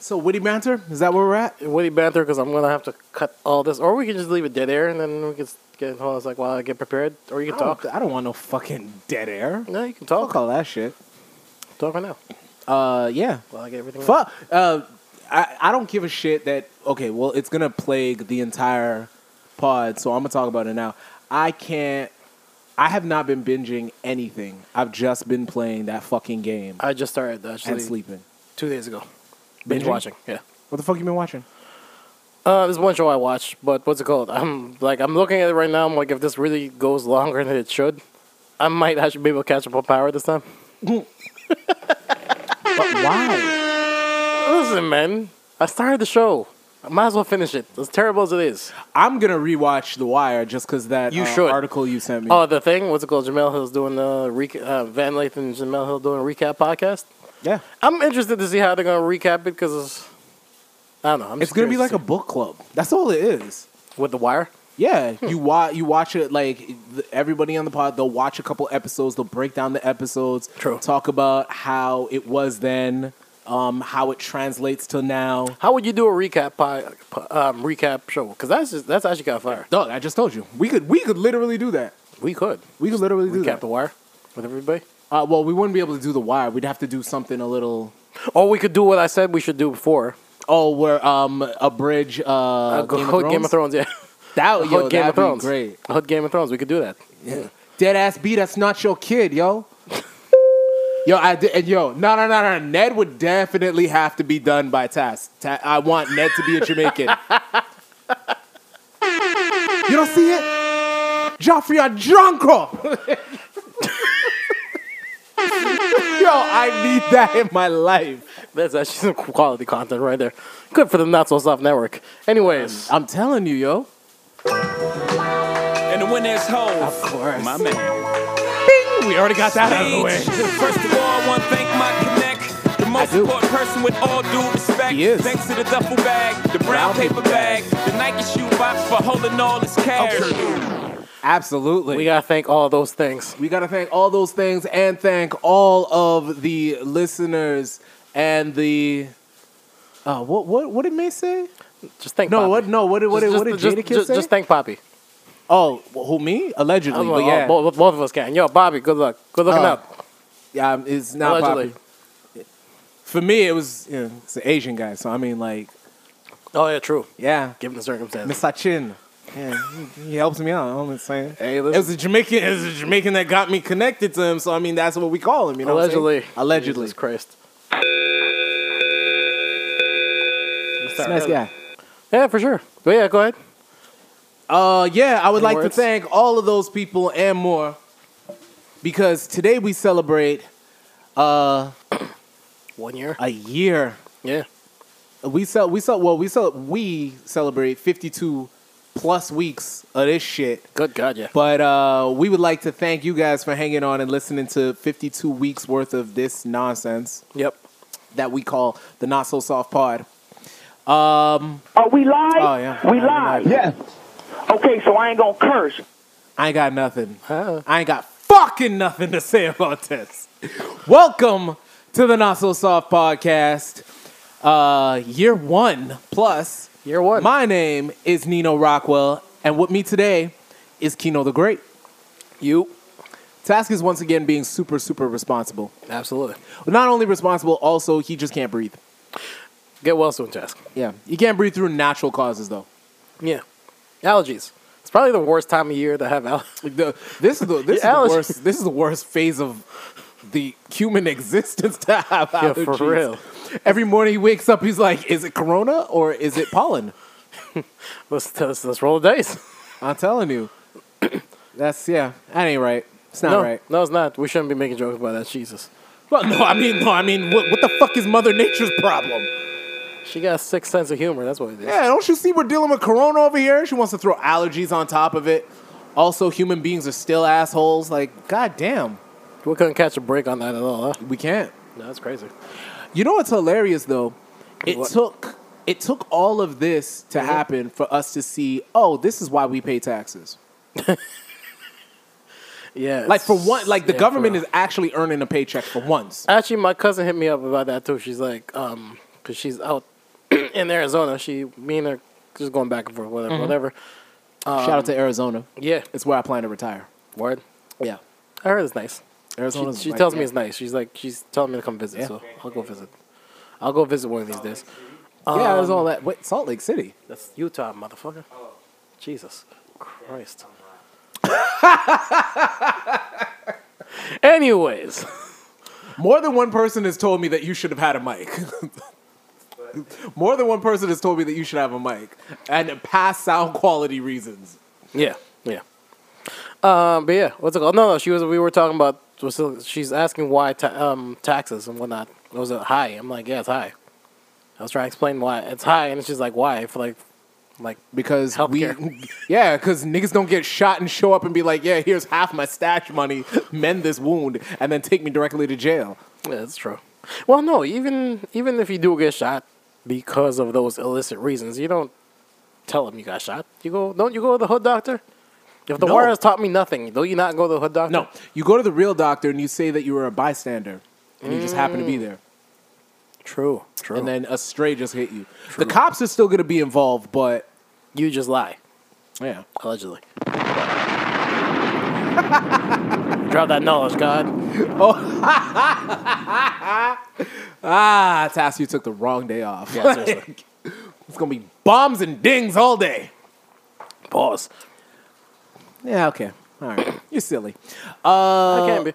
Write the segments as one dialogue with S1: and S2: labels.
S1: So witty banter is that where we're at?
S2: Witty banter because I'm gonna have to cut all this, or we can just leave it dead air and then we can s- get hold. It's like while I get prepared, or you
S1: I
S2: can
S1: don't,
S2: talk.
S1: I don't want no fucking dead air.
S2: No, you can
S1: Fuck
S2: talk.
S1: all that shit.
S2: Talk right now.
S1: Uh, yeah.
S2: While I get everything.
S1: Fuck. Uh, I, I don't give a shit that. Okay, well, it's gonna plague the entire pod, so I'm gonna talk about it now. I can't. I have not been binging anything. I've just been playing that fucking game
S2: I just started actually
S1: and sleeping.
S2: two days ago. Binge
S1: Binging?
S2: watching. Yeah.
S1: What the fuck you been watching?
S2: Uh, there's one show I watched, but what's it called? I'm like I'm looking at it right now. I'm like, if this really goes longer than it should, I might actually be able to catch up on power this time.
S1: But why?
S2: Listen, man, I started the show. I might as well finish it. As terrible as it is.
S1: I'm gonna rewatch The Wire just because that
S2: You
S1: uh,
S2: should.
S1: article you sent me.
S2: Oh, the thing. What's it called? Jamel Hill's doing the rec- uh, Van Lathan and Jamel Hill doing a recap podcast.
S1: yeah,
S2: I'm interested to see how they're gonna recap it because I don't know. I'm
S1: it's
S2: just
S1: gonna be
S2: curious
S1: like
S2: to
S1: a book club. That's all it is.
S2: see. with the wire.
S1: Yeah, you watch you watch it like th- everybody on the pod. They'll watch a couple episodes. They'll break down the episodes.
S2: True.
S1: Talk about how it was then, um, how it translates to now.
S2: How would you do a recap pi- pi- um, recap show? Because that's just, that's actually kind of fire.
S1: Doug, I just told you we could we could literally do that.
S2: We could
S1: We could literally do
S2: recap
S1: that.
S2: the wire with everybody.
S1: Uh, well, we wouldn't be able to do the wire. We'd have to do something a little.
S2: Or we could do what I said we should do before.
S1: Oh, where um a bridge uh,
S2: Uh,
S1: Game, of
S2: hood Game of
S1: Thrones.
S2: Thrones, yeah.
S1: That yo,
S2: hood Game
S1: that'd
S2: of Thrones.
S1: be great.
S2: Hood Game of Thrones. We could do that.
S1: Dead ass B, that's not your kid, yo. yo, I did, and yo, no, no, no, no. Ned would definitely have to be done by Tass. Ta- I want Ned to be a Jamaican. you don't see it? Joffrey, a drunko. yo, I need that in my life.
S2: That's actually some quality content right there. Good for the Not So Soft Network. Anyways,
S1: I'm telling you, yo.
S3: And the winner is Hov. Of
S1: course.
S3: My man.
S1: We already got that out of the way.
S3: First of all, I want to thank my connect. The most
S1: I do.
S3: important person with all due respect.
S1: He is.
S3: Thanks to the duffel bag, the brown paper bag, the Nike shoe box for holding all this cash.
S1: Absolutely.
S2: we gotta thank all those things.
S1: We got to thank all those things and thank all of the listeners and the. Uh, what what what did May say?
S2: Just thank.
S1: No,
S2: Poppy.
S1: what no what did what did,
S2: Just-
S1: what did
S2: just,
S1: Jadakiss
S2: just,
S1: say?
S2: just thank Poppy.
S1: oh, who me?
S2: I
S1: Allegedly,
S2: was
S1: but
S2: like, oh,
S1: yeah,
S2: both, both of us can. Yo, Bobby, good luck. Good looking
S1: Uh,
S2: up.
S1: yeah, um, it's not
S2: Allegedly.
S1: Poppy. For me, it was you know, it's an Asian guy, so I mean, like,
S2: Oh yeah, true.
S1: yeah,
S2: Given the circumstances.
S1: Misachin. Yeah, he- he helps me out. You know what I'm saying.
S2: Hey,
S1: It was
S2: listen.
S1: a Jamaican. It was a Jamaican that got me connected to him. So I mean, that's what we call him. You know, what I'm saying?
S2: Allegedly.
S1: allegedly,
S2: Jesus Christ.
S1: He's a nice guy.
S2: Yeah, for sure. But yeah, go ahead.
S1: Uh, yeah, I would
S2: Any
S1: like
S2: words?
S1: to thank all of those people and more because today we celebrate uh,
S2: One year.
S1: a year.
S2: Yeah.
S1: We sell, we sell, well, we sell, we celebrate 52 plus weeks of this shit.
S2: Good God, yeah.
S1: But uh, we would like to thank you guys for hanging on and listening to 52 weeks worth of this nonsense
S2: Yep.
S1: that we call the Not So Soft Pod. Um,
S4: Are we live?
S1: Oh, yeah.
S4: We live.
S5: Yes.
S4: Okay, so I ain't gonna curse.
S1: I ain't got nothing.
S2: Uh,
S1: I ain't got fucking nothing to say about this. Welcome to the Not So Soft podcast, uh, year one plus.
S2: Year one.
S1: My name is Nino Rockwell, and with me today is Kino the Great.
S2: you.
S1: Task is once again being super, super responsible.
S2: Absolutely.
S1: Not only responsible, also he just can't breathe.
S2: Get well soon, Task.
S1: Yeah, he can't breathe through natural causes though.
S2: Yeah. Allergies. It's probably the worst time of year to have allergies.
S1: Like the, this is the this is the
S2: Allergies.
S1: worst. This is the worst phase of the human existence to have
S2: Yeah,
S1: allergies.
S2: for real.
S1: Every morning he wakes up, he's like, "Is it corona or is it pollen?"
S2: Let's, let's, let's roll the dice.
S1: I'm telling you, that's yeah. That ain't right. It's not
S2: no,
S1: right.
S2: no, it's not. We shouldn't be making jokes about that. Jesus.
S1: Well, no, I mean, no, I mean, what, what the fuck is Mother Nature's problem?
S2: She got a sick sense of humor. That's what it is.
S1: Yeah, don't you see we're dealing with corona over here? She wants to throw allergies on top of it. Also, human beings are still assholes. Like, goddamn,
S2: We couldn't catch a break on that at all, huh?
S1: we can't.
S2: No, that's crazy.
S1: You know what's hilarious though? It
S2: What?
S1: took it took all of this to happen for us to see, oh, this is why we pay taxes.
S2: Yeah.
S1: Like for one, like the
S2: Yeah, for
S1: government
S2: real.
S1: is actually earning a paycheck for once.
S2: Actually, my cousin hit me up about that too. She's like, um, cause she's out in Arizona. She, me and her, just going back and forth, whatever, whatever.
S1: Shout out to Arizona.
S2: Yeah.
S1: Um, It's where I plan to retire.
S2: Word.
S1: Yeah,
S2: I heard it's nice.
S1: Arizona.
S2: She, she tells me it's nice. She's like, she's telling me to come visit.
S1: Yeah.
S2: So I'll go visit. I'll go visit one of these days.
S1: yeah, there's all that. Wait, Salt Lake City.
S2: That's Utah, motherfucker. Jesus Christ. Anyways,
S1: More than one person has told me that you should have had a mic. More than one person has told me that you should have a mic, and past sound quality reasons.
S2: yeah, yeah. Um, but yeah, what's it called? No, no, she was. We were talking about. Was she's asking why ta- um, taxes and whatnot. It was a high. I'm like, yeah, it's high. I was trying to explain why it's high, and she's like, why? For like, like
S1: Because we,
S2: Healthcare.
S1: yeah, because niggas don't get shot and show up and be like, yeah, here's half my stash money, mend this wound, and then take me directly to jail.
S2: Yeah, that's true. Well, no, even even if you do get shot because of those illicit reasons, you don't tell them you got shot. You go, don't you go to the hood doctor? If the
S1: No.
S2: war has taught me nothing, don't you not go to the hood doctor?
S1: No, you go to the real doctor and you say that you were a bystander, and you just happen to be there,
S2: true, true.
S1: and then a stray just hit you. The cops are still gonna be involved, but
S2: you just lie,
S1: yeah,
S2: allegedly. Drop that knowledge, God.
S1: ah, it's ask you took the wrong day off.
S2: Yeah, seriously.
S1: It's gonna be bombs and dings all day.
S2: Pause.
S1: Yeah, okay. All right. You're silly. Uh,
S2: I can't be.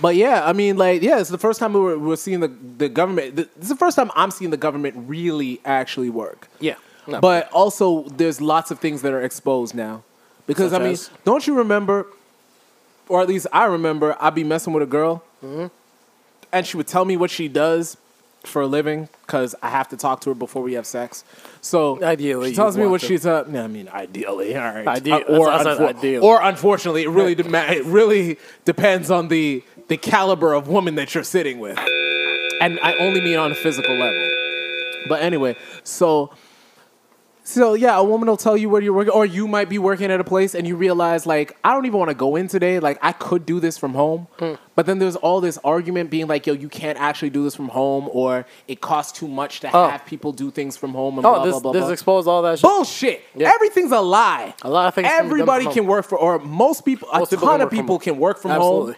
S1: But yeah, I mean, like, yeah, it's the first time we were, we were seeing the, the government. th- This is the first time I'm seeing the government really actually work.
S2: Yeah, no. Oh,
S1: But also, there's lots of things that are exposed now. Because,
S2: Such
S1: I mean,
S2: as?
S1: don't you remember, or at least I remember, I'd be messing with a girl
S2: Mm-hmm.
S1: and she would tell me what she does for a living because I have to talk to her before we have sex. So
S2: Ideally,
S1: she tells
S2: you'd
S1: me
S2: want
S1: what
S2: to.
S1: she's up. No, I mean, ideally, all right.
S2: Ide-
S1: Uh, or,
S2: that's- that's
S1: unfor-
S2: ideally.
S1: or unfortunately, it really dema- it really depends on the the caliber of woman that you're sitting with, and I only mean on a physical level. But anyway, so. So yeah, a woman will tell you where you're working, or you might be working at a place and you realize like I don't even want to go in today. Like I could do this from home,
S2: Hmm.
S1: but then there's all this argument being like, yo, you can't actually do this from home, or it costs too much to
S2: Oh.
S1: have people do things from home. And
S2: oh,
S1: blah,
S2: this
S1: blah, blah,
S2: this
S1: blah.
S2: exposed all that shit.
S1: bullshit.
S2: Yeah.
S1: Everything's a lie.
S2: A lot of things can be done
S1: Everybody
S2: from
S1: can
S2: home.
S1: work for, or most people, a
S2: Most
S1: ton of
S2: people can work from
S1: people
S2: home.
S1: can work from
S2: Absolutely.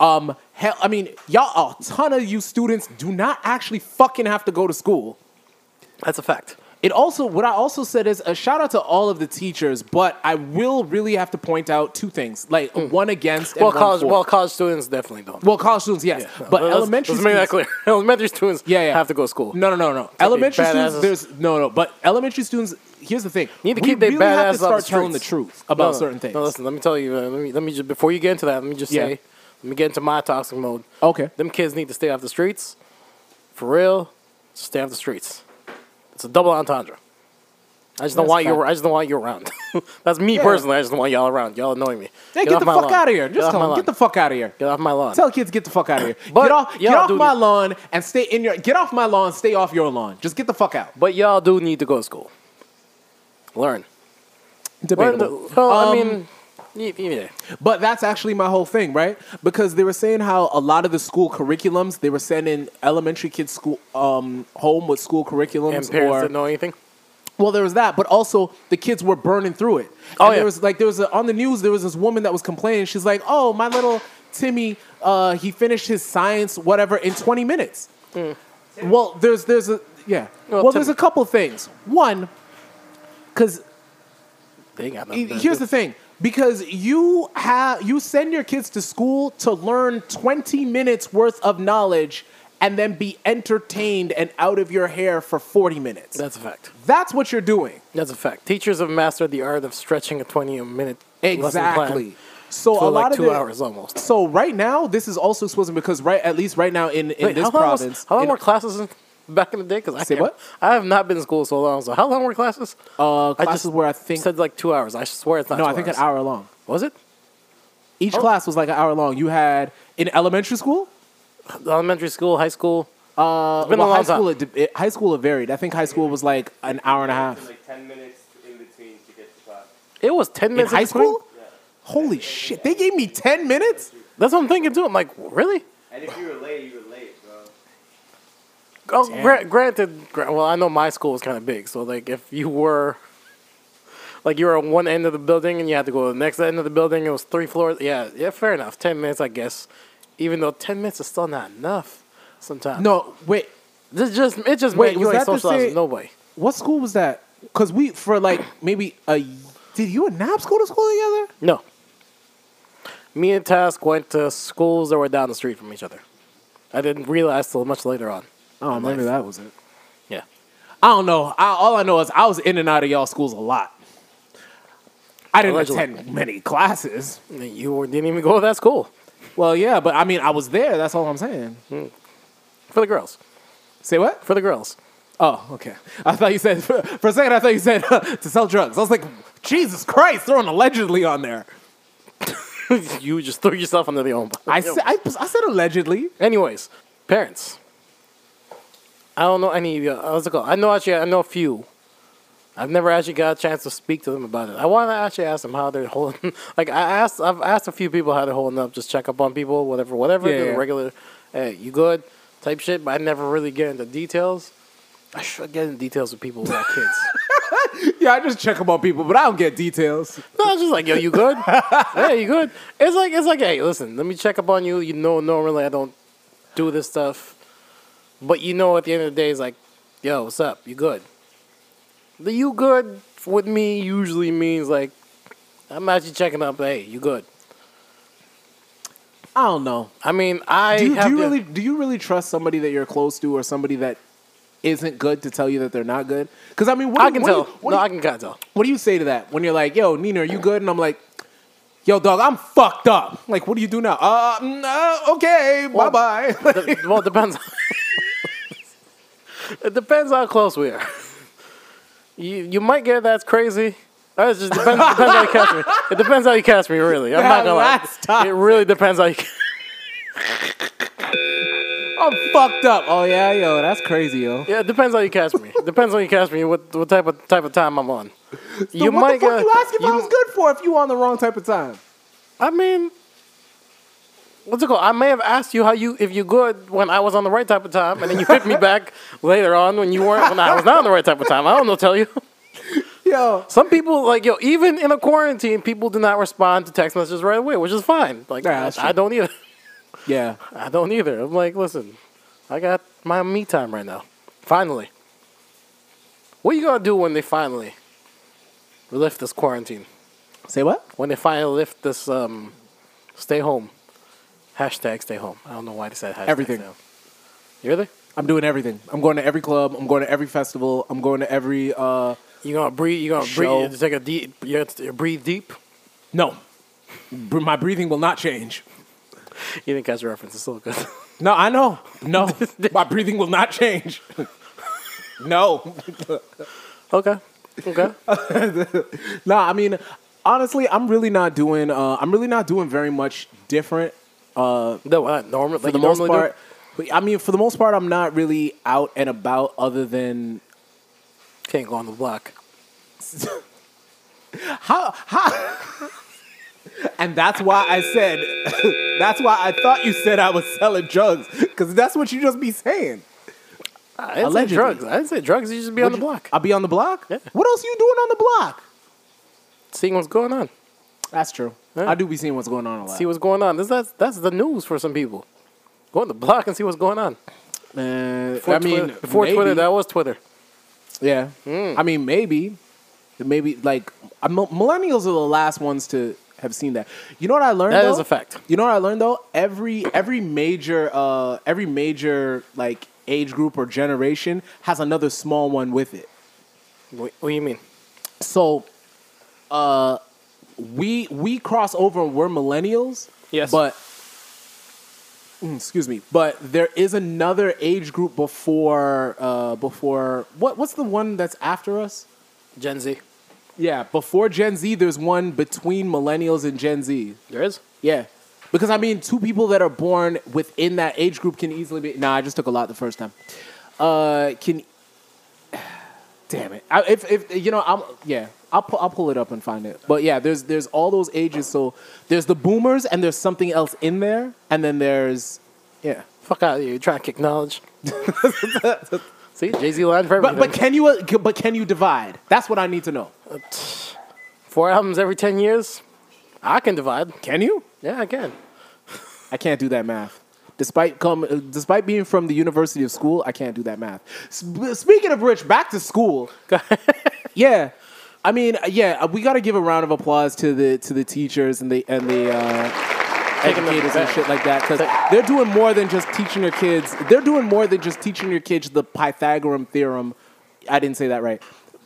S1: home. Um, hell, I mean, y'all, a ton of you students do not actually fucking have to go to school.
S2: That's a fact.
S1: It also, what I also said is a shout out to all of the teachers, but I will really have to point out two things, like one against and
S2: Hmm. Well,
S1: one
S2: college
S1: for.
S2: well college students definitely don't.
S1: well, college students, yes, but
S2: Let's-
S1: elementary
S2: Let's make that
S1: students,
S2: clear. elementary students
S1: yeah, yeah,
S2: have to go to school.
S1: No, no, no, no.
S2: Gotta be
S1: Elementary students,
S2: badasses.
S1: there's no, no, but elementary students. Here's the thing:
S2: Need to
S1: we
S2: keep they
S1: really have to
S2: badasses
S1: start
S2: off the
S1: telling the
S2: streets.
S1: truth about
S2: No, no.
S1: certain things.
S2: No, listen, let me tell you. uh, Let me, let me just before you get into that, let me just
S1: Yeah.
S2: say, let me get into my toxic mode.
S1: Okay.
S2: Them kids need to stay off the streets. For real, stay off the streets. It's a double entendre. I just don't
S1: That's
S2: want you.
S1: fact.
S2: I just don't want you around. That's me
S1: Yeah.
S2: personally. I just don't want y'all around. Y'all annoying me.
S1: Hey, get,
S2: off
S1: the
S2: my
S1: fuck
S2: lawn.
S1: out of here!
S2: get
S1: Just
S2: off my
S1: tell them,
S2: lawn.
S1: get the fuck out of here.
S2: Get off my lawn.
S1: Tell kids get the fuck out of here.
S2: But
S1: get off, get
S2: y'all
S1: off
S2: do
S1: my
S2: need-
S1: lawn and stay in your. Get off my lawn, stay off your lawn. Just get the fuck out.
S2: but y'all do need to go to school. Learn. Learn.
S1: Debatable.
S2: the- well, I
S1: Um,
S2: mean, y- yeah.
S1: But that's actually my whole thing, right? Because they were saying how a lot of the school curriculums they were sending elementary kids school um, home with school curriculums
S2: And parents
S1: or
S2: didn't know anything.
S1: Well, there was that, but also the kids were burning through it.
S2: Oh,
S1: and
S2: yeah.
S1: There was like there was a, on the news there was this woman that was complaining. She's like, "Oh, my little Timmy, uh, he finished his science whatever in 20 minutes." Well, there's there's a yeah. Well,
S2: Hmm. Well,
S1: there's a
S2: Timmy-
S1: couple things. One, because
S2: They ain't got nothing. to
S1: here's
S2: do.
S1: the thing because you have you send your kids to school to learn 20 minutes worth of knowledge and then be entertained and out of your hair for 40 minutes
S2: That's a fact.
S1: that's what you're doing
S2: That's a fact. Teachers have mastered the art of stretching a 20 minute lesson
S1: Exactly.
S2: plan
S1: So
S2: for
S1: a
S2: like
S1: lot
S2: two
S1: of the,
S2: hours almost.
S1: So right now, this is also exposing because right at least right now in, in
S2: Wait,
S1: this
S2: how long was-
S1: province,
S2: how long
S1: in- uh,
S2: were classes in, back in the day? Because I
S1: Say
S2: can't-
S1: what?
S2: I have not been in school so long. So how long were classes?
S1: uh,
S2: I
S1: classes
S2: just
S1: were I think
S2: said like two hours. I swear it's not.
S1: no,
S2: two
S1: I think
S2: hours. Oh.
S1: an hour long.
S2: Was it
S1: Each class was like an hour long. You had in elementary school,
S2: elementary school, high school?
S1: uh,
S2: been a
S1: well, high
S2: long time.
S1: school. It, di- it- high school it varied. I think high school was like an hour and a half.
S5: Like ten minutes in between to get to class.
S2: It was 10
S1: In
S2: minutes
S1: high
S2: between?
S1: school, Holy shit! They gave me ten minutes.
S2: That's what I'm thinking too. I'm like, really?
S5: And if you were late, you were late, bro.
S2: Oh, gra- granted, gra- well, I know my school is kind of big, so like if you were, like you were on one end of the building and you had to go to the next end of the building, it was three floors. Yeah, yeah, fair enough. Ten minutes, I guess. Even though ten minutes is still not enough, sometimes.
S1: No, wait.
S2: this just it just
S1: Wait,
S2: made you
S1: was
S2: ain't
S1: that to
S2: socialized
S1: say-
S2: with nobody.
S1: What school was that? Because we for like maybe a. Did you and Naps go to school together?
S2: No. Me and Task went to schools that were down the street from each other. I didn't realize till much later on.
S1: Oh, maybe that was it.
S2: Yeah.
S1: I don't know. I, all I know is I was in and out of y'all schools a lot. I didn't
S2: Allegedly.
S1: attend many classes.
S2: You were- didn't even go to that school
S1: Well, yeah, but I mean, I was there. That's all I'm saying.
S2: for the girls.
S1: Say what?
S2: For the girls.
S1: Oh, okay. I thought you said for, for a second. I thought you said to sell drugs. I was like, Jesus Christ, throwing allegedly on there.
S2: you just threw yourself under the own.
S1: I, sa- I, I said allegedly.
S2: Anyways, parents. I don't know any of you. What's it called? I know actually. I know a few. I've never actually got a chance to speak to them about it. I want to actually ask them how they're holding. Like I asked, I've asked a few people how they're holding up. Just check up on people, whatever, whatever.
S1: Yeah,
S2: do the
S1: yeah.
S2: Regular, hey, you good? Type shit. But I never really get into details. I should get into details with people who got kids.
S1: Yeah, I just check up on people, but I don't get details.
S2: No, it's just like, yo, you good? hey, you good? It's like, it's like, hey, listen, let me check up on you. You know, normally I don't do this stuff, but you know, at the end of the day, it's like, yo, what's up? You good? The you good with me usually means like, I'm actually checking up. Hey, you good?
S1: I don't know.
S2: I mean, I
S1: Do you,
S2: have
S1: do you
S2: to-
S1: really do you really trust somebody that you're close to or somebody that isn't good to tell you that they're not good? Because I mean, what
S2: I
S1: do-
S2: can
S1: what do
S2: tell.
S1: you- what do
S2: no,
S1: you-
S2: I can kind of tell.
S1: What do you say to that when you're like, "Yo, Nina, are you good?" And I'm like, "Yo, dog, I'm fucked up." Like, what do you do now? Uh, mm, uh okay, bye bye.
S2: Dep- well, it depends. it depends how close we are. You you might get that's crazy. Uh, It just depends, depends how you catch me. It depends how you catch me, really. I'm not
S1: That
S2: gonna lie.
S1: last topic.
S2: It really depends how you.
S1: I'm fucked up. Oh yeah, yo, that's crazy, yo.
S2: Yeah, it depends how you catch me. depends how you catch me. What what type of type of time I'm on.
S1: you what the fuck
S2: get-
S1: you asking if I
S2: you-
S1: was good for if you on the wrong type of time?
S2: I mean, what's it called? I may have asked you how you if you good when I was on the right type of time, and then you hit me back later on when you weren't when I was not on the right type of time. I don't know. Tell you.
S1: Yo,
S2: Some people like yo, even in a quarantine, people do not respond to text messages right away, which is fine. Like
S1: Yeah, that's
S2: I, I
S1: true.
S2: don't either.
S1: yeah,
S2: I don't either. I'm like, listen, I got my me time right now. Finally. What you gonna do when they finally lift this quarantine?
S1: say what?
S2: When they finally lift this um stay home. Hashtag stay home. I don't know why they said hashtag
S1: Everything.
S2: stay home. You really?
S1: I'm doing everything. I'm going to every club. I'm going to every festival. I'm going to every. uh
S2: You gonna breathe you gonna
S1: Show.
S2: breathe you take a deep you have to breathe deep?
S1: No, Br- my breathing will not change.
S2: You didn't catch the reference, it's still good.
S1: No, I know. No, my breathing will not change. no,
S2: okay. Okay.
S1: no. I mean, honestly, I'm really not doing. Uh, I'm really not doing very much different
S2: No, uh, what I normally,
S1: for the most part. but, I mean, for the most part, I'm not really out and about other than
S2: can't go on the block.
S1: how how. And that's why I said, that's why I thought you said I was selling drugs, because that's what you just be saying.
S2: I didn't
S1: uh, Allegedly.
S2: say drugs. I didn't say drugs. You should be on the
S1: Would you-
S2: block,
S1: I'll be on the block.
S2: Yeah.
S1: What else you doing on the block?
S2: seeing what's going on.
S1: That's true.
S2: Yeah.
S1: I do be seeing what's going on a lot.
S2: See what's going on. This, that's that's the news for some people. Go on the block and see what's going on.
S1: Uh,
S2: Before
S1: I mean,
S2: Twitter, before
S1: maybe.
S2: Twitter, that was Twitter.
S1: Yeah. I mean, maybe. Maybe, like, I'm, millennials are the last ones to have seen that. You know what I learned?
S2: That
S1: though?
S2: is a fact.
S1: You know what I learned, though? Every, every major, uh, every major, like, age group or generation has another small one with it.
S2: What, what do you mean?
S1: So, uh, we we cross over and we're millennials.
S2: Yes.
S1: But mm, excuse me, but there is another age group before uh, before what what's the one that's after us?
S2: Gen Z.
S1: Yeah, before Gen Z, there's one between millennials and Gen Z.
S2: There is.
S1: Yeah. Because I mean, two people that are born within that age group can easily be. Nah, I just took a lot the first time. Uh, can. Damn it! I, if if you know, I'm yeah. I'll pu- I'll pull it up and find it. But yeah, there's there's all those ages. So there's the boomers, and there's something else in there, and then there's yeah.
S2: Fuck out of you. You're trying to kick knowledge. See, Jay Z line for
S1: But
S2: everything. Uh,
S1: but can you uh, but can you divide? That's what I need to know.
S2: Four albums every 10 years? I can divide.
S1: Can you?
S2: Yeah, I can.
S1: I can't do that math. Despite come, uh, despite being from the University of School, I can't do that math. Sp- speaking of which, back to school. yeah, I mean, uh, yeah, uh, we got to give a round of applause to the to the teachers and the and the uh,
S2: Taking the-
S1: educators and shit like that because they're doing more than just teaching your kids. They're doing more than just teaching your kids the Pythagorean theorem. I didn't say that right.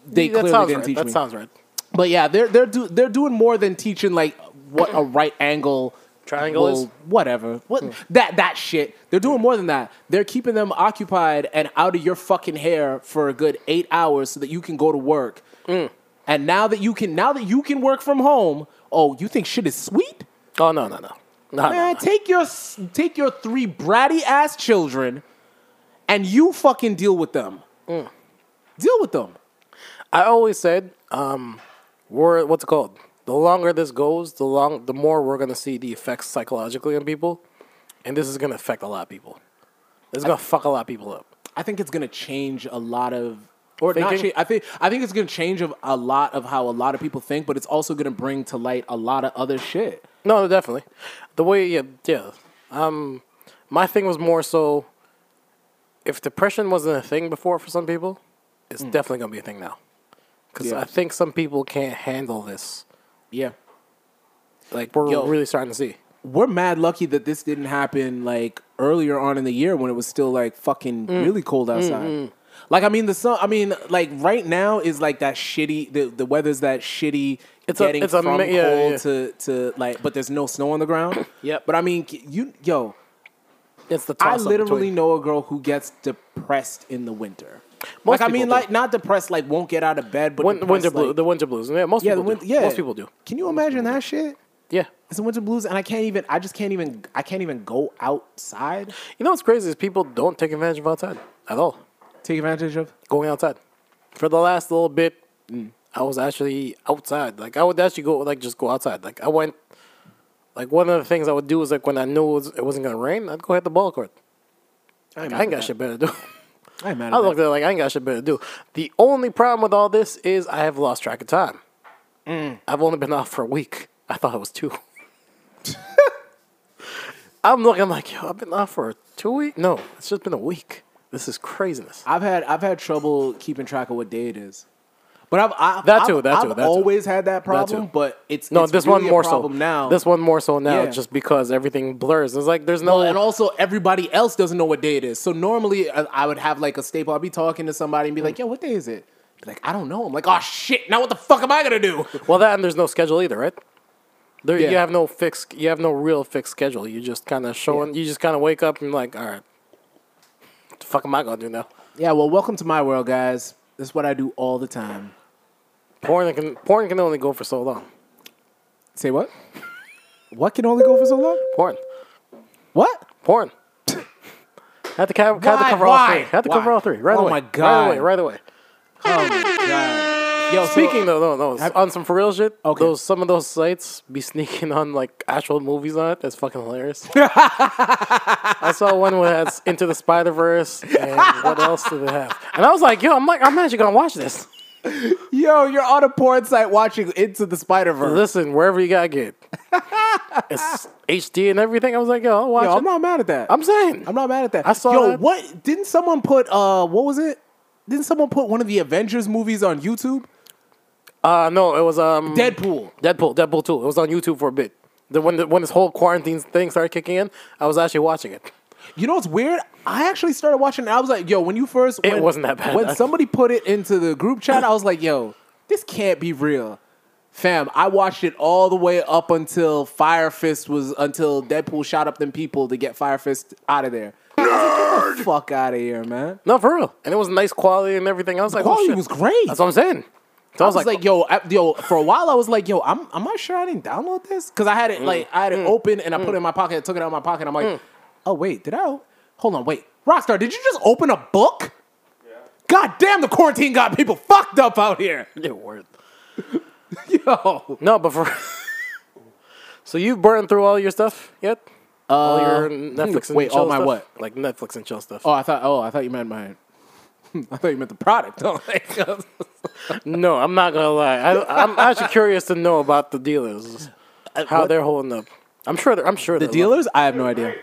S1: They
S2: that
S1: clearly
S2: sounds
S1: didn't
S2: right.
S1: teach
S2: that
S1: me.
S2: sounds right.
S1: But yeah, they're they're do, they're doing more than teaching like what a right angle
S2: Triangle is? Hmm.
S1: whatever. What that that shit. They're doing more than that. They're keeping them occupied and out of your fucking hair for a good 8 hours so that you can go to work.
S2: Hmm.
S1: And now that you can now that you can work from home, oh, you think shit is sweet?
S2: Oh, no, no, no. No, no,
S1: Man,
S2: no.
S1: take your s- take your three bratty ass children and you fucking deal with them.
S2: Hmm.
S1: Deal with them.
S2: I always said, um, we're what's it called? The longer this goes, the long, the more we're gonna see the effects psychologically on people, and this is gonna affect a lot of people. This is gonna fuck a lot of people up.
S1: I think it's going to change a lot of or not
S2: Thinking?
S1: change, I think I think it's going to change of a lot of how a lot of people think, but it's also going to bring to light a lot of other shit.
S2: No, definitely. The way, yeah, yeah. Um, my thing was more so. If depression wasn't a thing before for some people, it's definitely gonna be a thing now. Because
S1: Hmm. Yeah.
S2: I think some people can't handle this.
S1: Yeah.
S2: Like we're
S1: Yo.
S2: really starting to see.
S1: We're mad lucky that this didn't happen like earlier on in the year when it was still like fucking
S2: Mm.
S1: really cold outside. Like I mean the sun I mean like right now is like that shitty the, the weather's that shitty
S2: It's a-
S1: getting
S2: it's a
S1: from
S2: mi- yeah,
S1: cold
S2: yeah.
S1: to to like but there's no snow on the ground.
S2: Yep.
S1: But I mean you yo
S2: It's the
S1: I
S2: toss-up
S1: literally
S2: between-
S1: know a girl who gets depressed in the winter. like
S2: Most
S1: I
S2: people
S1: mean,
S2: do.
S1: like not depressed, like won't get out of bed, but
S2: Win-
S1: depressed,
S2: winter blue,
S1: like-
S2: the winter blues. Yeah, most
S1: yeah, the
S2: people
S1: winter,
S2: do.
S1: yeah,
S2: most people do.
S1: Can you imagine that shit?
S2: Yeah.
S1: It's the winter blues, and I can't even. I just can't even. I can't even go outside.
S2: You know what's crazy is people don't take advantage of outside at all.
S1: Take advantage of.
S2: Going outside. For the last little bit, mm, I was actually outside. Like I would actually go like just go outside. Like I went. Like one of the things I would do is like when I knew it, was, it wasn't gonna rain, I'd go hit the ball court.
S1: I ain't
S2: I
S1: mad
S2: ain't got
S1: at
S2: shit better to do.
S1: that. I ain't mad
S2: I
S1: at
S2: looked
S1: that.
S2: at it like I ain't got shit better to do. The only problem with all this is I have lost track of time.
S1: Mm.
S2: I've only been off for a week. I thought it was two. I'm looking like, yo, I've been off for two weeks? No, it's just been a week. This is craziness.
S1: I've had. I've had trouble keeping track of what day it is. But I've. I,
S2: That too,
S1: I've,
S2: that too,
S1: I've
S2: that too.
S1: always had that problem.
S2: too.
S1: But it's
S2: No,
S1: it's
S2: this
S1: really
S2: one
S1: a
S2: more so.
S1: problem now.
S2: This one more so now
S1: Yeah.
S2: just because everything blurs. It's like there's no
S1: Well, Oh, and also everybody else doesn't know what day it is. So normally I, I would have like a staple. I'd be talking to somebody and be like, "Yo, what day is it?" Be like, "I don't know." I'm like, "Oh shit! Now what the fuck am I gonna do?"
S2: Well, that and there's no schedule either, right? There,
S1: Yeah.
S2: you have no fixed, you have no real fixed schedule. You just kind of showing, you just kind of wake up and like, all right, what the fuck am I gonna do now?
S1: yeah. Well, welcome to my world, guys. This is what I do all the time.
S2: Porn can porn can only go for so long.
S1: Say what? What can only go for so long?
S2: Porn,
S1: What?
S2: porn. had to cover, had to
S1: Why?
S2: cover all
S1: Why?
S2: three. Had to
S1: Why?
S2: cover all three. Right
S1: Oh
S2: away.
S1: my
S2: Right
S1: God. Oh
S2: away. Right away.
S1: Yo,
S2: Speaking though, no, no, on some for real shit.
S1: Okay.
S2: Those some of those sites be sneaking on like actual movies on it. That's fucking hilarious. I saw one where that's Into the Spider Verse and what else do they have? And I was like, yo, I'm like, I'm actually gonna watch this.
S1: yo, you're on a porn site watching Into the Spider Verse.
S2: Listen, wherever you gotta get, it's HD and everything. I was like, yo, I'll watch
S1: Yo,
S2: it.
S1: I'm not mad at that.
S2: I'm saying,
S1: I'm not mad at that.
S2: I saw
S1: Yo,
S2: that.
S1: what? Didn't someone put? Uh, what was it? Didn't someone put one of the Avengers movies on YouTube?
S2: uh, no, it was
S1: Mm.
S2: um,
S1: Deadpool.
S2: Deadpool, Deadpool two. It was on YouTube for a bit. The when the, when this whole quarantine thing started kicking in, I was actually watching it.
S1: You know what's weird? I actually started watching. I was like, "Yo, when you first
S2: It
S1: when-
S2: wasn't that bad.
S1: When somebody put it into the group chat, I was like, "Yo, this can't be real." Fam, I watched it all the way up until Fire Fist was until Deadpool shot up them people to get Fire Fist out of there. I was like, Get the fuck out of here, man.
S2: No, for real. And it was nice quality and everything. I was like, oh,
S1: Quality
S2: shit.
S1: was great.
S2: That's what I'm saying. So
S1: I was like, yo, I, yo. For a while, I was like, yo, I'm, am I sure I didn't download this? Because I had
S2: Mm.
S1: it like I had it open and I put it in my pocket, took it out of my pocket. I'm like, oh wait, did I? Hold on, wait, Rockstar, did you just open a book? God damn, the quarantine got people fucked up out here.
S2: yeah, word.
S1: Yo.
S2: No, but for so you burned through all your stuff yet? all your Netflix. And
S1: Uh, wait,
S2: chill
S1: all my
S2: stuff? Uh,
S1: what?
S2: Like Netflix and chill stuff.
S1: Oh, I thought. Oh, I thought you meant my. I thought you meant the product.
S2: No, I'm not gonna lie. I, I'm actually curious to know about the dealers, how they're holding up. I'm sure. they're- I'm sure
S1: Uh, the dealers? I have no idea.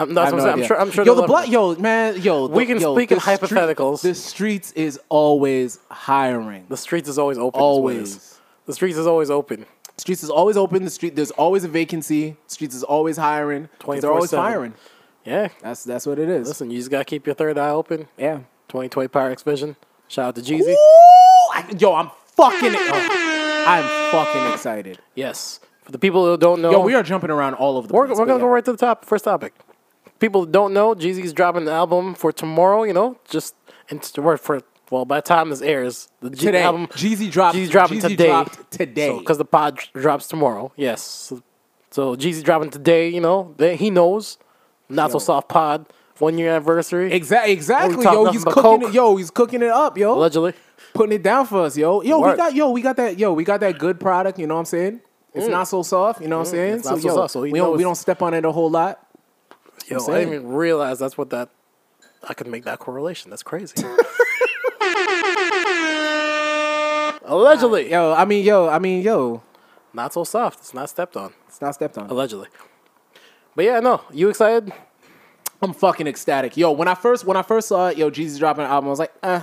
S2: I'm, that's
S1: I have
S2: what I'm,
S1: no
S2: saying. I'm
S1: idea.
S2: sure. I'm sure.
S1: Yo, the
S2: they love
S1: block.
S2: them.
S1: Yo, man. Yo,
S2: We
S1: the-
S2: can
S1: yo,
S2: speak in
S1: the street-
S2: hypotheticals.
S1: the streets is always hiring.
S2: The streets is always open. is what it
S1: Always.
S2: is. The streets is always open.
S1: Streets is always open. The street, there's always a vacancy. Streets is always hiring. 'cause They're always
S2: 24/7.
S1: firing.
S2: Yeah.
S1: That's that's what it is.
S2: Listen, you just gotta keep your third eye open.
S1: Yeah.
S2: 2020 Power X Vision. Shout out to Jeezy.
S1: Ooh, I- yo, I'm fucking. oh, I'm fucking excited.
S2: Yes. For the people who don't know,
S1: Yo, we are jumping around all over the
S2: Oh, We're,
S1: place.
S2: we're
S1: but
S2: gonna go
S1: yeah.
S2: right to the top. First topic. People that don't know Jeezy's dropping an album for tomorrow. You know, just and to work for well by the time this airs, the Jeezy
S1: Today.
S2: album
S1: Jeezy dropped-
S2: Jeezy dropping
S1: Jeezy
S2: today.
S1: dropped today.
S2: because the pod dr- drops tomorrow. Yes. So, so Jeezy dropping today. You know, they, he knows. Not so soft pod one year anniversary.
S1: Exactly, exactly,
S2: talking
S1: yo.
S2: nothing
S1: He's
S2: but
S1: cooking
S2: coke.
S1: it, yo. He's cooking it up, yo.
S2: Allegedly.
S1: Putting it down for us, yo. Yo, we
S2: Word.
S1: got, yo, we got that, yo, we got that good product. You know what I'm saying? It's not so soft. You know what I'm saying?
S2: Mm. it's not so
S1: yo,
S2: soft, so he
S1: we don't,
S2: knows.
S1: we don't step on it a whole lot.
S2: Yo, I
S1: saying.
S2: didn't even realize that's what that. I could make that correlation. That's crazy. Allegedly,
S1: Yo, I mean, yo, I mean, yo.
S2: not so soft. It's not stepped on.
S1: It's not stepped on.
S2: allegedly. But yeah, no, you excited?
S1: I'm fucking ecstatic, yo. When I first when I first saw it, yo, Jeezy dropping an album, I was like, eh.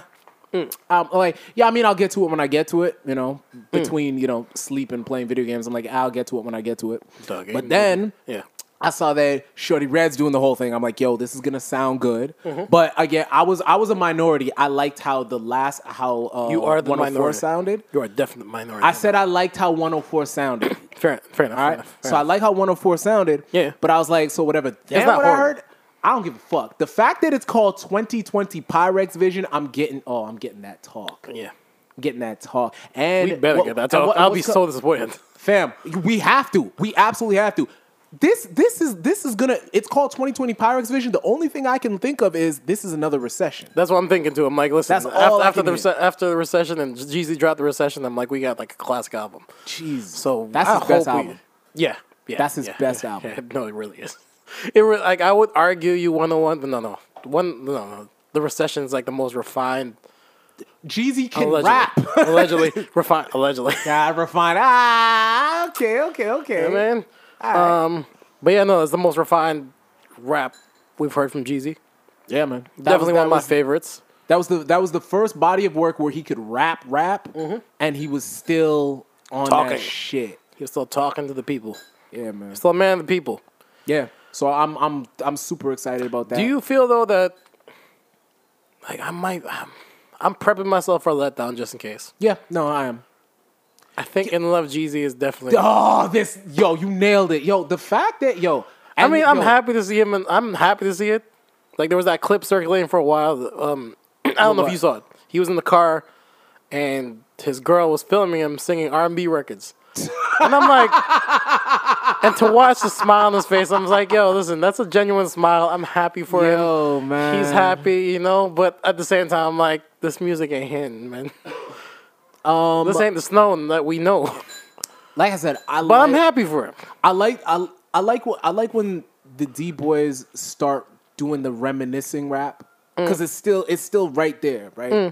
S1: I'm like, yeah, I mean, I'll get to it when I get to it, you know, between, you know, sleep and playing video games. I'm like, I'll get to it when I get to it.
S2: Dog, ain't
S1: but
S2: no-
S1: then
S2: Yeah,
S1: I saw that Shorty Red's doing the whole thing. I'm like, yo, this is gonna sound good. But again, I was I was a minority. I liked how the last how uh,
S2: You are the
S1: 104
S2: minority.
S1: sounded.
S2: you are a definite minority.
S1: I said I liked how 104 sounded.
S2: fair, fair enough.
S1: All
S2: fair
S1: right.
S2: enough, fair
S1: So I
S2: enough.
S1: like how 104 sounded.
S2: Yeah.
S1: But I was like, so whatever. That's
S2: not
S1: what I
S2: horrible.
S1: heard. I don't give a fuck. The fact that it's called 2020 Pyrex Vision, I'm getting. Oh, I'm getting that talk.
S2: yeah,
S1: I'm getting that talk. And
S2: we better
S1: what-
S2: get that.
S1: and
S2: I'll,
S1: what-
S2: I'll be
S1: what's
S2: so
S1: co-
S2: disappointed.
S1: Fam, we have to. We absolutely have to. This this is this is gonna. It's called 2020 Pyrex Vision. The only thing I can think of is this is another recession.
S2: That's what I'm thinking too. I'm like, listen,
S1: That's
S2: after,
S1: all I
S2: after
S1: can
S2: the
S1: hear.
S2: rece- after the recession and Jeezy dropped the recession, I'm like, we got like a classic album.
S1: Jeez.
S2: So
S1: that's
S2: I
S1: his best
S2: hope we-
S1: album.
S2: yeah, yeah,
S1: That's his
S2: yeah,
S1: best
S2: yeah,
S1: album.
S2: yeah. no, it really is. It re- like I would argue you 101, but no, no, one, no, no. The recession is like the most refined,
S1: Jeezy can
S2: allegedly,
S1: rap.
S2: allegedly refined, allegedly.
S1: God, refined. Ah, okay, okay, okay.
S2: Yeah, man. Um, but yeah, no, it's the most refined rap we've heard from Jeezy.
S1: Yeah, man. That
S2: Definitely
S1: was-
S2: one of my
S1: that was-
S2: favorites.
S1: That was the that was the first body of work where he could rap, rap, and he was still on
S2: Mm-hmm. Talking.
S1: that shit.
S2: He was still talking to the people,
S1: Yeah, man.
S2: still a man of the people.
S1: Yeah. So I'm I'm I'm super excited about that.
S2: Do you feel though that like I might? I'm, I'm prepping myself for a letdown just in case.
S1: Yeah. No, I am.
S2: I think in love Jeezy is definitely.
S1: Oh, this yo, you nailed it, yo. The fact that yo,
S2: I
S1: and,
S2: mean, I'm
S1: yo,
S2: happy to see him, and I'm happy to see it. Like there was that clip circulating for a while. Um, I don't know if
S1: what?
S2: you saw it. He was in the car, and his girl was filming him singing R&B records. and I'm like, and to watch the smile on his face, I was like, yo, listen, that's a genuine smile. I'm happy for
S1: Yo,
S2: him.
S1: man.
S2: He's happy, you know. But at the same time, I'm like, this music ain't hitting, man.
S1: Um,
S2: This ain't the snow that we know.
S1: like I said, I
S2: But
S1: like,
S2: I'm happy for him.
S1: I like I I like what I like when the D boys start doing the reminiscing rap because it's still it's still right there, right?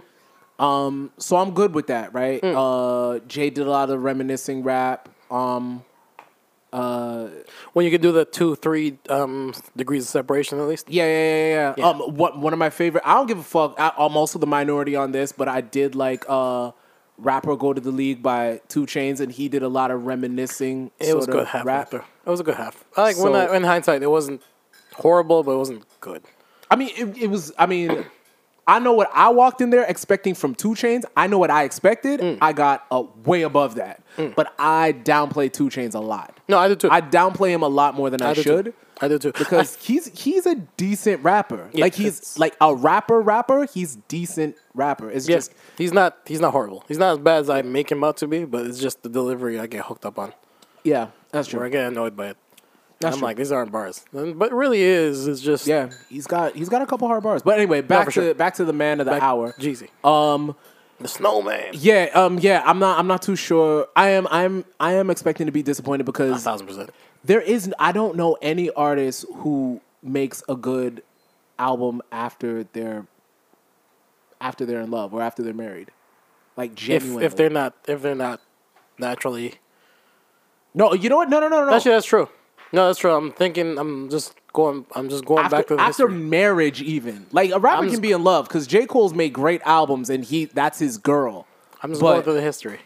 S1: Um, so I'm good with that, right? Uh, Jay did a lot of reminiscing rap. Um,
S2: When you can do the two, three um, degrees of separation at least.
S1: yeah, yeah, yeah, yeah. yeah. Um, what one of my favorite? I don't give a fuck. I, I'm also the minority on this, but I did like uh, rapper go to the league by Two Chains, and he did a lot of reminiscing.
S2: It was
S1: sort
S2: a good
S1: of
S2: half.
S1: rap.
S2: Raptor. It was a good half. I like when
S1: So-
S2: I, in hindsight, it wasn't horrible, but it wasn't good.
S1: I mean, it, it was. I mean, I know what I walked in there expecting from Two Chains. I know what I expected.
S2: Mm.
S1: I got uh, way above that, but I downplay Two Chains a lot.
S2: No, I did too.
S1: I downplay him a lot more than I,
S2: I did
S1: should.
S2: Too. I do too.
S1: Because he's he's a decent rapper. like he's
S2: it's-
S1: like a rapper rapper. He's decent rapper. It's
S2: yes,
S1: just
S2: he's not. He's not horrible. He's not as bad as I make him out to be, but it's just the delivery I get hooked up on,
S1: yeah, that's true.
S2: or I get annoyed by it.
S1: That's
S2: I'm
S1: true.
S2: like, these aren't bars, And- but it really is. It's just
S1: yeah, he's got he's got a couple hard bars. But anyway, back
S2: for
S1: to
S2: sure.
S1: back to the man of the
S2: Back-
S1: hour.
S2: Jeezy.
S1: Um,
S2: The snowman.
S1: Yeah, um, yeah, I'm not, I'm not too sure. I am, I'm, I am expecting to be disappointed
S2: A
S1: because
S2: thousand percent.
S1: there is, I don't know any artist who makes a good album after they're, after they're in love or after they're married, like
S2: If
S1: genuinely.
S2: if they're not if they're not naturally
S1: no, you know what? No, no, no, no, no.
S2: Actually, that's true. No, that's true. I'm thinking. I'm just going. I'm just going
S1: after,
S2: back to the
S1: after
S2: history.
S1: marriage, even like a rapper
S2: I'm
S1: can
S2: just-
S1: be in love because J Cole's made great albums and he, that's his girl.
S2: I'm just
S1: but-
S2: going through the history.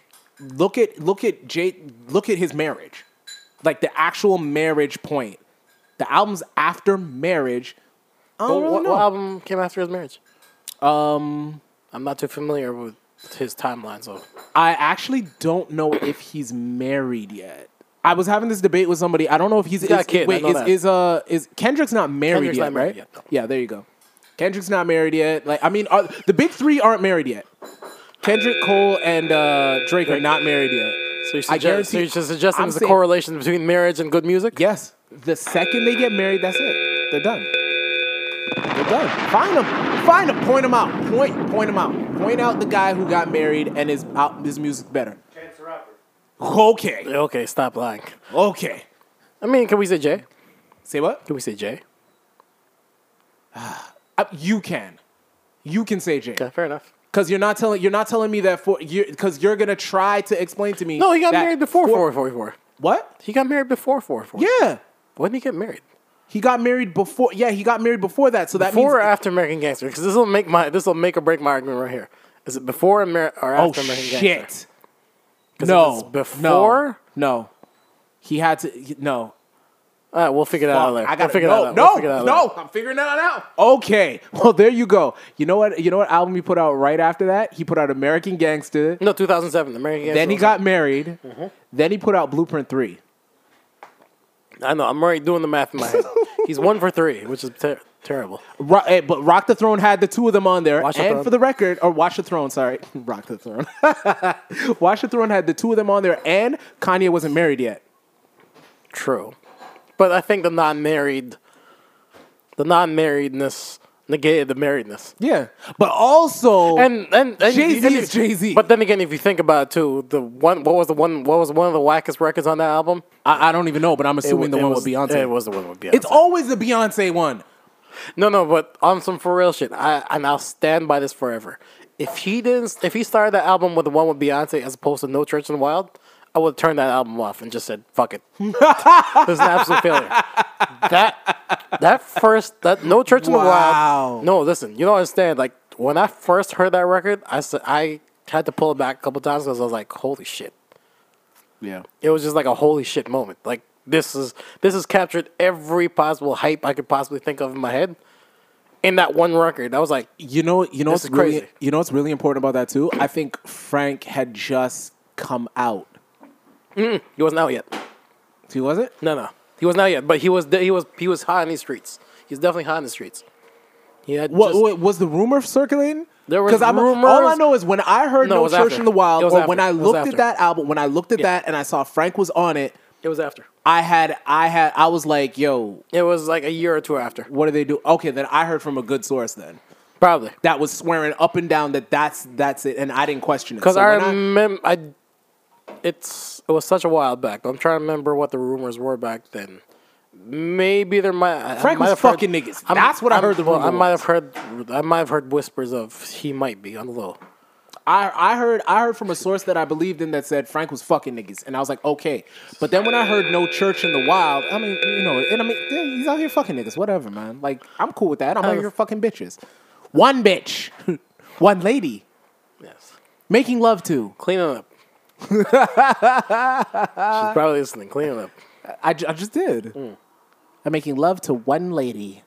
S1: look at look at Jay look at his marriage. Like the actual marriage point. The album's after marriage. I
S2: What,
S1: don't really
S2: what-
S1: know.
S2: what album came after his marriage? Um, I'm not too familiar with his timeline. So
S1: I actually don't know if he's married yet. I was having this debate with somebody. I don't know if he's,
S2: got a
S1: is,
S2: kid, I
S1: wait
S2: know
S1: is,
S2: that.
S1: is uh is Kendrick's not married
S2: Kendrick's
S1: yet,
S2: not married
S1: right?
S2: yet, no.
S1: Yeah, there you go. Kendrick's not married yet. Like I mean, are, the big three aren't married yet. Kendrick, Cole, and uh, Drake are not married yet.
S2: So you're,
S1: I
S2: suggest, so
S1: guarantee-
S2: you're just suggesting
S1: I'm
S2: there's a
S1: saying-
S2: correlation between marriage and good music?
S1: Yes. The second they get married, that's it. They're done. They're done. Find them. Find them. Point them out. Point. Point them out. Point out the guy who got married and his out his music better.
S5: Chance the Rapper.
S1: Okay.
S2: Okay, stop lying.
S1: Okay.
S2: I mean, can we say Jay?
S1: Say what?
S2: Can we say Jay?
S1: Uh, you can. You can say Jay.
S2: Okay, fair enough.
S1: Because you're not telling you're not telling me that for you because you're gonna try to explain to me.
S2: No, he got
S1: that
S2: married before
S1: four-
S2: 444.
S1: What?
S2: He got married before 444.
S1: Yeah.
S2: When did he get married?
S1: He got married before. Yeah, he got married before that. So that
S2: before or
S1: means.
S2: after American Gangster? Because this will make my this will make or break my argument right here. Is it before Amer- or
S1: oh
S2: after American Gangster?
S1: shit.
S2: 'Cause if
S1: No.
S2: it's before.
S1: No. no. He had to. he- no.
S2: All right, we'll figure it out later.
S1: I
S2: we'll
S1: got
S2: figure
S1: no,
S2: it out.
S1: no,
S2: we'll figure it out
S1: no.
S2: later.
S1: I'm figuring that out. Okay. Well, there you go. You know what? You know what album he put out right after that? He put out American Gangster.
S2: No, 2007. American Gangster.
S1: then he
S2: was- Mm-hmm.
S1: got married. Then he put out Blueprint Three.
S2: I know. I'm already doing the math in my head. He's one for three, which is ter- terrible.
S1: Ro- eh, but Rock the Throne had the two of them on there.
S2: Watch the
S1: and
S2: Throne.
S1: for the record, or Watch the Throne, sorry, Rock the Throne. Watch the Throne had the two of them on there, and Kanye wasn't married yet.
S2: True, but I think the non-married, the non-marriedness negated the marriedness.
S1: Yeah, but also
S2: And and, and
S1: Jay-Z
S2: and-
S1: is Jay-Z.
S2: But then again, if you think about it too, the one what was the one what was one of the wackest records on that album?
S1: I, I don't even know, but I'm
S2: It wa-
S1: assuming the
S2: it
S1: one
S2: was,
S1: with Beyonce.
S2: It was the one with Beyonce.
S1: it's always the Beyonce one.
S2: no, no, but on some for real shit, I and I'll stand by this forever. If he didn't, if he started that album with the one with Beyonce as opposed to No Church in the Wild, I would have turned that album off and just said fuck it. this is an absolute failure. That that first that No Church in the
S1: Wow.
S2: Wild. No, listen, you don't understand. Like when I first heard that record, I said I had to pull it back a couple times because I was like, holy shit.
S1: Yeah.
S2: it was just like a holy shit moment. Like this is this has captured every possible hype I could possibly think of in my head. In that one record, I was like,
S1: You know, you know what's
S2: This is
S1: really,
S2: crazy.
S1: you know what's really important about that too. I think Frank had just come out.
S2: he wasn't out yet.
S1: He was it?
S2: No, no, he wasn't out yet. But he was he was he was hot in these streets. He's definitely hot in the streets. He had
S1: What,
S2: just-
S1: what- was the rumor circulating?
S2: There was
S1: 'Cause I'm- All
S2: rumors.
S1: I know is when I heard
S2: No, it
S1: No,
S2: was
S1: Church
S2: after.
S1: in the Wild,
S2: It was
S1: or
S2: after.
S1: when I
S2: It was
S1: looked
S2: after.
S1: at that album, when I looked at
S2: Yeah.
S1: that and I saw Frank was on it,
S2: it was after.
S1: I had, I had, I was like, "Yo,
S2: It was like a year or two after,
S1: what do they do?" Okay, then I heard from a good source then
S2: probably.
S1: that was swearing up and down that that's that's it, and I didn't question it.
S2: Because
S1: So
S2: I
S1: when
S2: remember, I, it's it was such a while back. But I'm trying to remember what the rumors were back then. Maybe there might I- I
S1: Frank
S2: might
S1: was
S2: have heard-
S1: fucking niggas. That's what I heard the
S2: well, I
S1: rumor
S2: might
S1: was.
S2: have heard. I might have heard whispers of he might be on the low.
S1: I, I heard I heard from a source that I believed in that said Frank was fucking niggas, and I was like, okay. But then when I heard no church in the wild, I mean, you know, and I mean, yeah, he's out here fucking niggas, whatever, man. Like, I'm cool with that. I'm out here fucking bitches. One bitch, one lady,
S2: Yes,
S1: making love to.
S2: clean it up. She's probably listening. Clean it up.
S1: I, ju- I just did.
S2: Mm.
S1: I'm making love to one lady.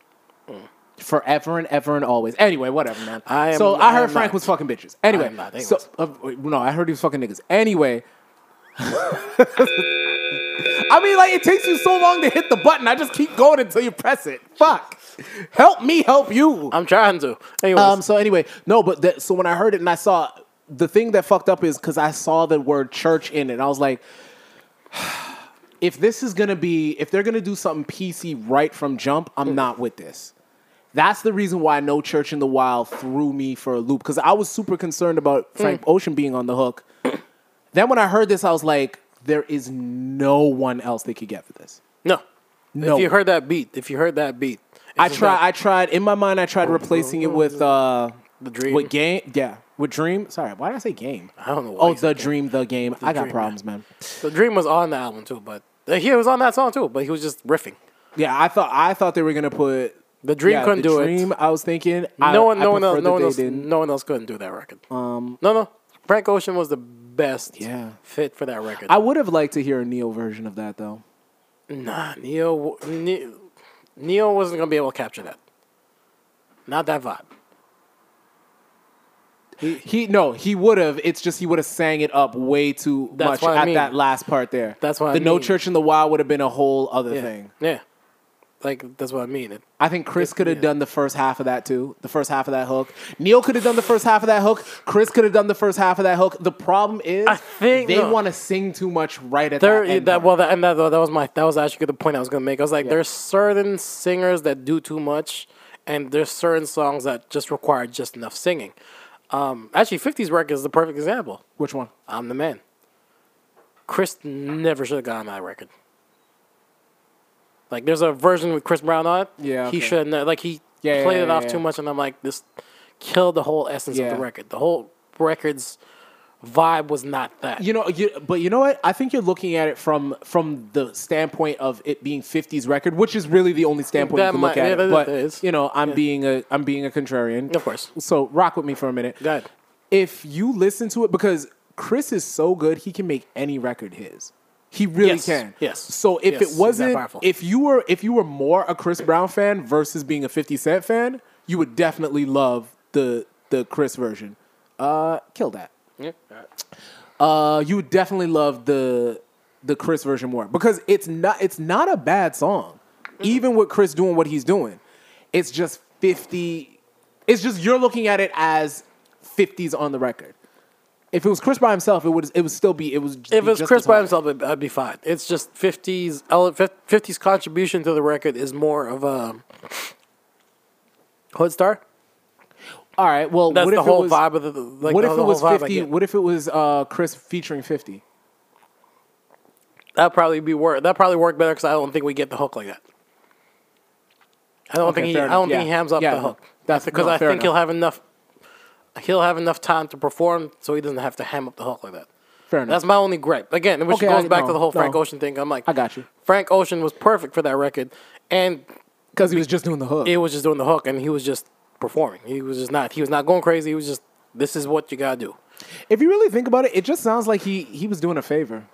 S1: Forever and ever and always. Anyway, whatever, man.
S2: I am-
S1: so I
S2: I
S1: heard
S2: am
S1: Frank
S2: not.
S1: was fucking bitches. Anyway,
S2: am not. He
S1: so
S2: was.
S1: uh, wait, no, I heard he was fucking niggas. Anyway, I mean, like it takes you so long to hit the button. I just keep going until you press it. Fuck. Help me, help you.
S2: I'm trying to. Anyways,
S1: Um. So anyway, no, but that, so when I heard it and I saw the thing that fucked up is because I saw the word church in it, and I was like,
S2: Mm.
S1: if this is gonna be, if they're gonna do something PC right from jump, I'm not with this. That's the reason why No Church in the Wild threw me for a loop because I was super concerned about
S2: Mm.
S1: Frank Ocean being on the hook. then when I heard this, I was like, there is no one else they could get for this.
S2: No.
S1: No.
S2: If you heard that beat, if you heard that beat,
S1: I
S2: it's
S1: try.
S2: not
S1: I tried in my mind. I tried
S2: Oh,
S1: replacing it with uh,
S2: the dream.
S1: with game. Yeah, with dream. Sorry, why did I say game?
S2: I don't know. why
S1: Oh,
S2: he said
S1: the
S2: that.
S1: dream, the game. I got
S2: Dream,
S1: problems, man.
S2: The dream was on the album too, but uh, he was on that song too, but he was just riffing.
S1: Yeah, I thought I thought they were gonna put
S2: The dream
S1: yeah,
S2: couldn't
S1: the
S2: do
S1: dream,
S2: it.
S1: I was thinking.
S2: No one,
S1: I,
S2: no
S1: I
S2: one else,
S1: prefer
S2: no one
S1: that
S2: else,
S1: they didn't.
S2: no one else couldn't do that record. Um, no, no, Frank Ocean was the best.
S1: Yeah.
S2: fit for that record.
S1: I would have liked to hear a Neo version of that though.
S2: nah, Neo, Neo, Neo wasn't gonna be able to capture that. Not that vibe.
S1: He no, he would have. It's just he would have sang it up way too much
S2: That's what
S1: at
S2: I mean.
S1: that last part there.
S2: That's what I
S1: the No
S2: mean.
S1: Church in the Wild would have been a whole other
S2: Yeah,
S1: thing.
S2: yeah. Like that's what I mean. It,
S1: I think Chris could have
S2: yeah.
S1: done the first half of that too. The first half of that hook. Neil could have done the first half of that hook. Chris could have done the first half of that hook. The problem is,
S2: I think-
S1: they
S2: no.
S1: want to sing too much right at
S2: There,
S1: that. End
S2: that
S1: part.
S2: well, that, and that, that was my that was actually the point I was gonna make. I was like, there's certain singers that do too much, and there's certain songs that just require just enough singing. Um, actually, 50s record is the perfect example.
S1: Which one?
S2: I'm the man. Chris never should have gotten that record. Like, there's a version with Chris Brown on it.
S1: Yeah, okay.
S2: he should have like he
S1: Yeah, yeah,
S2: played it
S1: yeah,
S2: off
S1: yeah.
S2: too much, and I'm like, this killed the whole essence
S1: Yeah.
S2: of the record. The whole record's vibe was not that.
S1: You know, you, but you know what? I think you're looking at it from from the standpoint of it being '50s record, which is really the only standpoint
S2: That
S1: you can
S2: might-
S1: look
S2: yeah,
S1: at
S2: that-
S1: it. But
S2: that is.
S1: you know, I'm being a I'm being a contrarian,
S2: Of course.
S1: So rock with me for a minute.
S2: Go ahead.
S1: If you listen to it, because Chris is so good, he can make any record his. He really
S2: Yes,
S1: can.
S2: yes,
S1: So if
S2: yes, he's
S1: it
S2: that
S1: wasn't,
S2: powerful.
S1: if you were if you were more a Chris Brown fan versus being a 50 Cent fan, you would definitely love the the Chris version. Uh, kill that. Uh, you would definitely love the the Chris version more because it's not it's not a bad song,
S2: Mm-hmm.
S1: even with Chris doing what he's doing. It's just fifty. It's just you're looking at it as fifties on the record. If it was Chris by himself, it would it would still be it was.
S2: If
S1: be
S2: it's
S1: just
S2: Chris
S1: as
S2: by
S1: hard.
S2: himself, I'd, I'd be fine. It's just 50's, ele- fif- 50's contribution to the record is more of a hood star.
S1: all right. Well,
S2: That's
S1: what
S2: the
S1: if
S2: whole
S1: it was,
S2: vibe of the like.
S1: what
S2: the
S1: if it
S2: whole
S1: was
S2: vibe I
S1: fifty?
S2: get.
S1: What if it was uh, Chris featuring fifty?
S2: That'd probably be work. That probably work better because I don't think we get the hook like that. I don't
S1: Okay,
S2: think he.
S1: fair
S2: I don't
S1: enough.
S2: think he
S1: Yeah.
S2: hams up
S1: Yeah,
S2: the
S1: no.
S2: hook.
S1: That's-
S2: because
S1: no,
S2: I
S1: fair
S2: think he'll
S1: enough.
S2: have enough. He'll have enough time to perform, so he doesn't have to ham up the hook like that.
S1: Fair enough.
S2: That's my only gripe. Again, which
S1: Okay,
S2: goes
S1: I-
S2: back to
S1: no,
S2: the whole Frank
S1: no.
S2: Ocean thing. I'm like,
S1: I got you.
S2: Frank Ocean was perfect for that record, and
S1: because he was just doing the hook.
S2: it was just doing the hook, and he was just performing. He was just not. He was not going crazy. He was just. This is what you gotta do.
S1: if you really think about it, it just sounds like he he was doing a favor.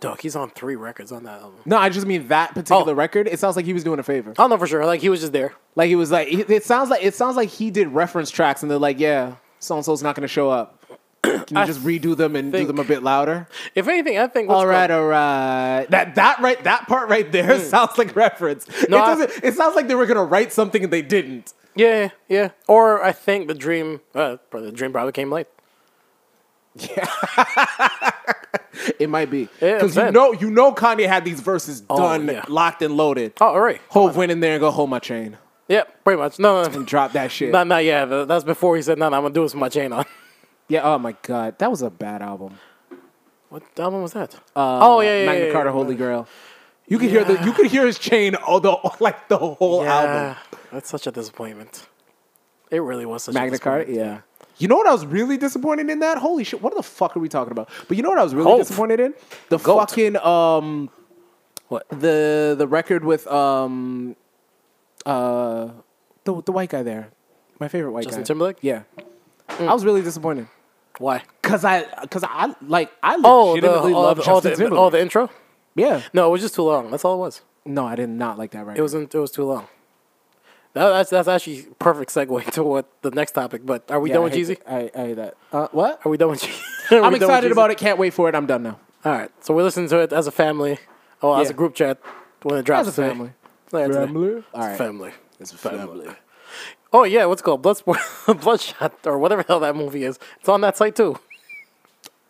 S2: Dog, he's on three records on that album.
S1: No, I just mean that particular
S2: Oh.
S1: record. It sounds like he was doing a favor.
S2: I don't know for sure. Like he was just there.
S1: Like he was like he- it sounds like it sounds like he did reference tracks and they're like, yeah, so and so's not gonna show up. Can you just redo them and do
S2: think-
S1: them a bit louder?
S2: If anything, I think. what's
S1: All right, all right. That that right that part right there sounds like reference.
S2: Hmm. No,
S1: it
S2: I-
S1: doesn't. It sounds like they were gonna write something and they didn't.
S2: Yeah, yeah. Or I think the dream, uh, probably the dream probably came late.
S1: It might be
S2: Yeah, I'm
S1: because you
S2: saying.
S1: know you know Kanye had these verses done,
S2: yeah.
S1: locked and loaded.
S2: Oh, all right.
S1: Hove went in there and go hold my chain
S2: Yeah, pretty much. No, no, no.
S1: and drop that shit.
S2: no, no yeah, tha- that's before he said, no, no, I'm going to do this with my chain on.
S1: yeah. Oh my god, that was a bad album.
S2: What album was that? oh, yeah, yeah.
S1: Uh, Magna
S2: yeah,
S1: Carta,
S2: yeah.
S1: Holy Grail. You could hear the you could hear his chain all the like the whole
S2: yeah.
S1: album.
S2: That's such a disappointment. It really was such a
S1: Magna
S2: disappointment.
S1: Carta, yeah. You know what I was really disappointed in that? Holy shit! What the fuck are we talking about? But you know what I was really
S2: Hope.
S1: disappointed in? The
S2: Goat.
S1: fucking um,
S2: What?
S1: the the record with um, uh, the the white guy there, my favorite white
S2: Justin
S1: guy,
S2: Timberlake? Mm.
S1: Yeah, I was really disappointed
S2: Why?
S1: because I because I like I
S2: Oh, the,
S1: legitimately
S2: oh,
S1: love
S2: the, oh,
S1: Justin
S2: the,
S1: Timberlake.
S2: oh, the intro?
S1: yeah,
S2: No, it was just too long. That's all it was.
S1: no, I did not like that record.
S2: It wasn't. It was too long. That, that's that's actually perfect segue to what the next topic. But are we
S1: yeah,
S2: done
S1: I
S2: with
S1: hate
S2: Jeezy?
S1: that. I, I hate that. Uh, what?
S2: Are we done with Jeezy?
S1: I'm excited about it. Can't wait for it. I'm done now.
S2: All right, so we listen to it as a family, or as
S1: Yeah.
S2: a group chat when it drops.
S1: As a
S2: today.
S1: family. Uh,
S2: Later today.
S1: All right.
S2: Family. It's
S1: a family.
S2: Oh yeah, what's it called Bloodsport, Bloodshot, or whatever the hell that movie is. It's on that site too.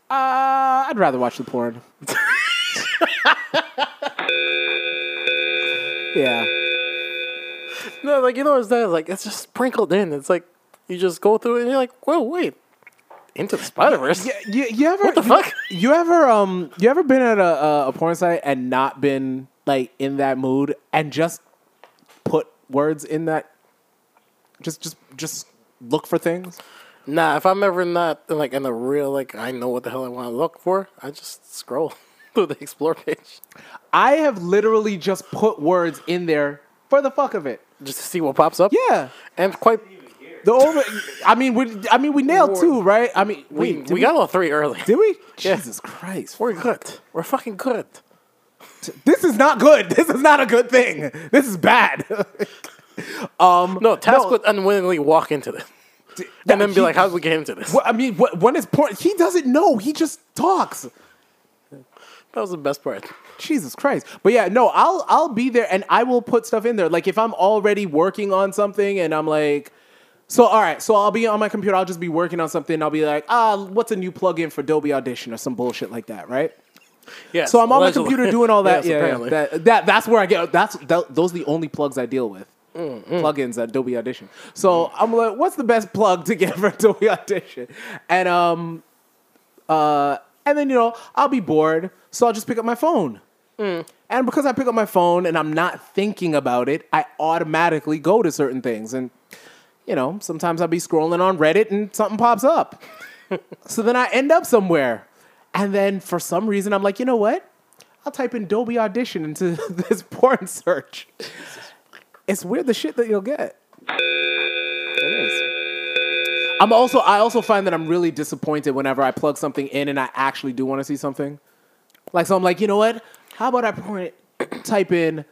S1: Uh, I'd rather watch the porn. yeah.
S2: No, like you know what I'm saying? Like it's just sprinkled in. It's like you just go through it and you're like, whoa, wait, into the Spider Verse.
S1: Yeah, you, you ever
S2: What the fuck?
S1: You ever um you ever been at a, a a porn site and not been like in that mood and just put words in that just just just look for things?
S2: Nah, if I'm ever not like in a real like I know what the hell I want to look for, I just scroll through the explore page
S1: I have literally just put words in there for the fuck of it.
S2: just to see what pops up.
S1: Yeah.
S2: and quite
S1: The over I mean we I mean we nailed two, right? I mean
S2: we
S1: wait, did
S2: we, got all three early.
S1: did we?
S2: Yeah.
S1: Jesus Christ.
S2: We're good. We're fucking good.
S1: This is not good. This is not a good thing. This is bad. um
S2: No, Task
S1: No.
S2: would unwittingly walk into this and then be like, "How did we get into this?"
S1: Well, I mean, what, when it's porn, he doesn't know. He just talks.
S2: That was the best part.
S1: Jesus Christ! But yeah, no, I'll I'll be there and I will put stuff in there. Like if I'm already working on something and I'm like, so all right, so I'll be on my computer. I'll just be working on something. I'll be like, ah, what's a new plugin for Adobe Audition or some bullshit like that, right?
S2: Yeah.
S1: So I'm on my computer doing all that.
S2: Yes,
S1: yeah, yeah,
S2: apparently.
S1: that, that that's where I get. That's that, those are the only plugs I deal with.
S2: Mm-hmm.
S1: Plugins at Adobe Audition. So I'm like, what's the best plug to get for Adobe Audition? And um, uh, and then you know I'll be bored, so I'll just pick up my phone.
S2: Mm.
S1: And because I pick up my phone and I'm not thinking about it, I automatically go to certain things. And you know, sometimes I'll be scrolling on Reddit and something pops up. so then I end up somewhere. And then for some reason, I'm like, you know what? I'll type in Dolby Audition into this porn search. It's weird the shit that you'll get. It is. I'm also I also find that I'm really disappointed whenever I plug something in and I actually do want to see something. Like so I'm like, you know what? How about I point, type in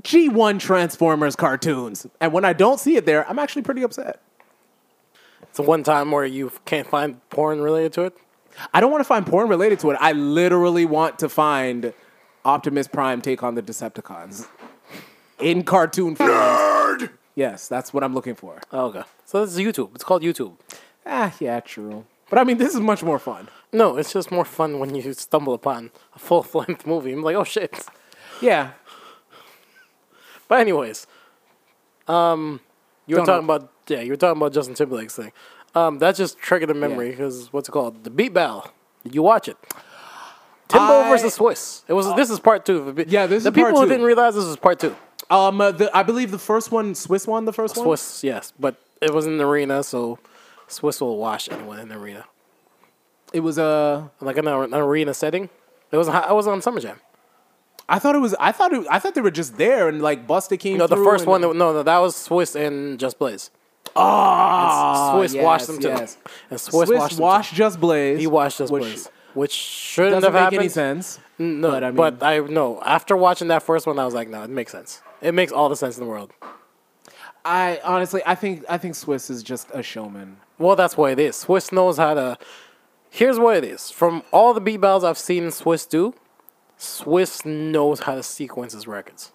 S1: G1 Transformers cartoons. And when I don't see it there, I'm actually pretty upset.
S2: It's the one time where you can't find porn related to it.
S1: I don't want to find porn related to it. I literally want to find Optimus Prime take on the Decepticons in cartoon form. Nerd. Yes, that's what I'm looking for.
S2: Oh, okay. So this is YouTube. It's called YouTube.
S1: Ah, yeah, true. But I mean, this is much more fun.
S2: No, it's just more fun when you stumble upon a full length movie. I'm like, oh shit.
S1: Yeah.
S2: But anyways, um, you were
S1: Don't
S2: talking
S1: know.
S2: about yeah, you were talking about Justin Timberlake's thing. Um, that just triggered a memory because what's it called? The Beat Battle. Did you watch it? Timbo
S1: I-
S2: versus Swiss. It was. this is part two. Of the, Beat-
S1: Yeah, this
S2: the
S1: is
S2: people
S1: part
S2: who
S1: two.
S2: didn't realize this was part two.
S1: Um, uh, the, I believe the first one, Swiss won the first one.
S2: Swiss, yes, but it was in the arena, so Swiss will wash anyone in the arena,
S1: It was uh,
S2: like in an arena setting. It was. I was on Summer Jam.
S1: I thought it was. I thought. It, I thought they were just there and like Busta came.
S2: No, the
S1: through
S2: first
S1: and-
S2: one. No, no, that was Swiss and Just Blaze.
S1: Ah,
S2: Swiss
S1: yes,
S2: washed them too.
S1: yes.
S2: And Swiss,
S1: Swiss
S2: washed
S1: washed,
S2: them
S1: Just Blaze.
S2: too. He washed us
S1: which
S2: Blaze, which shouldn't
S1: Doesn't
S2: have
S1: make
S2: happened.
S1: any sense.
S2: No,
S1: but
S2: but
S1: I
S2: I,
S1: mean-
S2: no. After watching that first one, I was like, no, it makes sense. It makes all the sense in the world.
S1: I honestly, I think, I think Swiss is just a showman.
S2: Well, that's what it is. Swiss knows how to. Here's what it is. From all the beat battles I've seen Swiss do, Swiss knows how to sequence his records.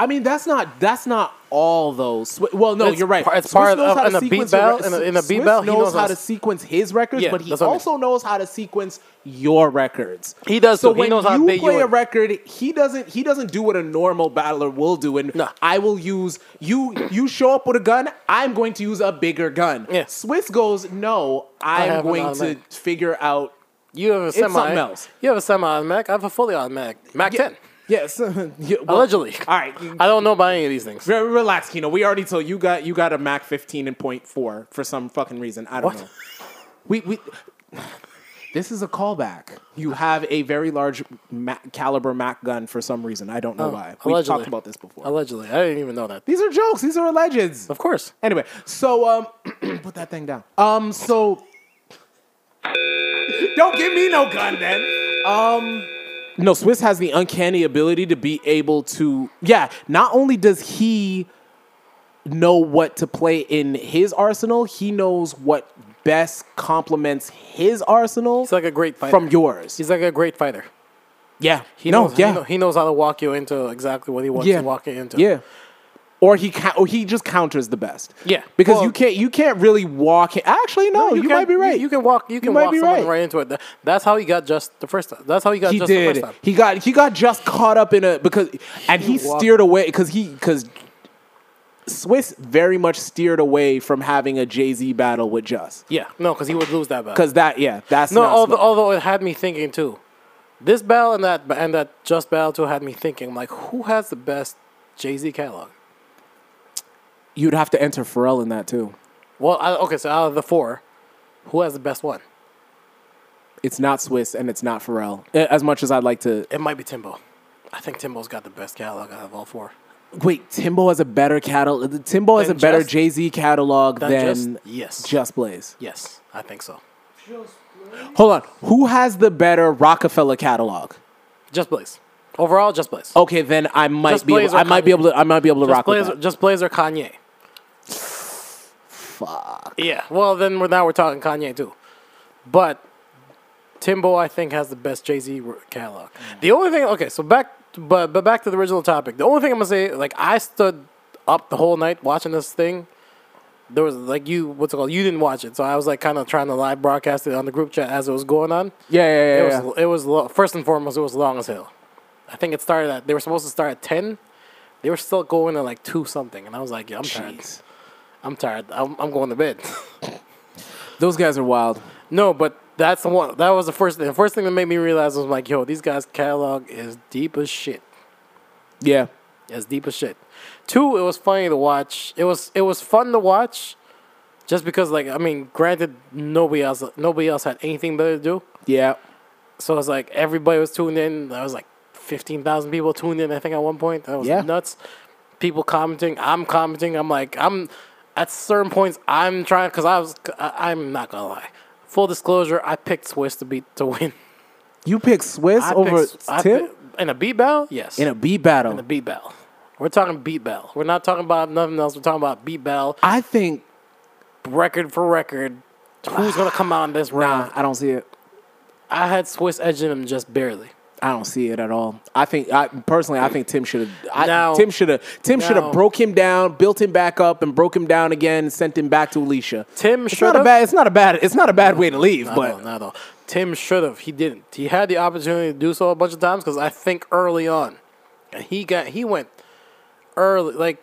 S1: I mean, that's not that's not all though. Swi- well, no,
S2: It's
S1: you're right.
S2: par- it's
S1: Swiss
S2: part
S1: knows
S2: of-
S1: how to
S2: in a beat
S1: sequence your
S2: battle-
S1: rec-
S2: in a- in a beat
S1: Swiss
S2: battle, he
S1: knows,
S2: knows
S1: how
S2: how
S1: to
S2: to-
S1: sequence his records,
S2: Yeah,
S1: but he
S2: that's what I mean.
S1: also knows how to sequence your records.
S2: He does
S1: So
S2: too. He
S1: when
S2: knows how to
S1: you
S2: bait you
S1: play a
S2: in.
S1: record, he doesn't he doesn't do what a normal battler will do. And
S2: No.
S1: I will use you. You show up with a gun. I'm going to use a bigger gun.
S2: Yeah.
S1: Swiss goes, no, I'm
S2: have an
S1: going to
S2: automatic."
S1: figure out.
S2: You have a semi.
S1: something else.
S2: You have a semi-automatic. I have a fully automatic. Mac 10.
S1: Yes, Yeah, well,
S2: Allegedly.
S1: All right,
S2: I don't know about any of these things.
S1: Re- Relax, Kino. We already told you got you got a Mac 15 and point four for some fucking reason. I don't
S2: What?
S1: know. We we. This is a callback. You have a very large Mac, caliber Mac gun for some reason. I don't know why. We have
S2: Oh, allegedly.
S1: talked about this before.
S2: Allegedly. I didn't even know that.
S1: These are jokes. These are legends.
S2: Of course.
S1: Anyway, so um, put that thing down. Um, so don't give me no gun then. Um, no, Swiss has the uncanny ability to be able to. Yeah, not only does he know what to play in his arsenal, he knows what best complements his arsenal
S2: He's like a great fighter.
S1: from yours.
S2: He's like a great fighter.
S1: yeah,
S2: He
S1: no,
S2: knows,
S1: yeah,
S2: he, know- he knows how to walk you into exactly what he wants
S1: yeah,
S2: to walk you into.
S1: yeah. Or he ca- or he just counters the best.
S2: Yeah.
S1: because
S2: Well-
S1: you can't you can't really walk. It. Actually, no, you,
S2: can,
S1: might be right.
S2: You, you can walk. You can
S1: might
S2: walk
S1: be
S2: someone right.
S1: right.
S2: into it. That- That's how he got just the first time. That's how he got
S1: he
S2: just the
S1: did.
S2: first time.
S1: He got he got just caught up in a because and he,
S2: He walked-
S1: steered away because he because Swiss very much steered away from having a Jay Z battle with Just
S2: Yeah, no, because he would lose that battle.
S1: because that yeah that's
S2: No,
S1: not
S2: although,
S1: smart.
S2: although it had me thinking too. This battle and that and that just battle too had me thinking. Like, who has the best Jay Z catalog?
S1: you'd have to enter Pharrell in that too.
S2: Well, I, okay, so out of the four, who has the best one?
S1: It's not Swiss and it's not Pharrell. A- As much as I'd like to
S2: It might be Timbo. I think Timbo's got the best catalog out of all four.
S1: wait, Timbo has a better catalog. Timbo has a
S2: Than
S1: better
S2: Just?
S1: Jay Z catalog
S2: Than
S1: than
S2: Just? Yes.
S1: Just Blaze.
S2: Yes, I think so.
S1: Hold on, who has the better Rockefeller catalog?
S2: Just Blaze. Overall, just Blaze.
S1: Okay, then I might
S2: Just
S1: be
S2: Blaze
S1: able,
S2: or
S1: I might be
S2: Kanye?
S1: able to I might be able to
S2: just
S1: Oh, rock with
S2: Blaze.
S1: that.
S2: Just Blaze or Kanye. Fuck. Yeah. Well, then we're now we're talking Kanye too, but Timbo I think has the best Jay Z catalog.
S1: Mm.
S2: The only thing, okay, so back, but but back to the original topic. The only thing I'm gonna say, like I stood up the whole night watching this thing. There was like you, what's it called? You didn't watch it, so I was like kind of trying to live broadcast it on the group chat as it was going on.
S1: Yeah, yeah, yeah.
S2: It
S1: yeah.
S2: was it was lo- first and foremost it was long as hell. I think it started at they were supposed to start at ten. They were still going to like two something, and I was like, yeah, I'm tired.
S1: Jeez.
S2: I'm tired. I'm, I'm going to bed.
S1: Those guys are wild.
S2: no, but that's the one. That was the first thing. The first thing that made me realize was like, yo, these guys' catalog is deep as shit.
S1: Yeah.
S2: It's deep as shit. Two, it was funny to watch. It was it was fun to watch, just because like I mean, granted, nobody else nobody else had anything better to do.
S1: Yeah.
S2: So it's like everybody was tuned in. There was like fifteen thousand people tuned in. I think at one point that was
S1: Yeah.
S2: nuts. People commenting. I'm commenting. I'm like I'm at certain points. I'm trying because I was. I, I'm not gonna lie. Full disclosure, I picked Swiss to beat to win.
S1: You pick Swiss
S2: I
S1: over
S2: picked- I
S1: Tim
S2: picked- in a beat battle. Yes,
S1: in a beat battle.
S2: in a beat battle. We're talking beat battle. We're not talking about nothing else. We're talking about beat battle,
S1: I think
S2: record for record. Who's gonna come out in this
S1: nah,
S2: round?
S1: I don't see it.
S2: I had Swiss edging him just barely.
S1: I don't see it at all. I think I personally I think Tim should
S2: Now-
S1: have Tim should have Tim should
S2: now-
S1: have broke him down, built him back up and broke him down again and sent him back to Alicia.
S2: Tim
S1: it's not a
S2: should've-
S1: bad it's not a bad it's not a bad way to leave,
S2: But
S1: but
S2: not at all. Tim should have. He didn't. He had the opportunity to do so a bunch of times because I think early on, and he got he went early. Like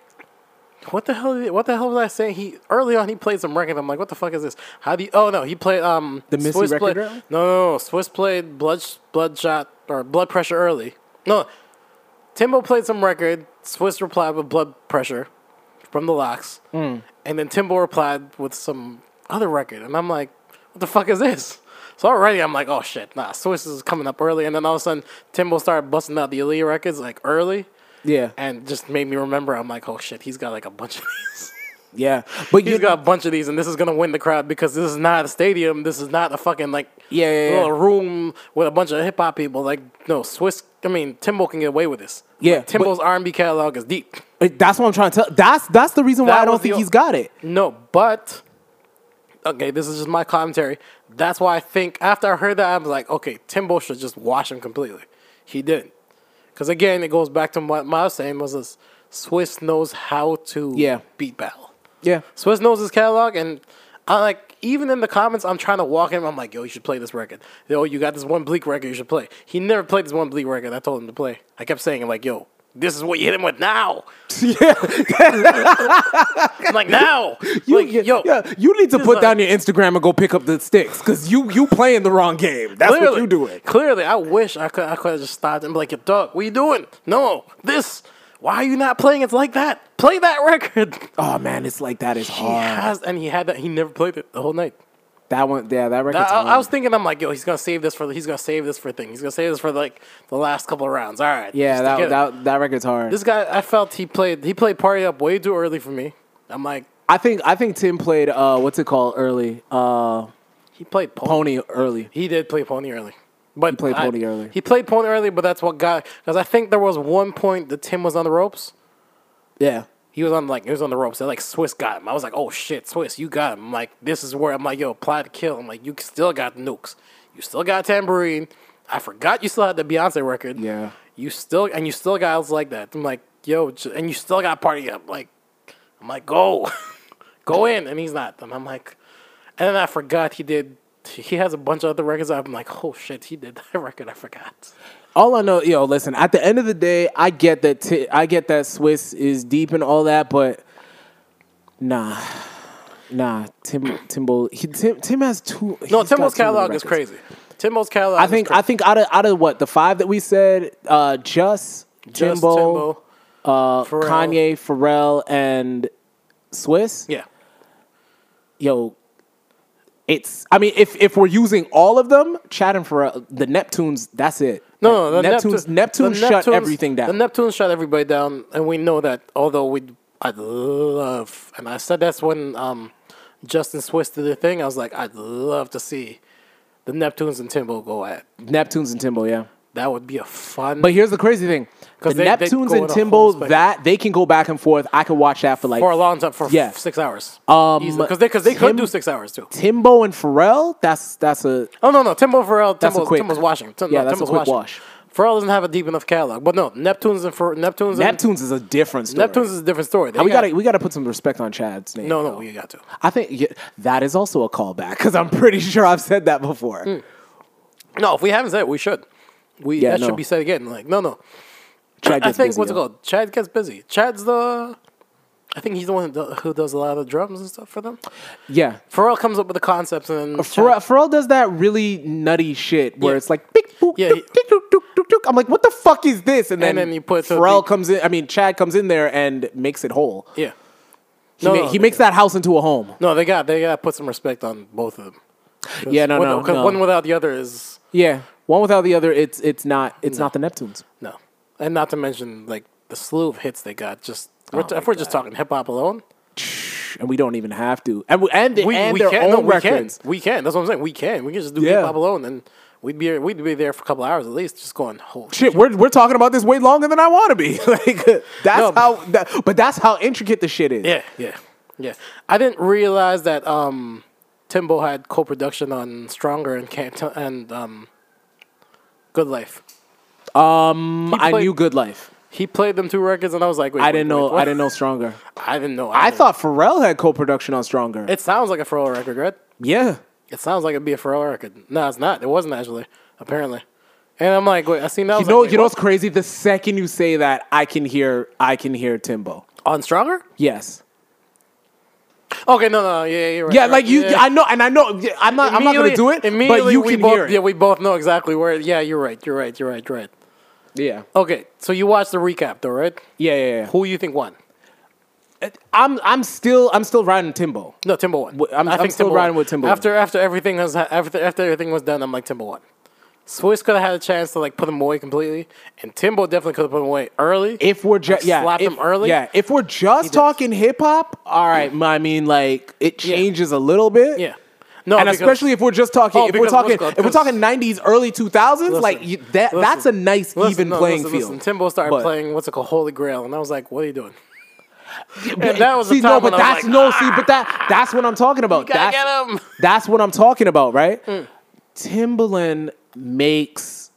S2: what the hell? did- What the hell was I saying? He early on he played some record. I'm like, what the fuck is this? How do you? Oh no, he played um
S1: The Missy
S2: Swiss
S1: record
S2: played-
S1: early?
S2: No, no, no. Swiss played blood bloodshot or blood pressure early. No, Timbo played some record. Swiss replied with blood pressure from the locks.
S1: Hmm.
S2: And then Timbo replied with some other record. And I'm like, what the fuck is this? So already I'm like, oh shit, nah, Swiss is coming up early. And then all of a sudden, Timbo started busting out the Aaliyah records like early.
S1: yeah.
S2: And just made me remember, I'm like, oh shit, he's got like a bunch of these.
S1: Yeah. But you
S2: He's got a bunch of these, and this is gonna win the crowd because this is not a stadium. This is not a fucking like
S1: Yeah, yeah, yeah.
S2: little room with a bunch of hip hop people. Like no Swiss. I mean Timbo can get away with this.
S1: Yeah,
S2: Like, Timbo's R and B catalog is deep.
S1: that's what I'm trying to tell that's that's the reason why
S2: That
S1: I don't
S2: was the
S1: think
S2: o-
S1: he's got it.
S2: No, but okay, this is just my commentary. That's why I think after I heard that, I was like, okay, Timbo should just wash him completely. He didn't, because again, it goes back to what my saying was this: Swiss knows how to
S1: Yeah.
S2: beat battle.
S1: Yeah.
S2: Swiss knows his catalog, and I like even in the comments, I'm trying to walk him. I'm like, yo, you should play this record. Yo, you got this one bleak record you should play. He never played this one bleak record. I told him to play. I kept saying, I'm like, yo, this is what you hit him with now. I'm like, now.
S1: You,
S2: like, yo,
S1: yeah, you need to
S2: this
S1: put
S2: is
S1: down
S2: a-
S1: your Instagram and go pick up the sticks because you you playing the wrong game. That's what you doing.
S2: Clearly, I wish I could. I could have just stopped and be like, "Yo, "Doug, what you doing? No, this. Why are you not playing? It's like that. Play that record."
S1: Oh man, it's like that is
S2: He
S1: hard.
S2: has, and he had that. He never played it the whole night.
S1: That one, yeah, that
S2: I,
S1: record's
S2: I-
S1: hard.
S2: I was thinking, I'm like, "Yo, he's gonna save this for. He's gonna save this for thing. He's gonna save this for like the last couple of rounds." All right.
S1: yeah,
S2: just to
S1: that,
S2: get it.
S1: that that record's hard.
S2: This guy, I felt he played. He played party up way too early for me. I'm like,
S1: I think I think Tim played uh, what's it called early, uh,
S2: he played pony.
S1: Pony early.
S2: He did play Pony early. But
S1: He played
S2: I-
S1: Pony early.
S2: He played Pony early, but that's what got because I think there was one point that Tim was on the ropes.
S1: Yeah,
S2: He was on like he was on the ropes. And, like Swiss got him. I was like, oh shit, Swiss, you got him. I'm like, this is where I'm like, yo, apply to kill. I'm like, you still got nukes. You still got tambourine. I forgot you still had the Beyonce record.
S1: Yeah.
S2: You still and you still got guys like that. I'm like, yo, j- and you still got party up. Like, I'm like, go, go in, and he's not. And I'm like, and then I forgot he did. He has a bunch of other records. I'm like, oh shit, he did that record. I forgot.
S1: All I know, yo, listen. At the end of the day, I get that. T- I get that Swiss is deep and all that, but nah, nah. Tim, Timbo, he, Tim, Tim has two. he's
S2: No,
S1: got
S2: Timbo's
S1: too many
S2: catalog
S1: records.
S2: is crazy. Timbo's catalog.
S1: I think. I think out of out of what the five that we said, uh, just Timbo,
S2: Just Timbo,
S1: uh,
S2: Pharrell.
S1: Kanye, Pharrell, and Swiss.
S2: Yeah.
S1: Yo, it's. I mean, if if we're using all of them, Chad and Pharrell, the Neptunes. That's it.
S2: No, no, the
S1: Neptunes.
S2: Neptune-
S1: Neptune
S2: the
S1: shut
S2: Neptunes-
S1: everything down.
S2: The Neptune shut everybody down, and we know that. Although we, I love, and I said that's when um, Justin Swiss did the thing. I was like, I'd love to see the Neptunes and Timbo go at.
S1: Neptunes and Timbo. Yeah.
S2: That would be a fun.
S1: But here's the crazy thing:
S2: 'Cause
S1: the
S2: they- they
S1: Neptunes
S2: go in
S1: and
S2: a whole
S1: Timbo,
S2: spectrum.
S1: that they can go back and forth. I could watch that for like
S2: for a long time, for
S1: Yeah.
S2: f- six hours,
S1: Um,
S2: because they because they could
S1: Tim-
S2: do six hours too.
S1: Timbo and Pharrell. That's that's a
S2: Oh no, no, Timbo Pharrell,
S1: That's a
S2: Timbo's,
S1: quick-
S2: Timbo's washing. Tim,
S1: Yeah,
S2: no,
S1: that's a
S2: Timbo's
S1: quick
S2: washing.
S1: wash.
S2: Pharrell doesn't have a deep enough catalog, but no, Neptunes and for Neptunes,
S1: Neptunes is a different story.
S2: and, Neptunes is a different story. They
S1: And we
S2: got-
S1: gotta we gotta put some respect on Chad's name.
S2: no, no, you got to.
S1: I think yeah, that is also a callback because I'm pretty sure I've said that before.
S2: Mm. No, if we haven't said it, we should. We
S1: Yeah,
S2: that
S1: no.
S2: should be said again. Like, no, no.
S1: Chad
S2: I
S1: gets
S2: think
S1: busy,
S2: what's it
S1: yo.
S2: called? Chad gets busy. Chad's the. I think he's the one who do- who does a lot of the drums and stuff for them.
S1: Yeah,
S2: Pharrell comes up with the concepts and Chad-
S1: Oh, Pharrell, Pharrell does that really nutty shit where
S2: Yeah.
S1: it's like, beep, boop,
S2: Yeah,
S1: dook,
S2: he-
S1: dook, dook, dook, dook, dook. I'm like, what the fuck is this? And then,
S2: then you put the-
S1: Pharrell comes in. I mean, Chad comes in there and makes it whole.
S2: yeah.
S1: He,
S2: No,
S1: ma-
S2: no,
S1: he
S2: they-
S1: makes that house into a home.
S2: No, they got they got to put some respect on both of them. 'Cause
S1: Yeah, no,
S2: one,
S1: no,
S2: 'cause
S1: no.
S2: one without the other is
S1: Yeah, one without the other, it's it's not it's not the Neptunes.
S2: no, and not to mention like the slew of hits they got. Just we're t-
S1: Oh my
S2: if we're just talking hip hop alone,
S1: and we don't even have to. And we, and,
S2: we,
S1: and
S2: we
S1: their
S2: can
S1: own
S2: no, we can
S1: records.
S2: we can. That's what I'm saying. We can. We can just do
S1: Yeah.
S2: hip hop alone, and we'd be we'd be there for a couple hours at least, just going holy
S1: Shit, we're we're talking about this way longer than I want to be. like that's
S2: No, but-
S1: how, that, but that's how intricate the shit is.
S2: Yeah, yeah, yeah. I didn't realize that um, Timbo had co-production on Stronger and Can't and um, Good Life.
S1: Um,
S2: He
S1: I
S2: played-
S1: knew Good Life.
S2: He played them two records, and I was like, wait,
S1: I
S2: wait,
S1: didn't
S2: wait,
S1: know.
S2: what?
S1: I didn't know Stronger.
S2: I didn't know.
S1: I
S2: either.
S1: thought Pharrell had co-production on Stronger.
S2: it sounds like a Pharrell record, right?
S1: yeah,
S2: It sounds like it'd be a Pharrell record. No, it's not. It wasn't actually. Apparently, and I'm like, wait, I seen that. I
S1: you
S2: was
S1: know,
S2: like, wait,
S1: you know
S2: what?
S1: what's crazy? The second you say that, I can hear, I can hear Timbo.
S2: on Stronger.
S1: Yes.
S2: Okay, no, no, yeah, yeah, you're right,
S1: Yeah,
S2: you're
S1: like
S2: right.
S1: you,
S2: Yeah.
S1: I know, and I know. yeah, I'm not. I'm not gonna do
S2: Immediately-
S1: it. But
S2: immediately
S1: you
S2: we
S1: can
S2: both,
S1: hear it.
S2: Yeah, we both know exactly where. Yeah, you're right. You're right. You're right. You're right.
S1: yeah,
S2: Okay, so you watched the recap though, right?
S1: yeah, yeah. yeah.
S2: Who you think won?
S1: I'm I'm still I'm still riding Timbo.
S2: No, Timber won.
S1: Wh- I'm-
S2: I
S1: I'm
S2: think
S1: still
S2: Timber won.
S1: riding with Timber.
S2: After after everything was after after everything was done, I'm like Timber won. Swiss could have had a chance to like put him away completely, and Timbo definitely could have put him away early.
S1: If we're just
S2: Like,
S1: yeah,
S2: slap
S1: if,
S2: him early?
S1: Yeah, if we're just talking hip hop, all right. I mean, like it changes a little bit.
S2: yeah, no,
S1: and
S2: because-
S1: especially if we're just talking,
S2: Oh,
S1: if we're
S2: because
S1: talking,
S2: what's called-
S1: if we're talking '90s, early 2000s,
S2: Listen,
S1: like you, that, that's a
S2: listen,
S1: nice
S2: listen,
S1: even
S2: no,
S1: playing
S2: listen,
S1: field.
S2: Listen, Timbo started
S1: But-
S2: playing what's it called Holy Grail, and I was like, what are you doing? and that was the
S1: see,
S2: time
S1: no, but
S2: when I
S1: that's
S2: was like, "Ah."
S1: no, see, but that that's what I'm talking about.
S2: gotta
S1: that's,
S2: get 'em.
S1: that's what I'm talking about, right? Timbaland makes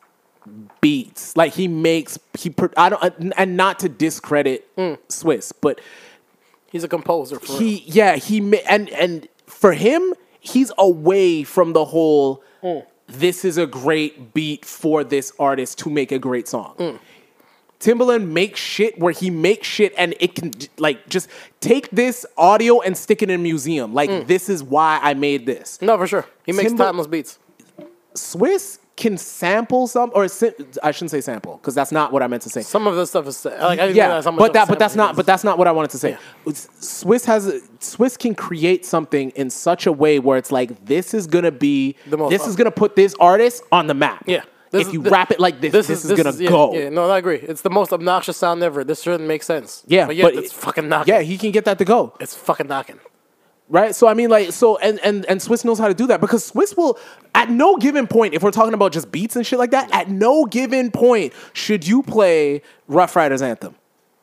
S1: beats, like he makes he. pro- I don't, uh, and not to discredit Swiss, but
S2: he's a composer. For real.
S1: he yeah he ma- and and for him he's away from the whole this is a great beat for this artist to make a great song timbaland makes shit where he makes shit and it can j- like just take this audio and stick it in a museum like this is why i made this
S2: no, for sure, he makes
S1: Timbo-
S2: timeless beats.
S1: swiss can sample some or sa- i shouldn't say sample because that's not what i meant to say
S2: Some of this stuff is like I didn't
S1: yeah,
S2: realize how much
S1: but
S2: of a
S1: that but
S2: sample
S1: that's
S2: he
S1: not
S2: does.
S1: but that's not what I wanted to say.
S2: Yeah.
S1: It's- Swiss has a- Swiss can create something in such a way where it's like this is gonna be
S2: The most-
S1: this is gonna put this artist on the map.
S2: Yeah. This
S1: if
S2: is-
S1: you
S2: thi-
S1: rap it like this, this, is, gonna
S2: yeah,
S1: go.
S2: Yeah, no, I agree. It's the most obnoxious sound ever. This shouldn't make sense.
S1: Yeah,
S2: but yeah,
S1: but
S2: it's
S1: it-
S2: fucking knocking.
S1: Yeah, he can get that to go.
S2: it's fucking knocking.
S1: Right? So I mean like so and and and Swiss knows how to do that because Swiss will at no given point if we're talking about just beats and shit like that, at no given point should you play Rough Riders Anthem.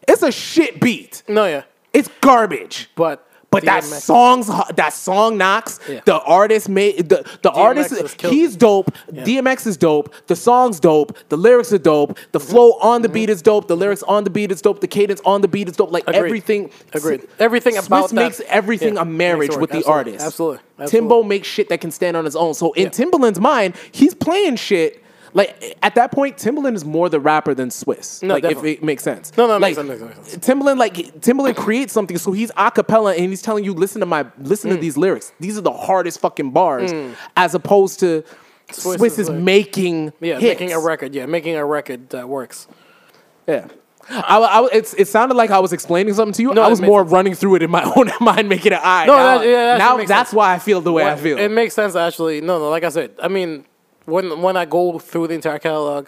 S1: It's a shit beat.
S2: No, yeah,
S1: It's garbage.
S2: but
S1: But that
S2: DMX.
S1: song's ho- that song knocks.
S2: Yeah.
S1: The artist made the the
S2: has
S1: artist.
S2: killed
S1: He's
S2: it.
S1: dope. DMX is dope. The song's dope. The lyrics are dope. The
S2: Mm-hmm.
S1: flow on the beat is dope. The lyrics on the beat is dope. The cadence on the beat is dope. Like
S2: Agreed.
S1: everything.
S2: Agreed. Everything
S1: Swiss
S2: about that-
S1: makes everything
S2: yeah,
S1: a marriage
S2: makes it
S1: with the
S2: work. Absolutely.
S1: artist.
S2: Absolutely.
S1: Timbo
S2: Absolutely.
S1: makes shit that can stand on his own. So in Timbaland's mind, he's playing shit. Like at that point, Timbaland is more the rapper than Swiss.
S2: No,
S1: like
S2: definitely.
S1: if it makes sense.
S2: No, no, it
S1: like,
S2: makes sense, makes sense.
S1: Timbaland like Timbaland creates something, so he's a cappella and he's telling you, listen to my listen
S2: Mm.
S1: to these lyrics. These are the hardest fucking bars, as opposed to Swiss,
S2: Swiss is
S1: is
S2: like-
S1: making
S2: Yeah,
S1: hits.
S2: making a record. Yeah, making a record that works.
S1: Yeah. I, I, it's, it sounded like I was explaining something to you.
S2: No,
S1: I
S2: it
S1: was
S2: makes
S1: more running through it in my own mind, making an eye.
S2: No,
S1: now,
S2: that- yeah, that
S1: now
S2: makes
S1: that's
S2: sense.
S1: why I feel the way I
S2: Well,
S1: feel.
S2: It makes sense actually. No, no, like I said, I mean, when when I go through the entire catalog,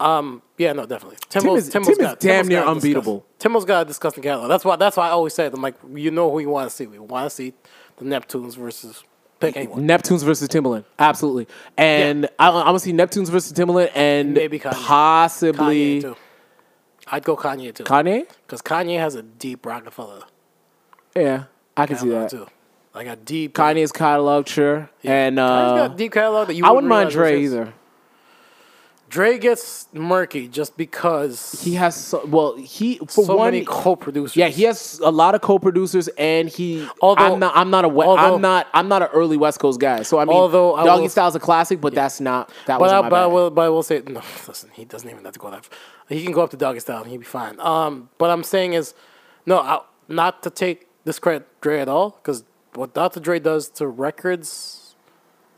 S2: um, yeah, no, definitely. Timbo's,
S1: is-
S2: Timbo's
S1: Tim is
S2: got-
S1: damn
S2: Timbo's
S1: near
S2: got a disgust-
S1: unbeatable.
S2: Timbo's got a disgusting catalog. That's why that's why I always said I'm like, you know who you want to see. We want to see the Neptunes versus pick anyone.
S1: Neptunes versus Timbaland, absolutely, and I, I'm gonna see Neptunes versus Timbaland, and
S2: Maybe Kanye.
S1: possibly
S2: Kanye too. I'd go Kanye too.
S1: Kanye?
S2: Because Kanye has a deep Rockefeller
S1: Yeah, I can see
S2: catalog
S1: that.
S2: too. Like a deep
S1: Kanye's catalog, sure, and
S2: Kanye's
S1: uh,
S2: got a deep catalog that you
S1: I wouldn't mind
S2: realize was
S1: Dre
S2: his.
S1: either.
S2: Dre gets murky just because
S1: He has so, well, he for
S2: so
S1: one,
S2: many co-producers.
S1: yeah, he has a lot of co-producers, and he.
S2: Although-
S1: I'm not, I'm not a, we-
S2: although-
S1: I'm not, I'm not an early West Coast guy. So I mean,
S2: Although I
S1: Doggy
S2: will-
S1: Style's a classic, but that's not that
S2: But
S1: was
S2: I,
S1: my
S2: but, I
S1: bag.
S2: will, but I will say, no, listen, he doesn't even have to go that far. He can go up to doggy style and he'll be fine. Um, what I'm saying is, no, I, not to take discredit Dre at all, because what Dr. Dre does to records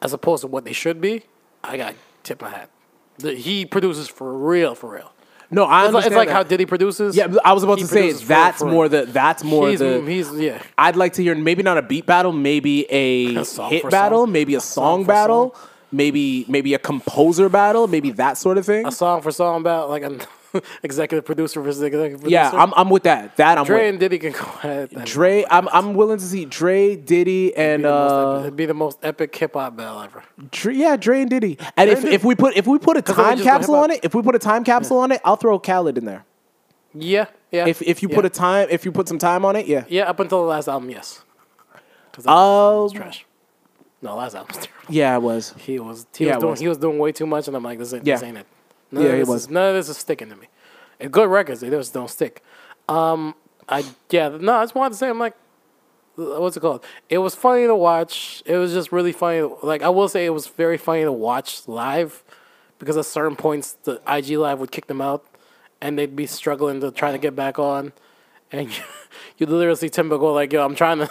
S2: as opposed to what they should be, I got to tip my hat. The, he produces for real, for real.
S1: No, I
S2: It's like,
S1: understand
S2: it's like
S1: that.
S2: how Diddy produces.
S1: Yeah, I was about
S2: he
S1: to say
S2: produces for real,
S1: that's
S2: for real.
S1: more the that's more
S2: he's,
S1: the
S2: he's yeah.
S1: I'd like to hear maybe not a beat battle, maybe a,
S2: A song
S1: hit
S2: for
S1: battle,
S2: song.
S1: maybe a song,
S2: song for
S1: battle, maybe maybe a composer battle, maybe that sort of thing.
S2: A song for song about like an executive producer versus executive producer.
S1: yeah, I'm, I'm with that. That I'm
S2: Dre
S1: with.
S2: and Diddy can go ahead. and-
S1: Dre, I'm I'm willing to see Dre, Diddy, and
S2: Be the most epic-
S1: uh,
S2: it'd be the most epic hip hop battle ever.
S1: Dre, yeah, Dre and Diddy. And if,
S2: and Diddy.
S1: if we put if we put a
S2: then we
S1: time
S2: just go
S1: capsule
S2: hip-hop.
S1: on it, if we put a time capsule on it, I'll throw Khaled in there.
S2: Yeah, yeah.
S1: If if you
S2: yeah.
S1: put a time, if you put some time on it, yeah.
S2: yeah, up until the last album, yes.
S1: Oh,
S2: Trash. No, last album's terrible.
S1: yeah, I was.
S2: He was he
S1: Yeah,
S2: was
S1: it
S2: doing
S1: was.
S2: he was doing way too much, and I'm like, this ain't this
S1: Yeah.
S2: ain't it. None
S1: Yeah,
S2: of
S1: he
S2: this
S1: was.
S2: Is, none of this is sticking to me. And good records, they just don't stick. Um, I yeah, no, I just wanted to say, I'm like, what's it called? It was funny to watch. It was just really funny. Like I will say, it was very funny to watch live because at certain points the IG live would kick them out, and they'd be struggling to try to get back on, and you, would literally see Timbo go like, "Yo, I'm trying to."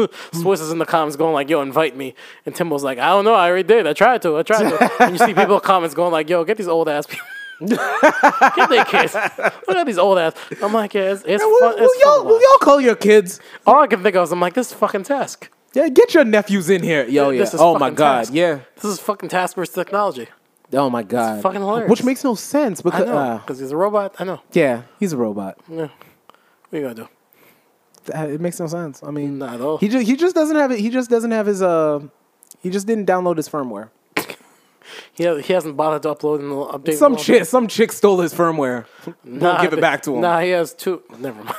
S2: Swiss is in the comments going like, "Yo, invite me," and Timbo's like, "I don't know. I already did. I tried to. I tried to." and you see people in comments going like, "Yo, get these old ass people." get their kids. Look at these old ass. I'm like, yeah, it's, it's
S1: Will,
S2: fun.
S1: will
S2: it's fun to
S1: y'all, will
S2: watch.
S1: y'all call your kids?
S2: All I can think of is I'm like, this is fucking task.
S1: Yeah, get your nephews in here. Yo, yeah.
S2: This is
S1: oh my
S2: fucking
S1: god.
S2: Task.
S1: Yeah.
S2: This is fucking task versus technology.
S1: Oh my god.
S2: fucking hilarious.
S1: Which makes no sense
S2: I
S1: because
S2: know.
S1: uh,
S2: Because he's a robot. I know.
S1: yeah, he's a robot.
S2: What are you going to do?
S1: Uh, It makes no sense. I mean,
S2: Not at all.
S1: he just he just doesn't have it. He just doesn't have his uh, he just didn't download his firmware.
S2: He, has, he hasn't bothered to upload and update.
S1: Some
S2: the-
S1: chick, some chick stole his firmware. Won't give it back to him.
S2: Nah, he has two. Never mind.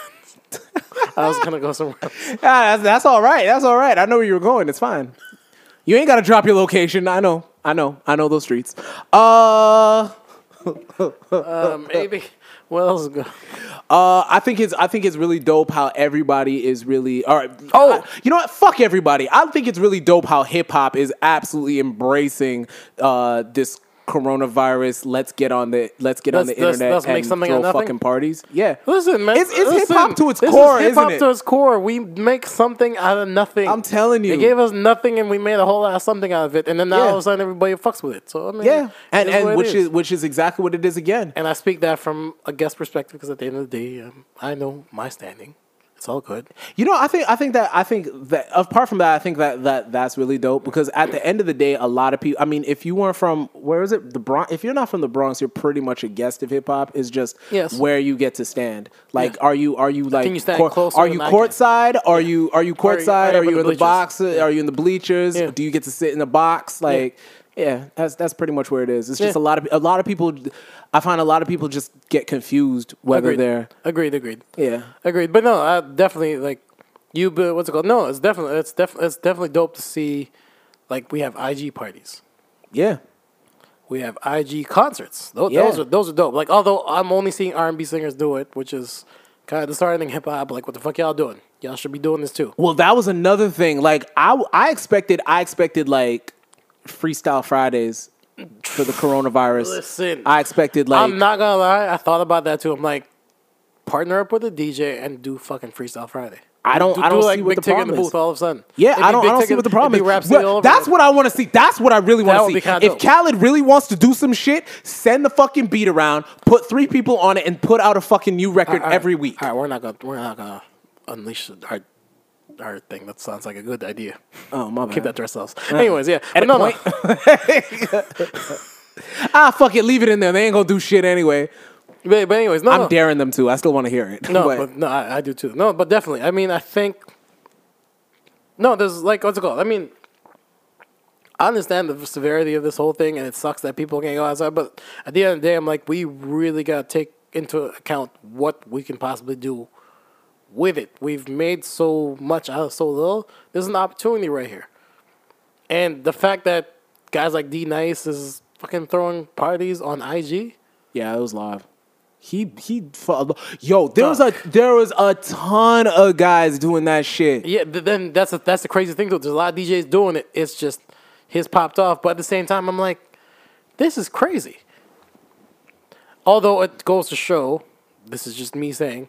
S2: I was going to go somewhere else.
S1: Ah, that's, that's all right. That's all right. I know where you were going. It's fine. You ain't got to drop your location. I know. I know. I know those streets. Uh.
S2: Uh, maybe. What else is going
S1: Uh, I think it's I think it's really dope how everybody is really all right.
S2: Oh.
S1: I- you know what? Fuck everybody. I think it's really dope how hip hop is absolutely embracing uh, this coronavirus. Let's get on the let's get on the
S2: Let's- let's-
S1: internet
S2: let's make
S1: and
S2: something
S1: throw
S2: out of nothing.
S1: fucking parties. Yeah,
S2: Listen, man.
S1: It's- it's
S2: listen,
S1: hip-hop to its
S2: this
S1: core,
S2: is
S1: isn't
S2: hip-hop
S1: it?
S2: to its core. We make something out of nothing.
S1: I'm telling you.
S2: They gave us nothing and we made a whole lot of something out of it. And then now
S1: Yeah.
S2: all of a sudden everybody fucks with it. So, I mean,
S1: yeah, and
S2: it what
S1: and
S2: it
S1: which is. which is exactly what it is again.
S2: And I speak that from a guest perspective because at the end of the day, um, I know my standing. It's all good.
S1: You know, I think I think that I think that apart from that, I think that that that's really dope because at the end of the day, a lot of people. I mean, if you weren't from where is it the Bronx? If you're not from the Bronx, you're pretty much a guest of hip hop. Is just
S2: Yes.
S1: where you get to stand. Like, are you are you like
S2: Can you stand closer
S1: are
S2: than
S1: you
S2: I can?
S1: courtside? Are you are you courtside? Are you,
S2: are you up in the
S1: in the
S2: bleachers?
S1: box? Are you in the bleachers?
S2: Yeah.
S1: Do you get to sit in the box? Like. Yeah. that's that's pretty much where it is. It's just
S2: Yeah.
S1: a lot of a lot of people. I find a lot of people just get confused whether
S2: Agreed.
S1: they're
S2: Agreed, agreed.
S1: yeah.
S2: Agreed. But no, I definitely like You but what's it called? No, it's definitely it's def- it's definitely dope to see. Like we have IG parties.
S1: Yeah.
S2: We have IG concerts. Those,
S1: Yeah.
S2: those are those are dope. Like although I'm only seeing R and B singers do it, which is kind of disheartening hip hop. Like what the fuck y'all doing? Y'all should be doing this too.
S1: Well, that was another thing. Like I, I expected, I expected like Freestyle Fridays for the coronavirus.
S2: Listen,
S1: I expected like
S2: I'm not gonna lie. I thought about that too. I'm like, partner up with a DJ and do fucking Freestyle Friday.
S1: I don't,
S2: Do,
S1: I don't
S2: do like
S1: see what
S2: Big
S1: the
S2: Ticket in
S1: problem
S2: the
S1: is.
S2: booth all of a sudden.
S1: Yeah,
S2: It'd be
S1: I don't,
S2: Big
S1: I don't see
S2: Ticket-
S1: what the
S2: it'd
S1: problem
S2: be
S1: is.
S2: Rap City
S1: Well,
S2: all over
S1: that's
S2: again.
S1: what I want to see. That's what I really
S2: That
S1: want
S2: would
S1: to
S2: be
S1: see.
S2: kinda
S1: If
S2: dope.
S1: Khaled really wants to do some shit, send the fucking beat around, put three people on it, and put out a fucking new record
S2: All right,
S1: every week.
S2: All right, we're not gonna we're not gonna unleash our our thing. That sounds like a good idea.
S1: Oh my
S2: Keep
S1: bad.
S2: that to ourselves. Anyways, yeah. But no, no.
S1: ah, fuck it, leave it in there. They ain't gonna do shit anyway.
S2: But, but anyways, no.
S1: I'm
S2: no.
S1: daring them to. I still want to hear it.
S2: No,
S1: But-
S2: but no, I, I do too. No, but definitely. I mean, I think. No, there's like what's it called? I mean, I understand the severity of this whole thing, and it sucks that people can't go outside. But at the end of the day, I'm like, we really gotta take into account what we can possibly do with it. We've made so much out of so little. There's an opportunity right here, and the fact that guys like D Nice is fucking throwing parties on IG.
S1: Yeah, it was live. He he. fu- Yo, there was a there was a ton of guys doing that shit.
S2: Yeah, th- then that's a, that's the crazy thing though. There's a lot of DJs doing it. It's just his popped off, but at the same time, I'm like, this is crazy. Although it goes to show, this is just me saying,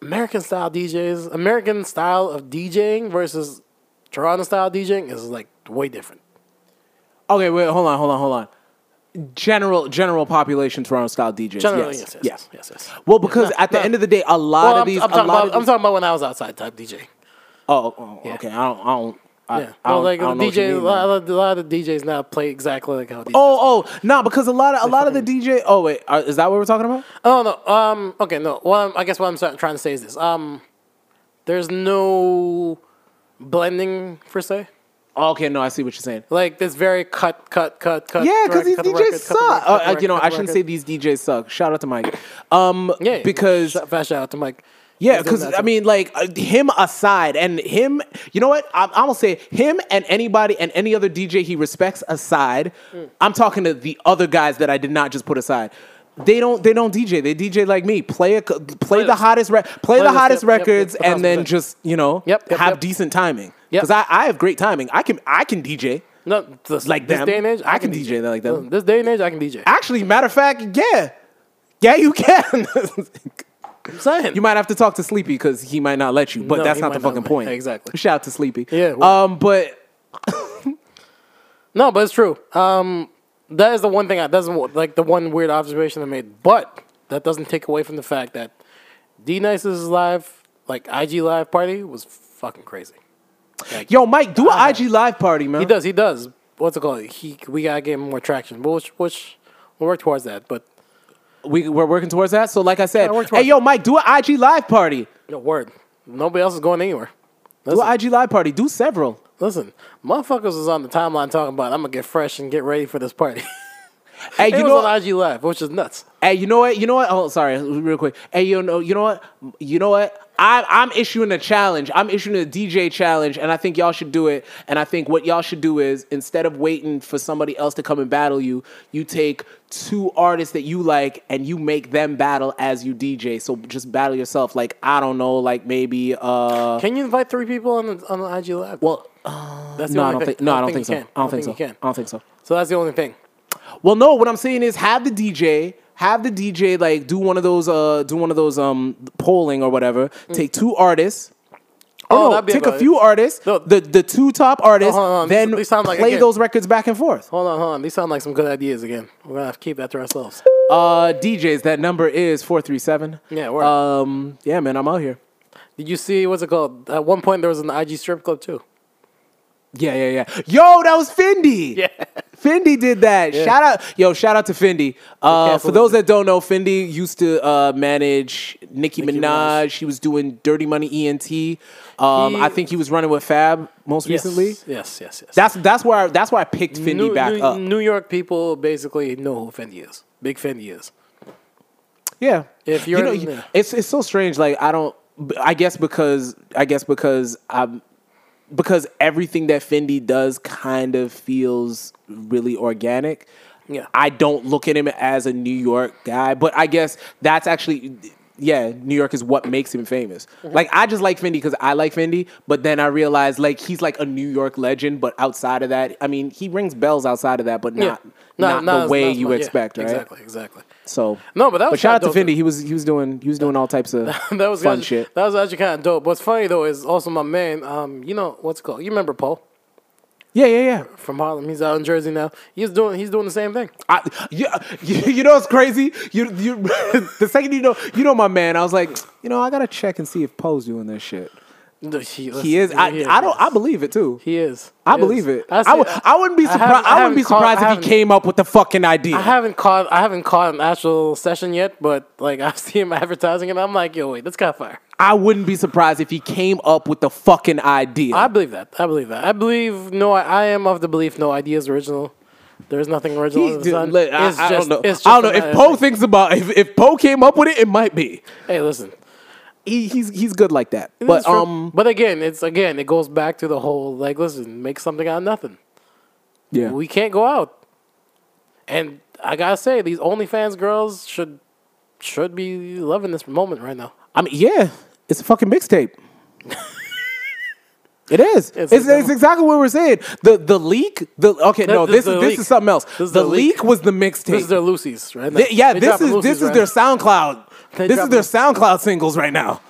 S2: American style DJs, American style of DJing versus Toronto style DJing is like way different.
S1: Okay, wait, hold on, hold on, hold on. General general population Toronto style DJs.
S2: Generally,
S1: yes,
S2: yes, yes, yes, yes. yes,
S1: Well, because at the
S2: no.
S1: end of the day, a lot
S2: Well,
S1: of
S2: I'm,
S1: these,
S2: I'm
S1: a lot
S2: talking about,
S1: of
S2: I'm
S1: these-
S2: talking about when I was outside type DJing.
S1: oh, oh, okay. I don't, I don't, I,
S2: Yeah,
S1: I don't,
S2: well, like
S1: I don't know what you
S2: DJ, a
S1: mean, man.
S2: lot, of- a lot of the DJs now play exactly like how. DJs
S1: Oh, oh, nah, because a lot of a lot of the DJ. Oh wait, uh, is that what we're talking about?
S2: Oh no. Um. Okay. No. Well, I'm, I guess what I'm try- trying to say is this. Um. There's no blending per se.
S1: Oh, okay, no, I see what you're saying.
S2: Like it's very cut, cut, cut, cut.
S1: Yeah,
S2: rec-
S1: because these
S2: cut
S1: DJs
S2: the record, cut
S1: suck.
S2: the rec- cut
S1: Uh,
S2: the
S1: uh,
S2: rec-
S1: you know,
S2: cut
S1: I
S2: the
S1: shouldn't say
S2: record.
S1: these DJs suck. Shout out to Mike. Um,
S2: Yeah.
S1: because
S2: Shout- fast shout out to Mike.
S1: Yeah,
S2: He's doing
S1: because
S2: that
S1: I
S2: too.
S1: mean, like uh, him aside, and him, you know what? I'm, I'm gonna say him and anybody and any other DJ he respects aside.
S2: Mm.
S1: I'm talking to the other guys that I did not just put aside. They don't. They don't DJ. They DJ like me. Play a, c- play the
S2: Playlist.
S1: hottest re- play the
S2: Playlist,
S1: hottest
S2: yep, yep, yep,
S1: records,
S2: the house
S1: and then
S2: music.
S1: just you know
S2: Yep, yep,
S1: have
S2: yep.
S1: decent timing.
S2: Yep.
S1: Because I, I have great timing. I can I can DJ.
S2: no, this,
S1: like
S2: this
S1: them.
S2: day and age, I,
S1: I can DJ like them. Ah,
S2: This day and age, I can DJ.
S1: Actually, matter of fact, yeah, yeah, you can.
S2: I'm saying
S1: You might have to talk to Sleepy because he might not let you, but
S2: No,
S1: that's
S2: he
S1: not the
S2: might not
S1: fucking
S2: let-
S1: point.
S2: exactly.
S1: Shout out to Sleepy.
S2: Yeah, well-
S1: Um, but
S2: No, but it's true. Um, that is the one thing I doesn't like the one weird observation I made, but that doesn't take away from the fact that D Nice's live, like IG live party, was fucking crazy.
S1: yo, Mike, do an IG live party, man.
S2: Uh-huh. He does, he does. What's it called? He we gotta get him more traction, but which which we'll work towards that. But
S1: We we're working towards that. So, like I said,
S2: we're
S1: hey,
S2: towards
S1: yo, Mike, do an IG live party.
S2: no word, nobody else is going anywhere.
S1: Do
S2: Listen,
S1: an IG live party. Do several.
S2: listen, motherfuckers was on the timeline talking about I'm gonna get fresh and get ready for this party.
S1: Hey,
S2: it
S1: you
S2: was
S1: know,
S2: on IG live, which is nuts.
S1: hey, you know what? You know what? Oh, sorry, real quick. Hey, you know, you know what? You know what? I, I'm issuing a challenge. I'm issuing a DJ challenge, and I think y'all should do it. And I think what y'all should do is instead of waiting for somebody else to come and battle you, you take two artists that you like and you make them battle as you DJ. So just battle yourself. Like I don't know, like maybe uh,
S2: Can you invite three people on the on the IG live?
S1: well,
S2: that's the
S1: no, I don't
S2: only thing.
S1: think, no, I don't think,
S2: you
S1: so.
S2: can.
S1: I don't think so.
S2: you can.
S1: I don't think so.
S2: So that's the only thing.
S1: Well, no. What I'm saying is have the DJ, have the DJ like do one of those, uh, do one of those um polling or whatever. Take two artists.
S2: Mm. Oh,
S1: Oh, no,
S2: that'd be
S1: take
S2: about
S1: a
S2: it.
S1: few artists.
S2: No.
S1: The the two top artists.
S2: Oh, hold on.
S1: Then
S2: These sound like-
S1: play
S2: again. Oh.
S1: those records back and forth.
S2: Hold on, hold on. These sound like some good ideas again. We're gonna have to keep that to ourselves.
S1: Uh, DJs. That number is four three seven.
S2: Yeah, word.
S1: Um, yeah, man, I'm out here.
S2: Did you see what's it called? At one point, there was an IG strip club too.
S1: Yeah, yeah, yeah. Yo, that was Fendi.
S2: Yeah.
S1: Fendi did that. Shout out, yo, shout out to Fendi. Uh,
S2: careful
S1: for
S2: with
S1: those
S2: it.
S1: that don't know, Fendi used to uh, manage Nicki,
S2: Nicki
S1: Minaj.
S2: Minaj.
S1: She was doing Dirty Money ENT. Um,
S2: He-
S1: I think he was running with Fab most recently.
S2: Yes, yes, yes. yes.
S1: That's that's where I, that's where I picked Fendi
S2: New,
S1: back
S2: New,
S1: up.
S2: New York people basically know who Fendi is. Big Fendi is.
S1: Yeah.
S2: If you're
S1: you know,
S2: in
S1: you-
S2: there.
S1: it's it's so strange. Like I don't. b- I guess because I guess because I'm because everything that Fendi does kind of feels really organic.
S2: Yeah.
S1: I don't look at him as a New York guy, but I guess that's actually yeah, New York is what makes him famous.
S2: Mm-hmm.
S1: Like I just like Fendi cuz I like Fendi, but then I realized like he's like a New York legend, but outside of that, I mean, he rings bells outside of that, but
S2: Yeah.
S1: not
S2: No,
S1: not,
S2: no,
S1: the
S2: it's
S1: way
S2: not
S1: you
S2: much. Yeah,
S1: expect, right?
S2: Exactly, exactly.
S1: So
S2: No, but that was
S1: shout out to
S2: kinda dope,
S1: Fendi. He was he was doing he was doing all types of
S2: That was
S1: fun
S2: actually,
S1: shit.
S2: That was actually kind of dope. What's funny though is also my man. Um, you know what's it called? You remember Paul
S1: Yeah, yeah, yeah.
S2: from Harlem? He's out in Jersey now. He's doing he's doing the same thing.
S1: I, yeah, you, you know what's crazy? You, you, the second you know, you know my man. I was like, you know, I gotta check and see if Poe's doing this shit.
S2: No, He,
S1: He is. I,
S2: he
S1: I don't. I
S2: yes.
S1: believe it too.
S2: He is.
S1: I
S2: He is.
S1: believe it. I,
S2: see-
S1: would, I wouldn't be
S2: haven't-
S1: surprised. I, wouldn't
S2: haven't
S1: be
S2: caught-
S1: surprised
S2: I
S1: if
S2: haven't-
S1: he came up with the fucking idea.
S2: I haven't caught I haven't caught an actual session yet, but like I see him advertising and I'm like, yo, wait, that's got fire.
S1: I wouldn't be surprised if he came up with the fucking idea.
S2: I believe that. I believe that. I believe no. I, I am of the belief no idea is original. There is nothing original.
S1: He-
S2: in the
S1: dude,
S2: sun.
S1: let- I,
S2: It's
S1: I
S2: just-
S1: don't know. I
S2: it's just
S1: don't know
S2: another
S1: if Poe
S2: thing.
S1: thinks about if if Poe came up with it, it might be.
S2: Hey, listen.
S1: He, he's he's good like that.
S2: But
S1: But um,
S2: but again, it's again, it goes back to the whole like, listen, make something out of nothing.
S1: yeah.
S2: We can't go out, and I gotta say, these OnlyFans girls should should be loving this moment right now.
S1: I mean, yeah, it's a fucking mixtape. it is. It's,
S2: It's a
S1: it's,
S2: demo.
S1: exactly what we're saying. The the leak. The okay,
S2: No,
S1: no,
S2: this
S1: this
S2: is
S1: is
S2: the
S1: this
S2: leak.
S1: is something else.
S2: This is
S1: the
S2: the leak.
S1: leak was the
S2: This is
S1: mixtape.
S2: their Lucy's right now.
S1: Th- Yeah,
S2: They
S1: this
S2: dropping
S1: is
S2: Lucy's
S1: this is
S2: right
S1: their SoundCloud.
S2: They
S1: This is
S2: dropping-
S1: their SoundCloud singles right now.
S2: now.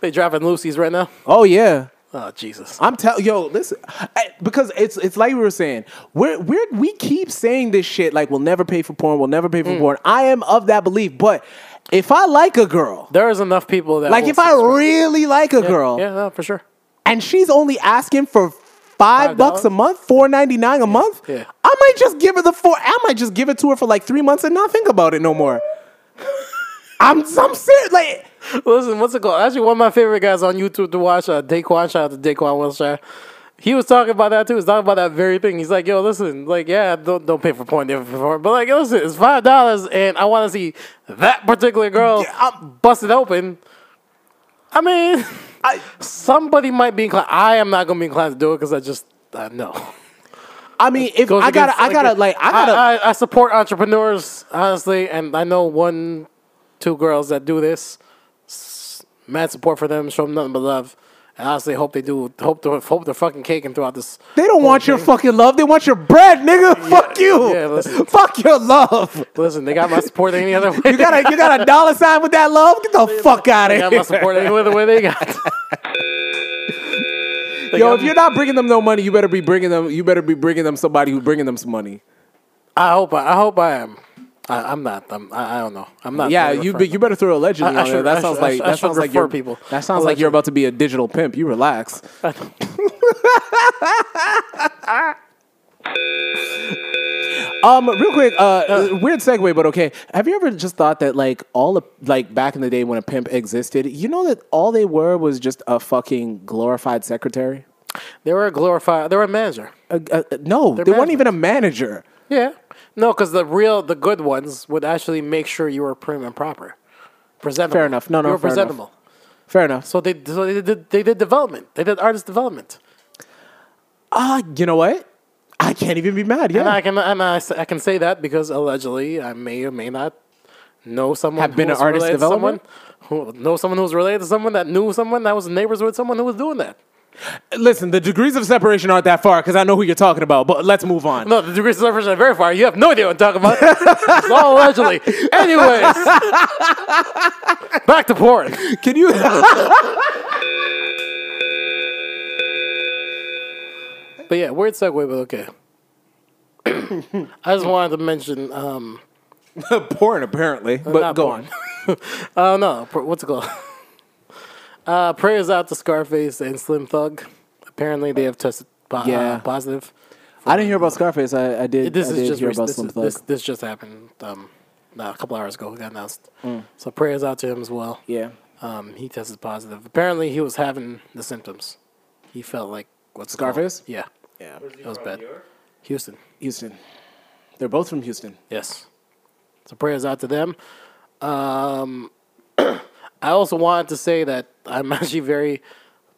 S2: They dropping Lucy's right now.
S1: Oh yeah.
S2: Oh Jesus!
S1: I'm tell yo, listen, I- because it's it's like we were saying, we're we are we keep saying this shit like we'll never pay for porn, we'll never pay
S2: Mm.
S1: for porn. I am of that belief, but if I like a girl,
S2: There is enough people that
S1: like
S2: will
S1: if I
S2: subscribe.
S1: really like a girl,
S2: yeah, no, for sure.
S1: and she's only asking for five
S2: $5?
S1: bucks a month, four ninety nine a month,
S2: yeah.
S1: I might just give her the four. I might just give it to her for like three months and not think about it no more. I'm I'm serious. Like
S2: Listen, what's it called? Actually, one of my favorite guys on YouTube to watch, uh, Daquan. Shout out to Daquan Wilshire. He was talking about that too. He's talking about that very thing. He's like, "Yo, listen, like, yeah, don't don't pay for porn, they pay for porn, but like, listen, it's five dollars, and I want to see that particular girl
S1: Yeah, I'm-
S2: busted open." I mean,
S1: I,
S2: somebody might be inclined. I am not gonna be inclined to do it because I just I know.
S1: I mean, if
S2: goes
S1: I gotta,
S2: against,
S1: I gotta,
S2: against-
S1: like, I gotta.
S2: I, I, I support entrepreneurs honestly, and I know one, two girls that do this. S- Mad support for them. Show them nothing but love. And honestly, hope they do. Hope to hope they're fucking caking throughout this.
S1: they don't want your fucking love. They want your bread, nigga. Fuck you.
S2: yeah, listen.
S1: Fuck your love.
S2: Listen, they got my support any other way.
S1: You got a you got a dollar sign with that love. Get the fuck out
S2: they
S1: of
S2: got my
S1: here.
S2: support any other way they got. They
S1: Yo,
S2: got
S1: if you're not bringing them no money, you better be bringing them. You better be bringing them somebody who bringing them some money.
S2: I hope I, I hope I am. I, I'm not. I'm, I, I don't know. I'm not.
S1: Yeah,
S2: really
S1: you be,
S2: referring-
S1: you better throw allegedly
S2: I- I
S1: on there.
S2: should- I
S1: That sounds
S2: should- I
S1: like
S2: should- I
S1: that
S2: should
S1: sounds like
S2: refer
S1: you're
S2: people.
S1: That sounds like you're
S2: Allegedly.
S1: about to be a digital pimp. You relax. um, real quick, uh, weird segue, but okay. Have you ever just thought that like all of, like back in the day when a pimp existed, you know that all they were was just a fucking glorified secretary?
S2: They were a glorified. They were a manager.
S1: Uh, uh, no, they weren't even a manager.
S2: Yeah. No, because the real, the good ones would actually make sure you were prim and proper, presentable.
S1: Fair enough. No, no,
S2: you were
S1: fair enough.
S2: presentable.
S1: Fair enough.
S2: So they, so they did, they did development. They did artist development.
S1: Ah, you know what? I can't even be mad. Yeah,
S2: And I can, and I, s- I can say that because allegedly I may or may not know someone
S1: Have been
S2: who
S1: an
S2: was
S1: artist
S2: related to
S1: development?
S2: Someone, who know someone who was related to someone that knew someone that was neighbors with someone who was doing that.
S1: Listen, the degrees of separation aren't that far because I know who you're talking about, but let's move on.
S2: No, the degrees of separation are very far. You have no idea what I'm talking about. it's all allegedly. Anyways, back to porn.
S1: Can you?
S2: But yeah, weird segue, but okay. I just wanted to mention, um,
S1: Porn, apparently. But
S2: not
S1: go
S2: porn.
S1: on.
S2: oh no, pr- what's it called? uh, prayers out to Scarface and Slim Thug. Apparently, they have tested po- uh,
S1: Yeah.
S2: positive.
S1: I didn't hear about Scarface. I, I did.
S2: This
S1: I
S2: is
S1: did
S2: just
S1: hear
S2: rec-
S1: about
S2: this,
S1: Slim
S2: is-
S1: Thug.
S2: this this just happened um, uh, a couple hours ago. It got announced. So prayers out to him as well.
S1: Mm. yeah.
S2: Um, he tested positive. Apparently, he was having the symptoms. He felt like what's it called?
S1: Scarface?
S2: Yeah,
S1: Yeah.
S2: it was bad. Houston.
S1: Houston. They're both from Houston.
S2: Yes. So prayers out to them. Um, I also wanted to say that I'm actually very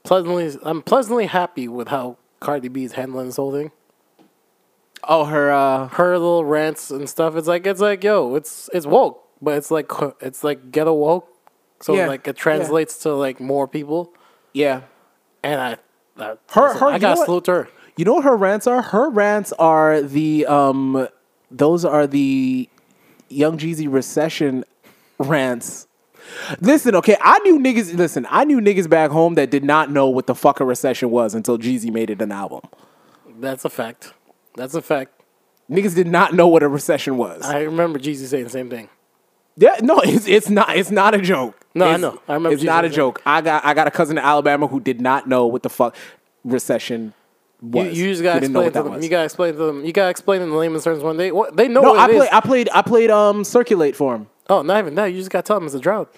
S2: pleasantly I'm pleasantly happy with how Cardi B is handling this whole thing.
S1: Oh, her. uh
S2: Her little rants and stuff. It's like it's like yo, it's it's woke, but it's like it's like ghetto woke. So
S1: Yeah.
S2: like it translates to like more people,
S1: Yeah.
S2: and I. I
S1: Her- her- you
S2: I
S1: know
S2: got
S1: what?
S2: salute to her.
S1: You know what her rants are? Her rants are the um those are the Young Jeezy recession rants. Listen, okay, I knew niggas listen, I knew niggas back home that did not know what the fuck a recession was until Jeezy made it an album.
S2: That's a fact. That's a fact.
S1: Niggas did not know what a recession was.
S2: I remember Jeezy saying the same thing.
S1: yeah, no, it's it's not it's not a joke.
S2: No, I
S1: It's-
S2: know. I remember
S1: It's not
S2: Jeezy
S1: a joke. I got I got a cousin in Alabama who did not know what the fuck recession
S2: You,
S1: was.
S2: you just
S1: He
S2: gotta
S1: didn't know what
S2: explain to
S1: that
S2: them.
S1: was.
S2: You gotta explain to them. You gotta explain in layman's terms one day. What they know
S1: no, I
S2: what it is.
S1: played I played I played um circulate for him.
S2: Oh, not even that. You just gotta tell them it's a drought.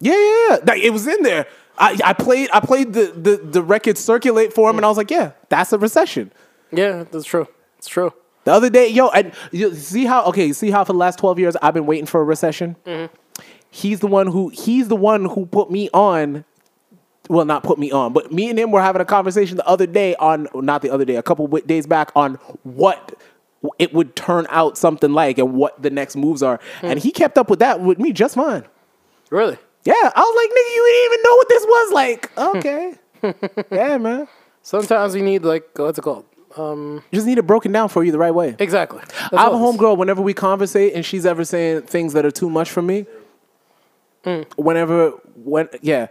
S1: Yeah, yeah, yeah. Like, it was in there. I, I played I played the, the, the record circulate for him, and I was like, yeah, that's a recession.
S2: Yeah, that's true. It's true.
S1: The other day, yo, and you see how okay, you see how for the last twelve years I've been waiting for a recession. He's the one who he's the one who put me on. Well, not put me on, but me and him were having a conversation the other day on not the other day, a couple wi- days back on what it would turn out something like and what the next moves are, and he kept up with that with me just fine.
S2: Really?
S1: Yeah, I was like, nigga, you didn't even know what this was like. Okay. yeah, man.
S2: Sometimes you need like what's it called?
S1: Just need it broken down for you the right way.
S2: Exactly. That's
S1: I have a
S2: all it is.
S1: homegirl, whenever we conversate and she's ever saying things that are too much for me,
S2: Mm.
S1: whenever, when, yeah,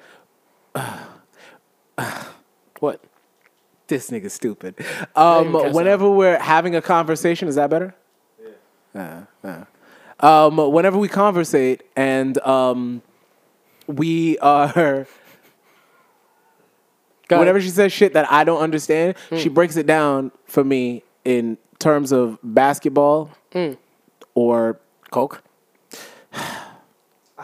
S2: What?
S1: this nigga's stupid.
S2: even
S1: Um,
S2: cuss out.
S1: whenever we're having a conversation, is that better? Yeah. Um, whenever we conversate and um, we are.
S2: Got
S1: Whenever
S2: it. Hmm.
S1: she says shit that I don't understand, she breaks it down for me in terms of basketball
S2: Hmm.
S1: or
S2: Coke.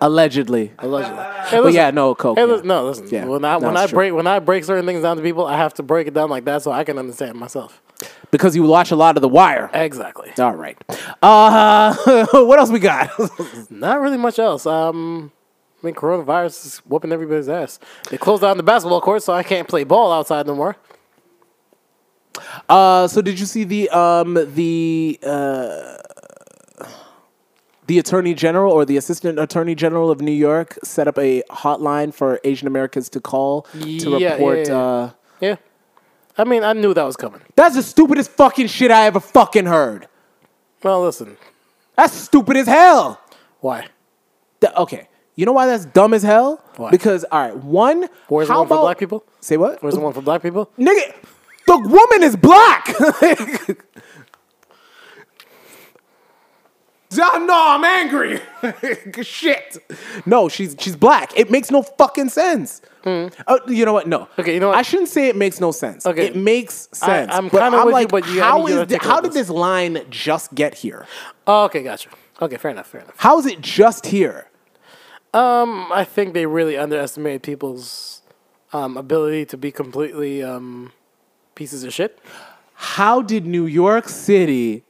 S1: allegedly.
S2: Allegedly. Hey,
S1: But
S2: listen.
S1: yeah, no coke.
S2: Hey,
S1: yeah.
S2: listen, no, listen.
S1: Yeah.
S2: When I
S1: No,
S2: when
S1: it's
S2: I
S1: true.
S2: break when I break certain things down to people, I have to break it down like that so I can understand myself.
S1: because you watch a lot of The Wire.
S2: Exactly.
S1: All right. Uh, what else we got?
S2: Not really much else. Um, I mean, coronavirus is whooping everybody's ass. They closed down the basketball court, so I can't play ball outside no more.
S1: uh, so did you see the um the uh, the Attorney General or the Assistant Attorney General of New York set up a hotline for Asian Americans to call to
S2: Yeah, yeah,
S1: report.
S2: yeah.
S1: Uh,
S2: Yeah. I mean, I knew that was coming.
S1: that's the stupidest fucking shit I ever fucking heard.
S2: Well, listen.
S1: That's stupid as hell.
S2: Why?
S1: Th- okay. You know why that's dumb as hell?
S2: Why?
S1: Because all right, one.
S2: Where's the
S1: how
S2: one for
S1: about-
S2: black people?
S1: Say what?
S2: Where's the one for black people?
S1: Nigga, the woman is black. Ah, no, I'm angry. Shit. No, she's she's black. It makes no fucking sense. Uh, you know what? No.
S2: Hmm. Okay, you know what?
S1: I shouldn't say it makes no sense.
S2: Okay.
S1: It makes sense.
S2: I'm
S1: But
S2: kinda with you,
S1: like,
S2: but you- I
S1: how
S2: need you
S1: is thi-
S2: to
S1: how
S2: articulate
S1: did this line just get here?
S2: Oh, okay, gotcha. Okay, fair enough, fair enough.
S1: How is it just here?
S2: Um, I think they really underestimated people's um, ability to be completely um, pieces of shit.
S1: how did New York City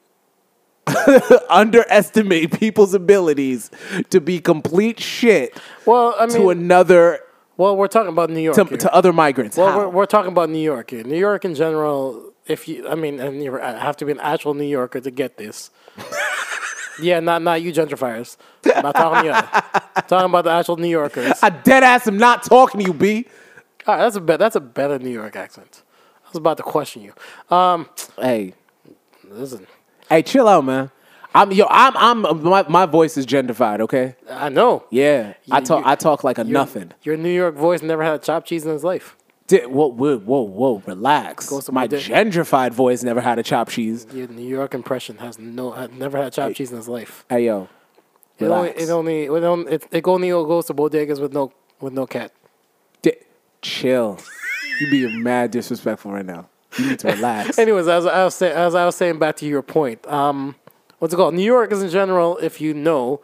S1: underestimate people's abilities to be complete shit
S2: Well, I
S1: to
S2: mean,
S1: another
S2: well, we're talking about New York.
S1: to,
S2: here.
S1: to other migrants?
S2: Well,
S1: How?
S2: we're, we're talking about New York here. New York in general, if you, I mean, and you have to be an actual New Yorker to get this. yeah, not not you gentrifiers. I'm not talking about you. talking about the actual New Yorkers.
S1: I dead ass am not talking to you, B.
S2: All right, that's a bet. That's a better New York accent. I was about to question you. Um,
S1: Hey,
S2: listen,
S1: hey, chill out, man. I'm yo, I'm I'm my, my voice is gentrified, okay?
S2: I know.
S1: Yeah, I
S2: You-
S1: talk
S2: you-
S1: I talk like a
S2: Your-
S1: nothing.
S2: Your New York voice never had chopped cheese in his life.
S1: Di- whoa, whoa, whoa, whoa, relax.
S2: Goes to my
S1: My
S2: dick.
S1: gentrified voice never had a chopped cheese.
S2: Your New York impression has no, had never had chopped cheese in his life.
S1: Hey yo,
S2: It only,
S1: relax.
S2: it only, it only, it, it only goes to bodegas with no, with no cat.
S1: Di- chill. you being mad disrespectful right now. You need to relax.
S2: Anyways, as I was saying, as I was saying, back to your point. Um, what's it called? New York is in general, if you know,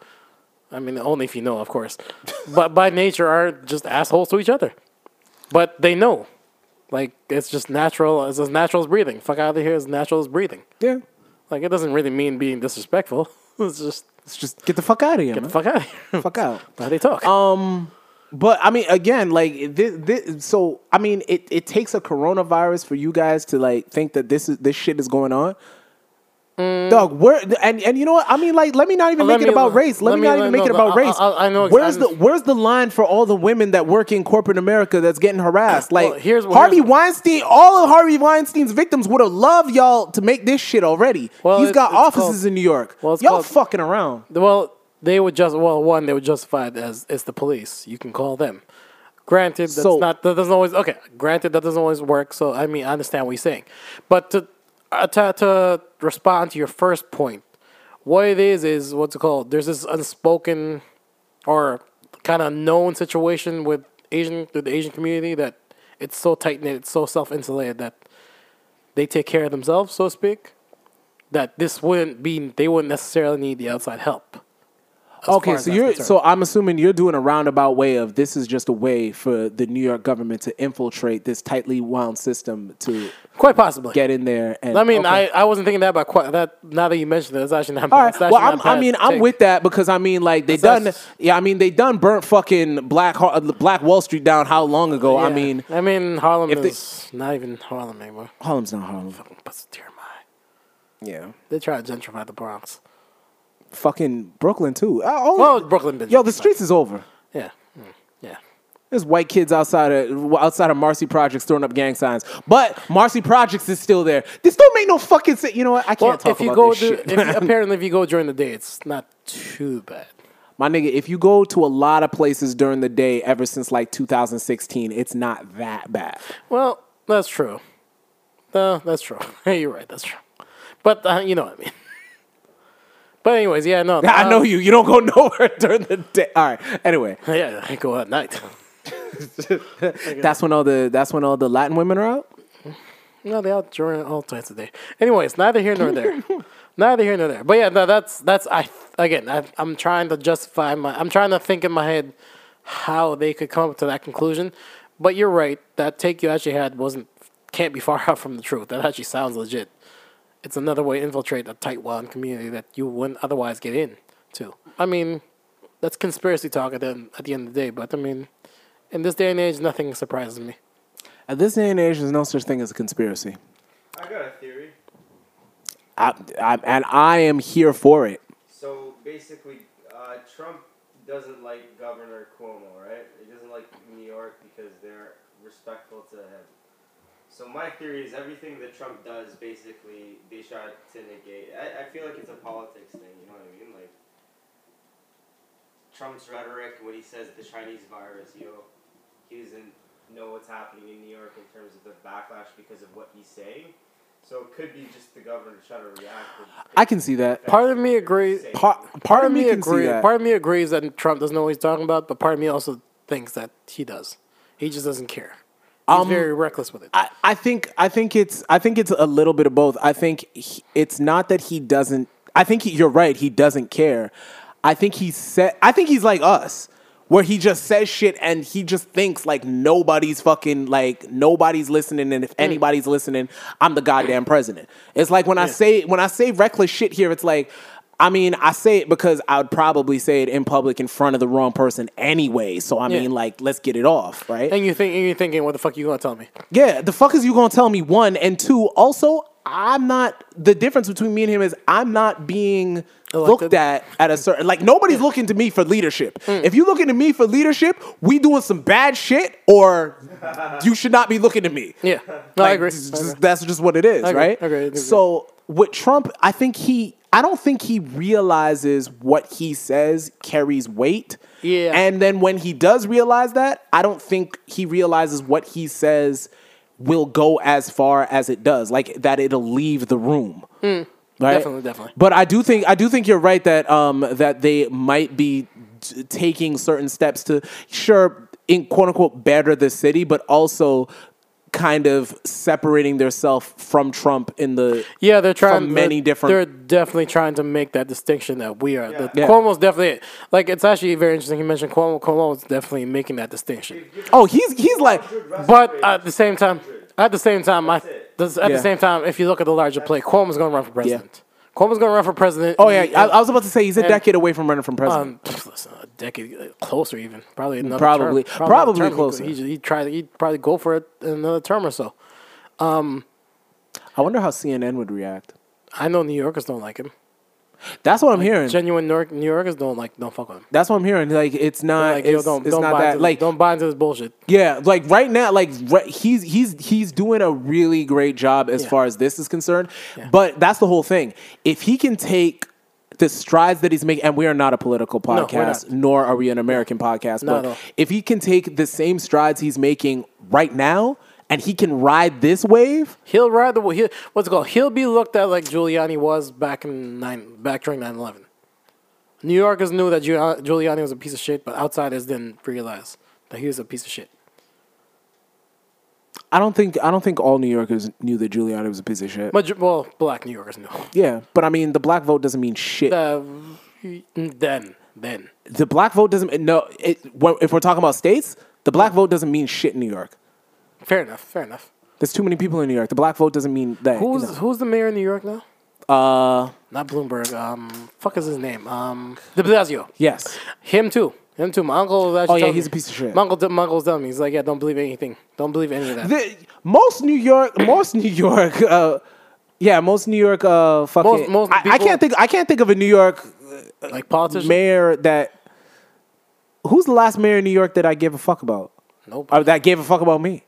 S2: I mean, only if you know, of course, but by nature are just assholes to each other. But they know, like it's just natural. It's as natural as breathing. Fuck out of here is natural as breathing.
S1: yeah.
S2: Like it doesn't really mean being disrespectful. Let's just
S1: Let's just get the fuck out of here.
S2: get the
S1: man.
S2: fuck out of here.
S1: fuck out.
S2: How they talk.
S1: But I mean, again, like this, this. So I mean, it, it takes a coronavirus for you guys to like think that this is this shit is going on. Dog, where and and you know what? I mean, like, let me not even
S2: Mm. Uh, Let
S1: make it
S2: me-
S1: about race. Let,
S2: let
S1: me,
S2: me-
S1: not
S2: let-
S1: even make
S2: no,
S1: it
S2: no,
S1: about
S2: I-
S1: race.
S2: I- I know
S1: where's
S2: exactly-
S1: the where's the line for all the women that work in corporate America that's getting harassed? Like,
S2: Well, here's-
S1: Harvey
S2: here's-
S1: Weinstein. All of Harvey Weinstein's victims would have loved y'all to make this shit already.
S2: Well,
S1: He's
S2: it's-
S1: got
S2: it's
S1: offices
S2: called-
S1: in New York.
S2: well, it's
S1: y'all
S2: called-
S1: fucking around.
S2: Well, they would just well one they would justify it as it's the police. You can call them. Granted, that's
S1: So-
S2: not that doesn't always okay. Granted, that doesn't always work. So I mean, I understand what you're saying, but to uh, to, to respond to your first point, what it is is what's it called? There's this unspoken or kind of known situation with Asian with the Asian community that it's so tight knit, it's so self insulated that they take care of themselves, so to speak. That this wouldn't be, they wouldn't necessarily need the outside help. as far
S1: Okay,
S2: as
S1: so
S2: that's
S1: you're
S2: concerned.
S1: so I'm assuming you're doing a roundabout way of this is just a way for the New York government to infiltrate this tightly wound system to
S2: quite possibly.
S1: get in there. And
S2: I mean,
S1: okay.
S2: I, I wasn't thinking that about quite that. Now that you mentioned it, that's actually not.
S1: all right.
S2: that's actually
S1: Well,
S2: not
S1: I'm,
S2: bad
S1: I mean, I'm
S2: take.
S1: with that because I mean, like they
S2: That's-
S1: done, yeah. I mean, they done burnt fucking black Har- uh, Black Wall Street down how long ago? I
S2: Yeah.
S1: mean,
S2: I mean, Harlem
S1: if they-
S2: is not even Harlem anymore.
S1: Harlem's not Harlem.
S2: What's a tear in my eye?
S1: Yeah,
S2: They try to gentrify the Bronx.
S1: fucking Brooklyn too. Uh, oh,
S2: Well, Brooklyn been
S1: Yo, the
S2: gentrified.
S1: streets is over.
S2: Yeah, Mm. yeah.
S1: There's white kids outside of outside of Marcy Projects throwing up gang signs, but Marcy Projects is still there. This don't make no fucking sense. You know what? I can't
S2: Well,
S1: talk
S2: if you
S1: about
S2: go,
S1: this
S2: to,
S1: shit.
S2: if you, apparently, if you go during the day, it's not too bad.
S1: My nigga, if you go to a lot of places during the day ever since like 2016, it's not that bad.
S2: Well, that's true. No, that's true. You're right. That's true. But uh, you know what I mean. but anyways, yeah, no.
S1: I
S2: uh,
S1: know you. You don't go nowhere during the day. All right. Anyway,
S2: Yeah, I go at night.
S1: that's when all the that's when all the Latin women are out.
S2: No, they out during all times of day. Anyways, neither here nor there. neither here nor there. But yeah, no, that's that's I again. I, I'm trying to justify my. I'm trying to think in my head how they could come up to that conclusion. But you're right. That take you actually had wasn't can't be far off from the truth. That actually sounds legit. It's another way to infiltrate a tight wound community that you wouldn't otherwise get in to. I mean, that's conspiracy talk at the, at the end of the day. But I mean, in this day and age, nothing surprises me.
S1: At this day and age, there's no such thing as a conspiracy.
S5: I got a theory.
S1: I, I, and I am here for it.
S5: So basically, uh, Trump doesn't like Governor Cuomo, right? He doesn't like New York because they're respectful to him. So my theory is everything that Trump does, basically, they try to negate. I, I feel like it's a politics thing. You know what I mean? Like Trump's rhetoric when he says the Chinese virus, you know, he doesn't know what's happening in New York in terms of the backlash because of what he's saying. So it could be just the governor trying to react. with-
S1: I can see that.
S2: Part of me agrees.
S1: Part, part,
S2: part
S1: of me, can
S2: agree-
S1: see that.
S2: Part of me agrees that Trump doesn't know what he's talking about, but part of me also thinks that he does. He just doesn't care. He's
S1: Um,
S2: very reckless with it.
S1: I, I think I think it's I think it's a little bit of both. I think he, it's not that he doesn't. I think he, you're right. He doesn't care. I think he's set. I think he's like us, where he just says shit and he just thinks like nobody's fucking like nobody's listening, and if
S2: Mm.
S1: anybody's listening, I'm the goddamn president. It's like when I say when I say reckless shit here, it's like. I mean, I say it because I would probably say it in public in front of the wrong person anyway. So I
S2: Yeah.
S1: mean, like, let's get it off, right?
S2: and you think and you're thinking, what the fuck you gonna tell me?
S1: Yeah, the fuck is you gonna tell me one and two? Also, I'm not. The difference between me and him is I'm not being looked
S2: Elected.
S1: at at a certain. Like nobody's looking to me for leadership. If you looking to me for leadership, we doing some bad shit, or you should not be looking to me.
S2: Yeah, no, I
S1: Like,
S2: agree.
S1: it's
S2: I
S1: just-
S2: agree.
S1: that's just what it is,
S2: agree.
S1: right?
S2: I agree. I agree.
S1: So with Trump, I think he. I don't think he realizes what he says carries weight.
S2: Yeah.
S1: And then when he does realize that, I don't think he realizes what he says will go as far as it does, like that it'll leave the room. Right?
S2: Definitely, definitely.
S1: But I do think I do think you're right that um that they might be t- taking certain steps to sure in quote unquote better the city, but also kind of separating themselves from Trump in the
S2: Yeah, they're trying
S1: from many
S2: they're-
S1: different-
S2: They're definitely trying to make that distinction that we are. That
S1: Yeah.
S2: Cuomo's definitely like it's actually very interesting. You mentioned Cuomo. Cuomo's definitely making that distinction.
S1: oh he's he's like
S2: But at the same time, at the same time, I,
S5: it.
S2: this, at
S1: Yeah.
S2: the same time, if you look at the larger play, Cuomo's going to run for president. Cuomo's gonna run for president.
S1: Oh yeah, I, I was about to say he's a
S2: And-
S1: decade away from running from president.
S2: um, pff, listen, a decade uh, closer, even probably another
S1: Probably-
S2: term.
S1: probably
S2: another term.
S1: closer.
S2: He, he, he tried. He'd probably go for it another term or so.
S1: I wonder how CNN would react.
S2: I know New Yorkers don't like him.
S1: That's what I'm hearing.
S2: Genuine New, York, New Yorkers don't like don't fuck with him.
S1: That's what I'm hearing. Like it's not.
S2: Like
S1: it's
S2: yo, don't
S1: it's
S2: don't
S1: not
S2: buy
S1: that.
S2: into,
S1: like
S2: don't buy into this bullshit.
S1: yeah, like right now, like right, he's he's he's doing a really great job as
S2: Yeah.
S1: far as this is concerned. But that's the whole thing. If he can take the strides that he's making, and we are not a political
S2: we're
S1: podcast,
S2: not.
S1: nor are we an American podcast.
S2: Not at
S1: but
S2: all.
S1: if he can take the same strides he's making right now, and he can ride this wave,
S2: He'll ride the he, what's it called. He'll be looked at like Giuliani was back in nine back during 9-11. New Yorkers knew that Giu- Giuliani was a piece of shit, but outsiders didn't realize that he was a piece of shit.
S1: I don't think I don't think all New Yorkers knew that Giuliani was a piece of shit.
S2: Maj- well, black New Yorkers knew.
S1: yeah, but I mean, the black vote doesn't mean shit.
S2: Uh, then, then.
S1: the black vote doesn't no it, wh- if we're talking about states the black vote doesn't mean shit in new york
S2: Fair enough. Fair enough.
S1: there's too many people in new york the black vote doesn't mean that
S2: Who's
S1: no.
S2: who's the mayor of New York now? Uh, not Bloomberg. Um, fuck is his name? Um, De Blasio.
S1: yes
S2: Him too. Him too. My uncle. was actually
S1: Oh, yeah,
S2: telling
S1: he's
S2: me-
S1: a piece of shit.
S2: My uncle, my uncle's telling me. He's like, yeah, don't believe anything. Don't believe any of that.
S1: the, most new york most new york uh, yeah most new york uh, fucking
S2: Most- most
S1: I, I
S2: people-
S1: can't think i can't think of a new york
S2: like politicians.
S1: mayor that who's the last mayor in new york that i gave a fuck about
S2: Nope.
S1: or that gave a fuck about me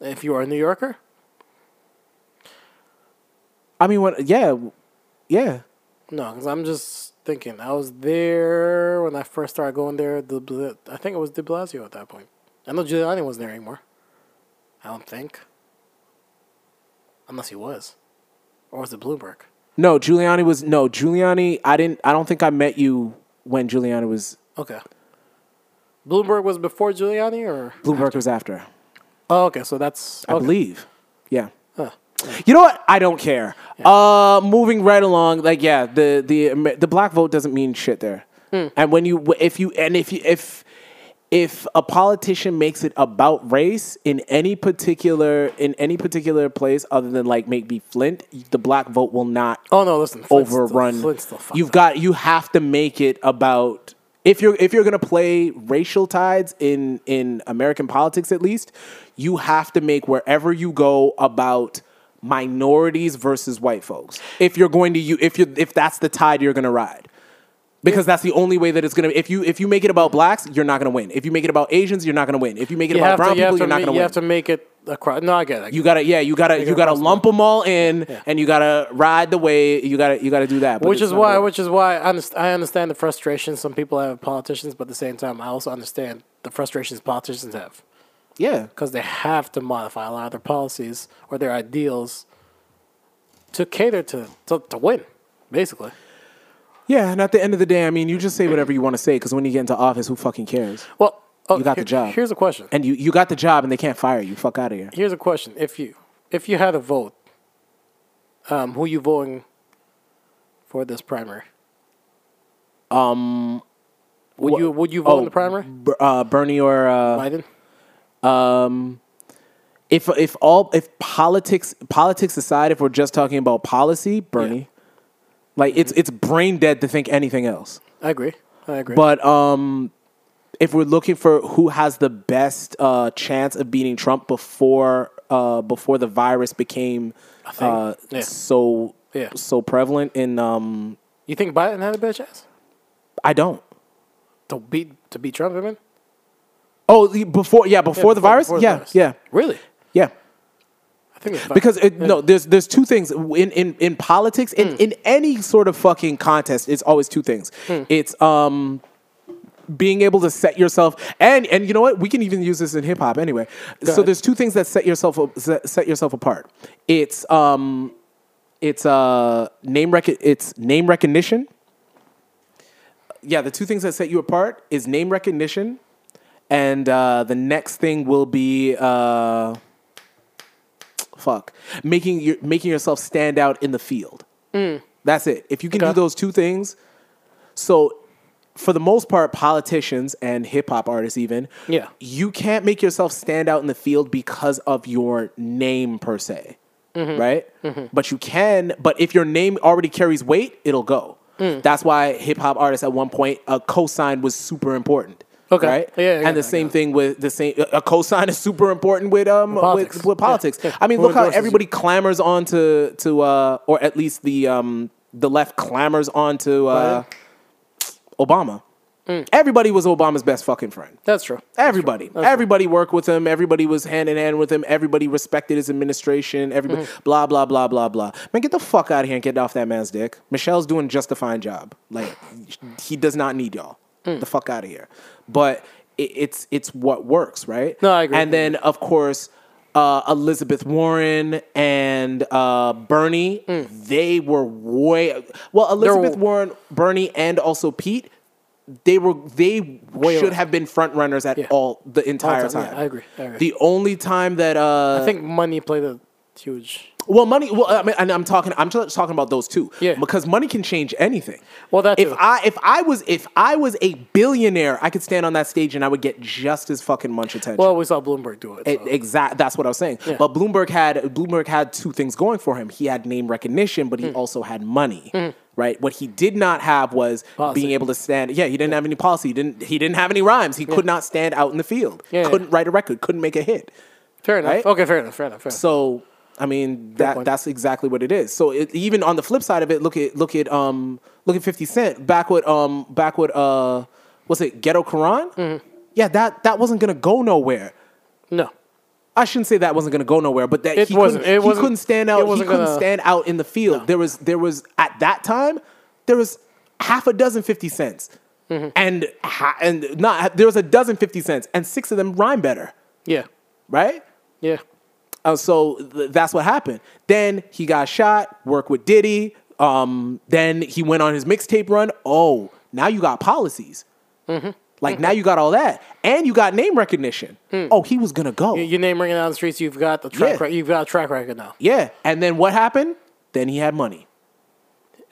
S2: if you are a New Yorker,
S1: i mean when yeah yeah
S2: no, because I'm just thinking. I was there when I first started going there. De Bla- I think it was De Blasio at that point. I know Giuliani wasn't there anymore. I don't think. Unless he was, or was it Bloomberg?
S1: no giuliani was no giuliani i didn't i don't think i met you when giuliani was
S2: Okay. Bloomberg was before Giuliani, or
S1: Bloomberg was after,
S2: oh, okay, so that's
S1: I
S2: okay.
S1: believe. Yeah.
S2: Huh.
S1: You know what? I don't care. Uh, moving right along, like yeah, the the the black vote doesn't mean shit there.
S2: Hmm.
S1: And when you if you and if you if if a politician makes it about race in any particular in any particular place other than like maybe Flint, the black vote will not
S2: Oh no, listen, Flint's still-
S1: overrun.
S2: Flint's still fucked
S1: You've
S2: up.
S1: got you have to make it about if you're if you're gonna play racial tides in in American politics at least, you have to make wherever you go about minorities versus white folks. If you're going to you if you if that's the tide you're gonna ride. Because that's the only way that it's gonna. If you if you make it about blacks, you're not gonna win. If you make it about Asians, you're not gonna win. If you make it
S2: You
S1: about
S2: have,
S1: brown
S2: to, you,
S1: people,
S2: have to
S1: you're not
S2: make,
S1: gonna
S2: you
S1: win.
S2: have to make it across. No, I get it.
S1: You gotta, yeah, you gotta, you
S2: gotta
S1: gotta
S2: cross the-
S1: lump them all in,
S2: Yeah.
S1: and you gotta ride the wave. You gotta, you gotta do that. but
S2: which
S1: it's
S2: is
S1: not
S2: why,
S1: gonna work.
S2: which is why I understand, I understand the frustration some people have with politicians, but at the same time, I also understand the frustrations politicians have
S1: yeah,
S2: because they have to modify a lot of their policies or their ideals to cater to to, to win, basically.
S1: yeah. And at the end of the day, I mean, you just say whatever you want to say because when you get into office, who fucking cares?
S2: Well, oh,
S1: You got the
S2: here-
S1: job.
S2: Here's a question.
S1: And you, you got the job, and they can't fire you. Fuck out of here.
S2: here's a question: If you if you had a vote, um, who you voting for this primary? Um, would you would you vote in the primary?
S1: B- Oh, uh, Bernie or uh,
S2: Biden.
S1: if if all if politics politics aside, if we're just talking about policy, Bernie. Like it's it's brain dead to think anything else.
S2: I agree. I agree.
S1: But um, if we're looking for who has the best uh, chance of beating Trump before uh, before the virus became
S2: thing.
S1: uh,
S2: Yeah.
S1: so
S2: Yeah.
S1: so prevalent in um,
S2: you think Biden had a better chance
S1: I don't.
S2: to beat to beat Trump? I mean,
S1: Oh, the- before yeah, before the virus,
S2: before the
S1: yeah,
S2: virus.
S1: yeah,
S2: really?
S1: yeah.
S2: I think it's
S1: Because it, Hmm. no, there's there's two things in in, in politics in in any sort of fucking contest. It's always two things. It's um being able to set yourself and and you know what we can even use this in hip hop anyway. so
S2: ahead.
S1: there's two things that set yourself uh, set set yourself apart. It's um it's uh name rec- it's name recognition. Yeah, the two things that set you apart is name recognition, and uh, the next thing will be. Uh, fuck making your, making yourself stand out in the field. That's it. If you can do
S2: Mm. Okay.
S1: those two things, so for the most part, politicians and hip hop artists even,
S2: Yeah.
S1: you can't make yourself stand out in the field because of your name per se.
S2: Mm-hmm.
S1: right? But you can, but if your name already carries weight, it'll go.
S2: Mm.
S1: That's why hip hop artists at one point a cosign was super important.
S2: Okay.
S1: Right.
S2: Yeah, yeah, I
S1: and the
S2: got it, I
S1: same
S2: got it.
S1: thing with the same. A cosign is super important with um
S2: Politics.
S1: with, with
S2: Yeah,
S1: politics.
S2: yeah.
S1: I mean,
S2: Who
S1: look how
S2: endorses you?
S1: everybody clamors onto to uh or at least the um the left clamors onto uh Obama.
S2: Mm.
S1: Everybody was Obama's best fucking friend.
S2: That's true.
S1: Everybody, everybody worked with him. Everybody was hand in hand with him. Everybody respected his administration. Everybody,
S2: Mm-hmm.
S1: blah blah blah blah blah. Man, get the fuck out of here and get off that man's dick. Michelle's doing just a fine job. Like he does not need y'all.
S2: Mm.
S1: The fuck out of here. But it, it's it's what works, right?
S2: No, I agree.
S1: And then of course. Uh, Elizabeth Warren and uh, Bernie,
S2: Mm.
S1: they were way well. Elizabeth Warren, Bernie, and also Pete, they were they should
S2: over.
S1: have been front runners at
S2: Yeah.
S1: all the entire
S2: All the time,
S1: time.
S2: yeah, I agree, I agree.
S1: The only time that uh,
S2: I think money played a huge.
S1: well, money. Well, I mean, and I'm talking. I'm just talking about those two.
S2: Yeah.
S1: Because money can change anything.
S2: Well, that
S1: if
S2: too.
S1: I if I was if I was a billionaire, I could stand on that stage and I would get just as fucking much attention.
S2: Well, we saw Bloomberg do it.
S1: It,
S2: so.
S1: E, exact. That's what I was saying.
S2: Yeah.
S1: But Bloomberg had Bloomberg had two things going for him. He had name recognition,
S2: Mm.
S1: but he also had money. Right. What he did not have was
S2: Mm-hmm. Policy.
S1: being able to stand. Yeah, he didn't have any policy. He didn't he didn't have any rhymes. He could not stand out in the field.
S2: Yeah, yeah.
S1: couldn't write a record. Couldn't make a hit.
S2: fair enough.
S1: right?
S2: Okay, fair enough. Fair enough. Fair enough.
S1: So I mean that
S2: point.
S1: that's exactly what it is. So it, even on the flip side of it, look at look at um look at Fifty Cent back with um back with uh what's it Ghetto Quran?
S2: Mm-hmm.
S1: Yeah, that that wasn't gonna go nowhere.
S2: no.
S1: I shouldn't say that wasn't going to go nowhere, but that
S2: It
S1: he,
S2: wasn't.
S1: Couldn't,
S2: It
S1: he
S2: wasn't-
S1: couldn't stand
S2: it
S1: out.
S2: wasn't
S1: he couldn't
S2: gonna-
S1: stand out in the field. There was there was at that time there was half a dozen fifty cents,
S2: Mm-hmm.
S1: and ha- and not there was a dozen fifty cents, and six of them rhyme better,
S2: Yeah.
S1: right?
S2: Yeah.
S1: Uh, so th- that's what happened. Then he got shot. Worked with Diddy. Um, then he went on his mixtape run. Oh, now you got policies.
S2: Mm-hmm.
S1: Like now you got all that, and you got name recognition.
S2: Mm.
S1: Oh, he was gonna go.
S2: You- Your name ringing down the streets. You've got the track.
S1: Yeah.
S2: rec- you've got a track record now,
S1: Yeah. And then what happened? Then he had money.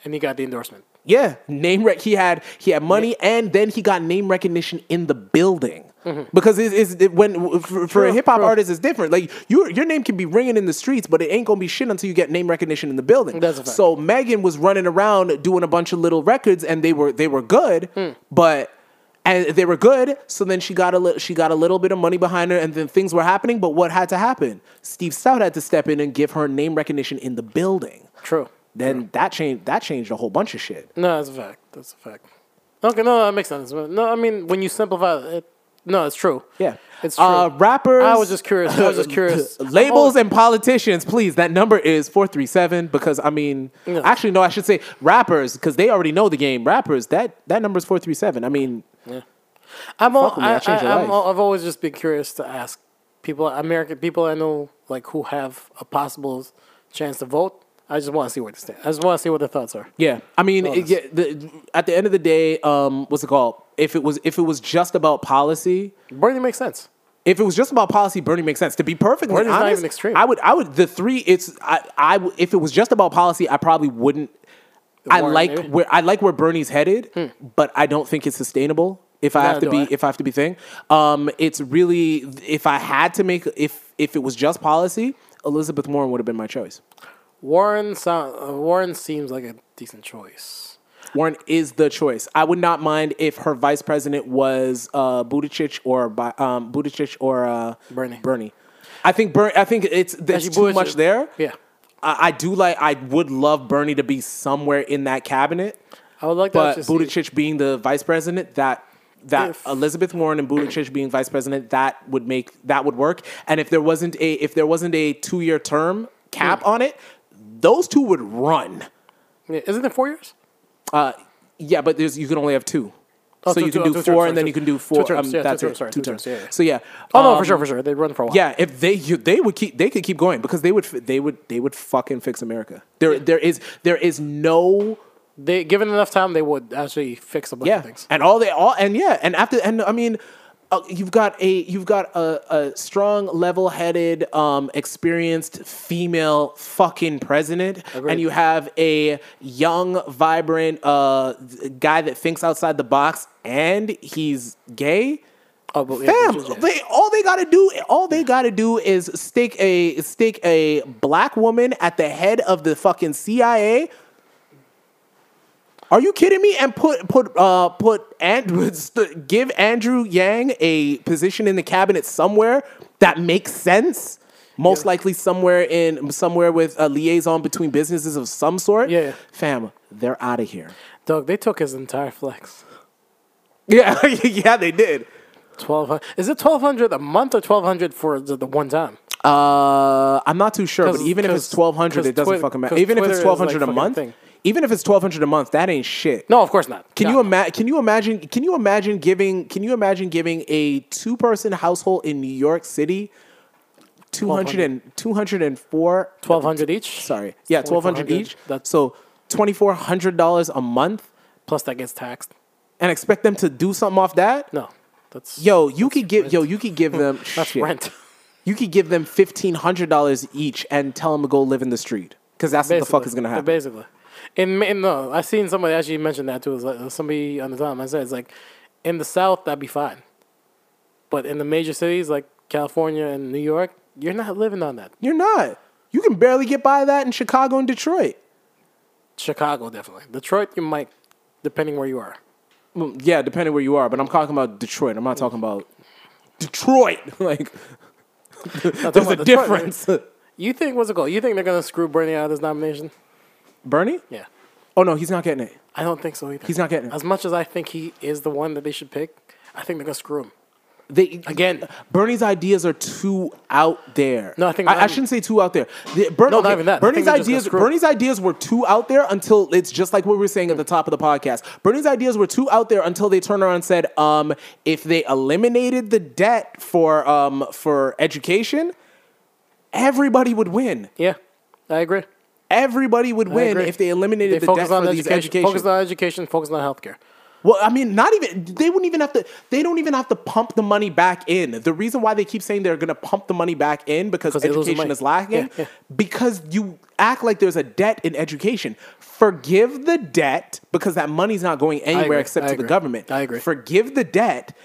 S2: and you got the endorsement.
S1: Yeah, name rec. He had he had money, and then he got name recognition in the building because it is it, when for, for a
S2: Mm-hmm. True,
S1: hip hop
S2: true.
S1: artist it's different. Like your your name can be ringing in the streets, but it ain't gonna be shit until you get name recognition in the building.
S2: That's a fact.
S1: So Megan was running around doing a bunch of little records, and they were they were good,
S2: Hmm.
S1: but. And they were good, so then she got a little. She got a little bit of money behind her, and then things were happening. But what had to happen? Steve Stout had to step in and give her name recognition in the building
S2: True.
S1: then that changed that changed a whole bunch of shit.
S2: No, that's a fact. That's a fact. Okay, no, that makes sense. No, I mean when you simplify it, no, it's true.
S1: Yeah.
S2: it's true.
S1: Uh, rappers
S2: I was just curious. I was just curious.
S1: Labels and politicians, please. That number is 437 because I mean
S2: Yeah.
S1: actually no, I should say rappers because they already know the game. Rappers, that that number is 437. I mean,
S2: I'm all,
S1: Fuck with me, I
S2: I,
S1: changed your
S2: I, am
S1: life.
S2: all, I've always just been curious to ask people, American people I know, like who have a possible chance to vote. I just want to see where they stand. I just want to see what their thoughts are.
S1: yeah. I mean, it- yeah, the, at the end of the day, um what's it called? If it was if it was just about policy,
S2: Bernie makes sense.
S1: if it was just about policy, Bernie makes sense. To be perfectly
S2: Bernie's not
S1: honest,
S2: even extreme.
S1: I would, I would, the three. It's I, I w- if it was just about policy, I probably wouldn't. I
S2: Warren,
S1: like
S2: maybe?
S1: where I like where Bernie's headed, but I don't think it's sustainable. If I
S2: Neither
S1: have to
S2: do
S1: be,
S2: I.
S1: if I have to be thing, um, it's really if I had to make if if it was just policy, Elizabeth Warren would have been my choice.
S2: Warren sound, uh, Warren seems like a decent choice.
S1: Warren is the choice. I would not mind if her vice president was uh, Buttigieg or Bi- um, Buttigieg or uh,
S2: Bernie.
S1: Bernie. I think Bernie. I think it's there's
S2: Actually,
S1: too
S2: Buttigieg-
S1: much there.
S2: Yeah,
S1: I, I do like. I would love Bernie to be somewhere in that cabinet,
S2: I would like to
S1: but
S2: actually see-
S1: Buttigieg being the vice president, that that
S2: If-
S1: Elizabeth Warren and Buttigieg being vice president, that would make that would work. And if there wasn't a if there wasn't a two year term cap on it, those two would run.
S2: Yeah, Isn't it four years?
S1: Uh, yeah, but there's you can only have two.
S2: Oh,
S1: so
S2: two-
S1: you can do
S2: two- two terms,
S1: four,
S2: sorry,
S1: and then
S2: two-
S1: you can do
S2: two
S1: four.
S2: terms,
S1: um,
S2: yeah, two
S1: that's
S2: terms,
S1: it.
S2: sorry,
S1: Two
S2: two
S1: terms.
S2: terms, yeah, yeah.
S1: So yeah.
S2: Oh no, for
S1: um,
S2: sure, for sure. They run for a while.
S1: Yeah, if they you, they would keep they could keep going because they would f- they would they would fucking fix America. There there is there is no
S2: they given enough time, they would actually fix a bunch
S1: yeah
S2: of things.
S1: and all they all and yeah and after and I mean. Uh, you've got a you've got a, a strong, level-headed, um, experienced female fucking president, and you have a young, vibrant uh, guy that thinks outside the box, and he's gay.
S2: Oh, but yeah,
S1: Fam,
S2: Jizz Jam.
S1: they, all they gotta do, all they gotta do is stick a stick a black woman at the head of the fucking CIA. Are you kidding me? And put put uh put Andrew st- give Andrew Yang a position in the cabinet somewhere that makes sense. Most likely somewhere in somewhere with a liaison between businesses of some sort.
S2: Yeah.
S1: fam, they're out of here.
S2: Dog, they took his entire flex.
S1: Yeah, yeah, they did.
S2: Twelve hundred. Is it twelve hundred a month or twelve hundred for the, the one time?
S1: Uh, I'm not too sure, but
S2: 'Cause-
S1: even if it's
S2: 'cause-
S1: twelve hundred,
S2: 'cause
S1: it doesn't
S2: Twi-
S1: fucking matter.
S2: 'cause
S1: Even if
S2: Twitter
S1: it's
S2: is,
S1: twelve hundred
S2: like,
S1: a
S2: fucking
S1: month,
S2: thing.
S1: even if it's twelve hundred a month, that ain't shit.
S2: No, of course not.
S1: Can
S2: God,
S1: you imagine? Can you imagine? Can you imagine giving? Can you imagine giving a two-person household in New York City 200 and 204
S2: twelve hundred each?
S1: Sorry, yeah, twelve hundred
S2: 1,200,
S1: each.
S2: that's-
S1: so twenty-four hundred dollars a month,
S2: Plus that gets taxed.
S1: and expect them to do something off that.
S2: No, that's
S1: Yo, you could give. Yo, you could give them.
S2: that's
S1: shit.
S2: rent.
S1: You could give them fifteen hundred dollars each and tell them to go live in the street because that's what the fuck
S2: Basically.
S1: is gonna
S2: Uh,
S1: happen.
S2: Basically, in, in no, I seen somebody actually mention that too. It was like, somebody on the time I said it's like in the South that'd be fine, but in the major cities like California and New York, you're not living on that.
S1: You're not. You can barely get by that in Chicago and Detroit.
S2: Chicago definitely. Detroit, you might, depending where you are.
S1: Well, Mm, yeah, depending where you are, but I'm talking about Detroit. I'm not talking about Detroit. like there's a
S2: about Detroit.
S1: difference.
S2: You think what's it called? You think they're gonna screw Bernie out of this nomination?
S1: Bernie?
S2: Yeah,
S1: Oh no, he's not getting it.
S2: I don't think so either.
S1: He's not getting it.
S2: As much as I think he is the one that they should pick, I think they're gonna screw him.
S1: They
S2: Again.
S1: Bernie's ideas are too out there.
S2: No, I think
S1: I,
S2: not-
S1: shouldn't say too out there. The- Bern-
S2: No, not
S1: okay,
S2: even that. I think
S1: Bernie's
S2: they're just gonna
S1: ideas.
S2: screw it.
S1: Bernie's ideas were too out there until it's just like what we were saying at the top of the podcast. Bernie's ideas were too out there until they turned around and said, um, if they eliminated the debt for um for education, everybody would win.
S2: Yeah, I agree.
S1: Everybody would win
S2: agree.
S1: if they eliminated the debt
S2: focus
S1: for
S2: on
S1: these
S2: education.
S1: education.
S2: Focus on education. Focus on healthcare.
S1: Well, I mean, not even they wouldn't even have to. They don't even have to pump the money back in. The reason why they keep saying they're going to pump the money back in because
S2: 'Cause they lose the
S1: education
S2: money.
S1: is lacking,
S2: Yeah, yeah.
S1: because you act like there's a debt in education. Forgive the debt because that money's not going anywhere
S2: agree.
S1: except
S2: I
S1: to the
S2: agree.
S1: government.
S2: I agree.
S1: Forgive the debt.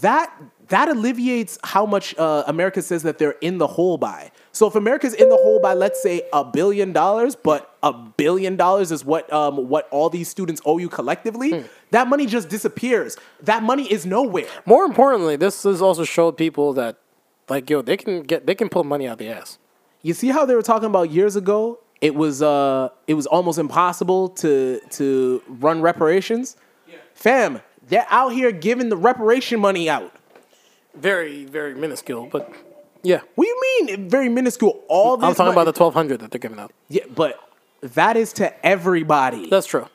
S1: That that alleviates how much uh, America says that they're in the hole by. So if America's in the hole by, let's say a billion dollars, but a billion dollars is what um, what all these students owe you collectively,
S2: Hmm.
S1: that money just disappears. That money is nowhere.
S2: More importantly, this has also showed people that, like, yo, they can get, they can pull money out the ass.
S1: You see how they were talking about years ago? It was uh, it was almost impossible to to run reparations. Fam, they're out here giving the reparation money out.
S2: Very, very minuscule, but yeah.
S1: What do you mean? Very minuscule. All this
S2: I'm talking
S1: mon-
S2: about the 1200 that they're giving out.
S1: Yeah, but that is to everybody.
S2: That's true.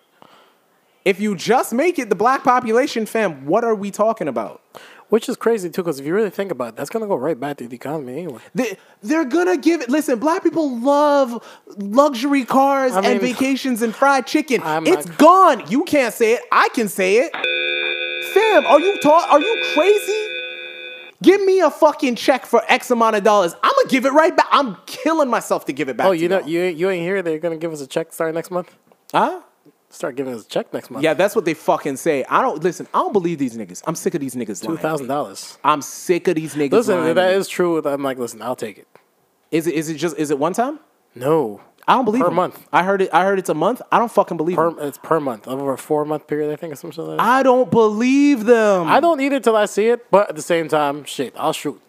S1: If you just make it the black population, fam, what are we talking about?
S2: Which is crazy too, because if you really think about it, that's gonna go right back to the economy anyway.
S1: They, they're gonna give it. Listen, black people love luxury cars
S2: I mean-
S1: and vacations and fried chicken.
S2: I'm
S1: It's
S2: not-
S1: gone. You can't say it. I can say it. Fam, are you ta- Are you crazy? Give me a fucking check for X amount of dollars. I'm gonna give it right back. I'm killing myself to give it back.
S2: Oh,
S1: to
S2: you know,
S1: y'all.
S2: you you ain't here. They're gonna give us a check starting next month.
S1: huh?
S2: Start giving us a check next month.
S1: Yeah, that's what they fucking say. I don't listen. I don't believe these niggas. I'm sick of these niggas.
S2: two
S1: lying.
S2: thousand dollars.
S1: I'm sick of these niggas.
S2: Listen,
S1: lying.
S2: if that is true, then I'm like, listen, I'll take it.
S1: Is it is it just is it one time?
S2: No,
S1: I don't believe
S2: Per
S1: him.
S2: month.
S1: I heard it. I heard it's a month. I don't fucking believe them.
S2: per, it's per month over a four month period, I think, or something like that.
S1: I don't believe them.
S2: I don't need it till I see it, but at the same time, shit, I'll shoot.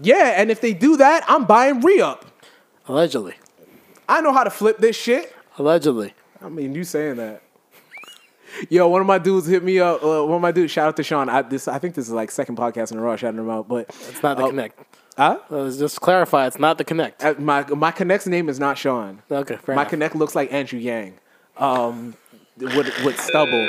S1: yeah, and if they do that, I'm buying re up.
S2: Allegedly,
S1: I know how to flip this shit.
S2: allegedly.
S1: I mean, you saying that? Yo, one of my dudes hit me up. Uh, one of my dudes, shout out to Sean. I, this, I think this is like second podcast in a row. I shouted him out, but
S2: It's not the connect.
S1: huh?
S2: Let's just clarify. It's not the connect.
S1: Oh. Uh, my my connect's name is not Sean.
S2: Okay, fair
S1: my
S2: enough.
S1: connect looks like Andrew Yang. Um, with with stubble,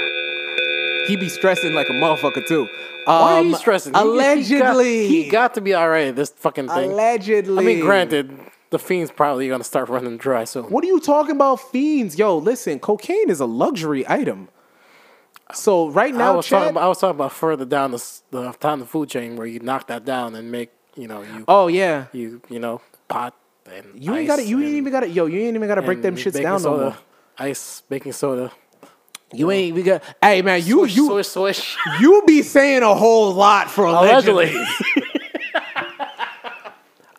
S1: he be stressing like a motherfucker too. Um,
S2: Why are you stressing? He-
S1: Allegedly,
S2: he got, he got to be all right. at This fucking thing. I
S1: allegedly.
S2: mean, granted, the fiend's probably gonna start running dry soon.
S1: What are you talking about, fiends? Yo, listen, cocaine is a luxury item. So right
S2: I
S1: now,
S2: was
S1: Chad-
S2: talking. About, I was talking about further down the, s- the down the food chain where you knock that down and make you know you
S1: oh yeah,
S2: you you know pot and
S1: you ain't
S2: ice
S1: got to You ain't
S2: and-
S1: even got to Yo, you ain't even got to break
S2: and
S1: them shits
S2: baking
S1: down no
S2: soda, Oh,
S1: more.
S2: Ice, baking soda,
S1: You ain't we got. Hey man, you
S2: Swish,
S1: you
S2: swish, swish.
S1: you be saying a whole lot for allegedly.
S2: Allegedly.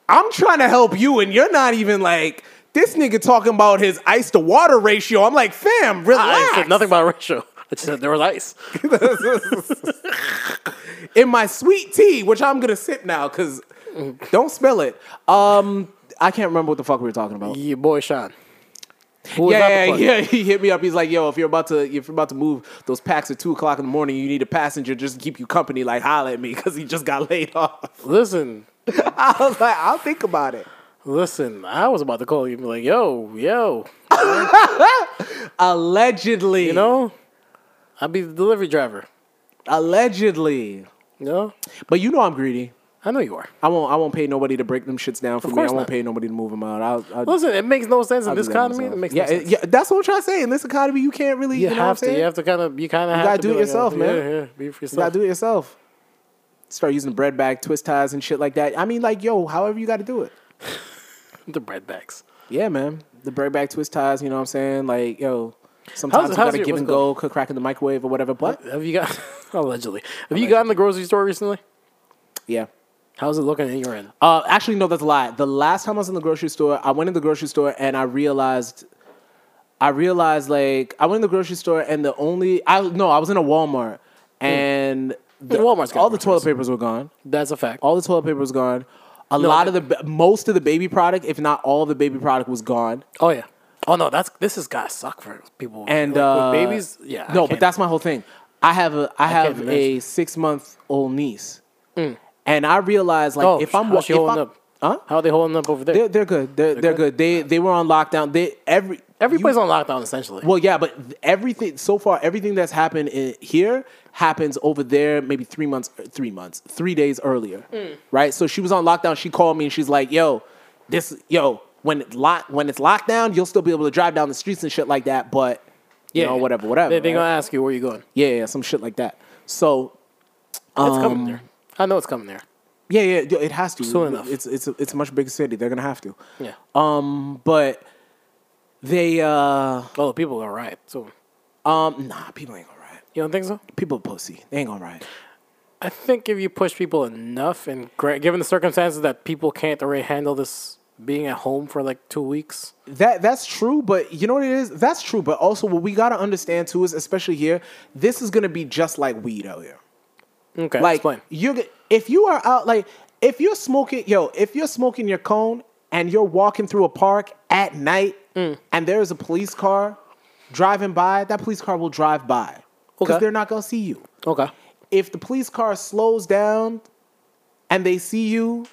S1: I'm trying to help you, and you're not even like this nigga talking about his ice to water ratio. I'm like, fam,
S2: I
S1: relax.
S2: said nothing about ratio. I just said there was ice.
S1: In my sweet tea, which I'm gonna sip now, cause don't spill it. Um, I can't remember what the fuck we were talking about.
S2: Your boy Sean. Who was
S1: yeah,
S2: that
S1: yeah,
S2: before?
S1: yeah. He hit me up. He's like, "Yo, if you're about to if you're about to move those packs at two o'clock in the morning, you need a passenger just to keep you company. Like, holla at me because he just got laid off."
S2: Listen,
S1: I was like, "I'll think about it."
S2: listen. I was about to call you and be like, yo, yo.
S1: Allegedly,
S2: You know, I'd be the delivery driver.
S1: allegedly.
S2: You know,
S1: But you know, I'm greedy.
S2: I know you are.
S1: I won't. I won't pay nobody to break them shits down for me. I
S2: course
S1: won't
S2: not.
S1: pay nobody to move them out. I'll, I'll,
S2: Listen, it makes no sense in
S1: I'll
S2: this
S1: do that
S2: economy.
S1: myself.
S2: It makes
S1: yeah,
S2: no sense.
S1: yeah. That's what I'm trying to say. In this economy, you can't really. You,
S2: You,
S1: know
S2: have
S1: what I'm
S2: to.
S1: saying?
S2: You have to kind of. You kind of have
S1: gotta do
S2: to be
S1: it
S2: like,
S1: yourself,
S2: oh,
S1: man.
S2: Yeah, yeah, be for
S1: You gotta
S2: yourself.
S1: do it yourself. Start using bread bag, twist ties, and shit like that. I mean, like, yo, however you got to do it.
S2: The bread bags.
S1: Yeah, man. The bread bag twist ties, you know what I'm saying? Like, yo, sometimes
S2: How's-
S1: you
S2: how's
S1: gotta
S2: your-
S1: give
S2: what's
S1: and
S2: it called?
S1: go, cook crack in the microwave or whatever. But
S2: Have you got allegedly? Have you gotten the grocery store recently?
S1: yeah.
S2: How's it looking in your end?
S1: Uh, actually, no, that's a lie. The last time I was in the grocery store, I went in the grocery store and I realized, I realized like I went in the grocery store and the only I no, I was in a Walmart and the,
S2: Hmm. Walmart's got
S1: all the toilet
S2: groceries.
S1: papers were gone.
S2: That's a fact. Oh,
S1: All the toilet paper was gone. A lot of the ba- most of the baby product, if not all of the baby product, was gone.
S2: Oh yeah. Oh no, that's this has got to suck for people
S1: and
S2: Like,
S1: uh,
S2: with babies. Yeah. I
S1: No, but
S2: can't-
S1: that's my whole thing. I have a I
S2: can't
S1: have a
S2: imagine. Hmm.
S1: six month old niece, and I realize like
S2: Oh,
S1: if I'm
S2: how's she
S1: if
S2: holding
S1: I'm-
S2: up?
S1: huh?
S2: How are they holding up over there?
S1: They're, they're good. They're, they're, good.
S2: good?
S1: They they were on lockdown. They every
S2: Everybody's
S1: you-
S2: on lockdown essentially.
S1: Well, yeah, but everything so far, everything that's happened in, here happens over there. Maybe three months, er, three months, three days earlier,
S2: Hmm.
S1: right? So she was on lockdown. She called me and she's like, "Yo, this, yo, when it lock, when it's locked down, you'll still be able to drive down the streets and shit like that." But you know, whatever, whatever.
S2: They're
S1: right?
S2: gonna ask you where you going.
S1: Yeah, yeah, some shit like that. So
S2: It's coming there.
S1: Um,
S2: I know it's coming there.
S1: yeah, yeah, yo, it has to.
S2: Soon enough.
S1: It's it's a, it's a much bigger city. They're gonna have to.
S2: Yeah.
S1: Um, but they uh
S2: oh, the people are right. So
S1: um nah, people ain't gonna riot.
S2: you don't think so?
S1: People pussy. They ain't gonna riot.
S2: I think if you push people enough, and gra- given the circumstances that people can't already handle this being at home for like two weeks,
S1: That that's true, but you know what it is? That's true, but also what we gotta understand too is, especially here, this is gonna be just like weed out here.
S2: okay,
S1: like
S2: explain.
S1: you're g- if you are out like if you're smoking yo if you're smoking your cone and you're walking through a park at night and there is a police car driving by that police car will drive by because
S2: Okay.
S1: they're not going to see you
S2: Okay,
S1: if the police car slows down and they see you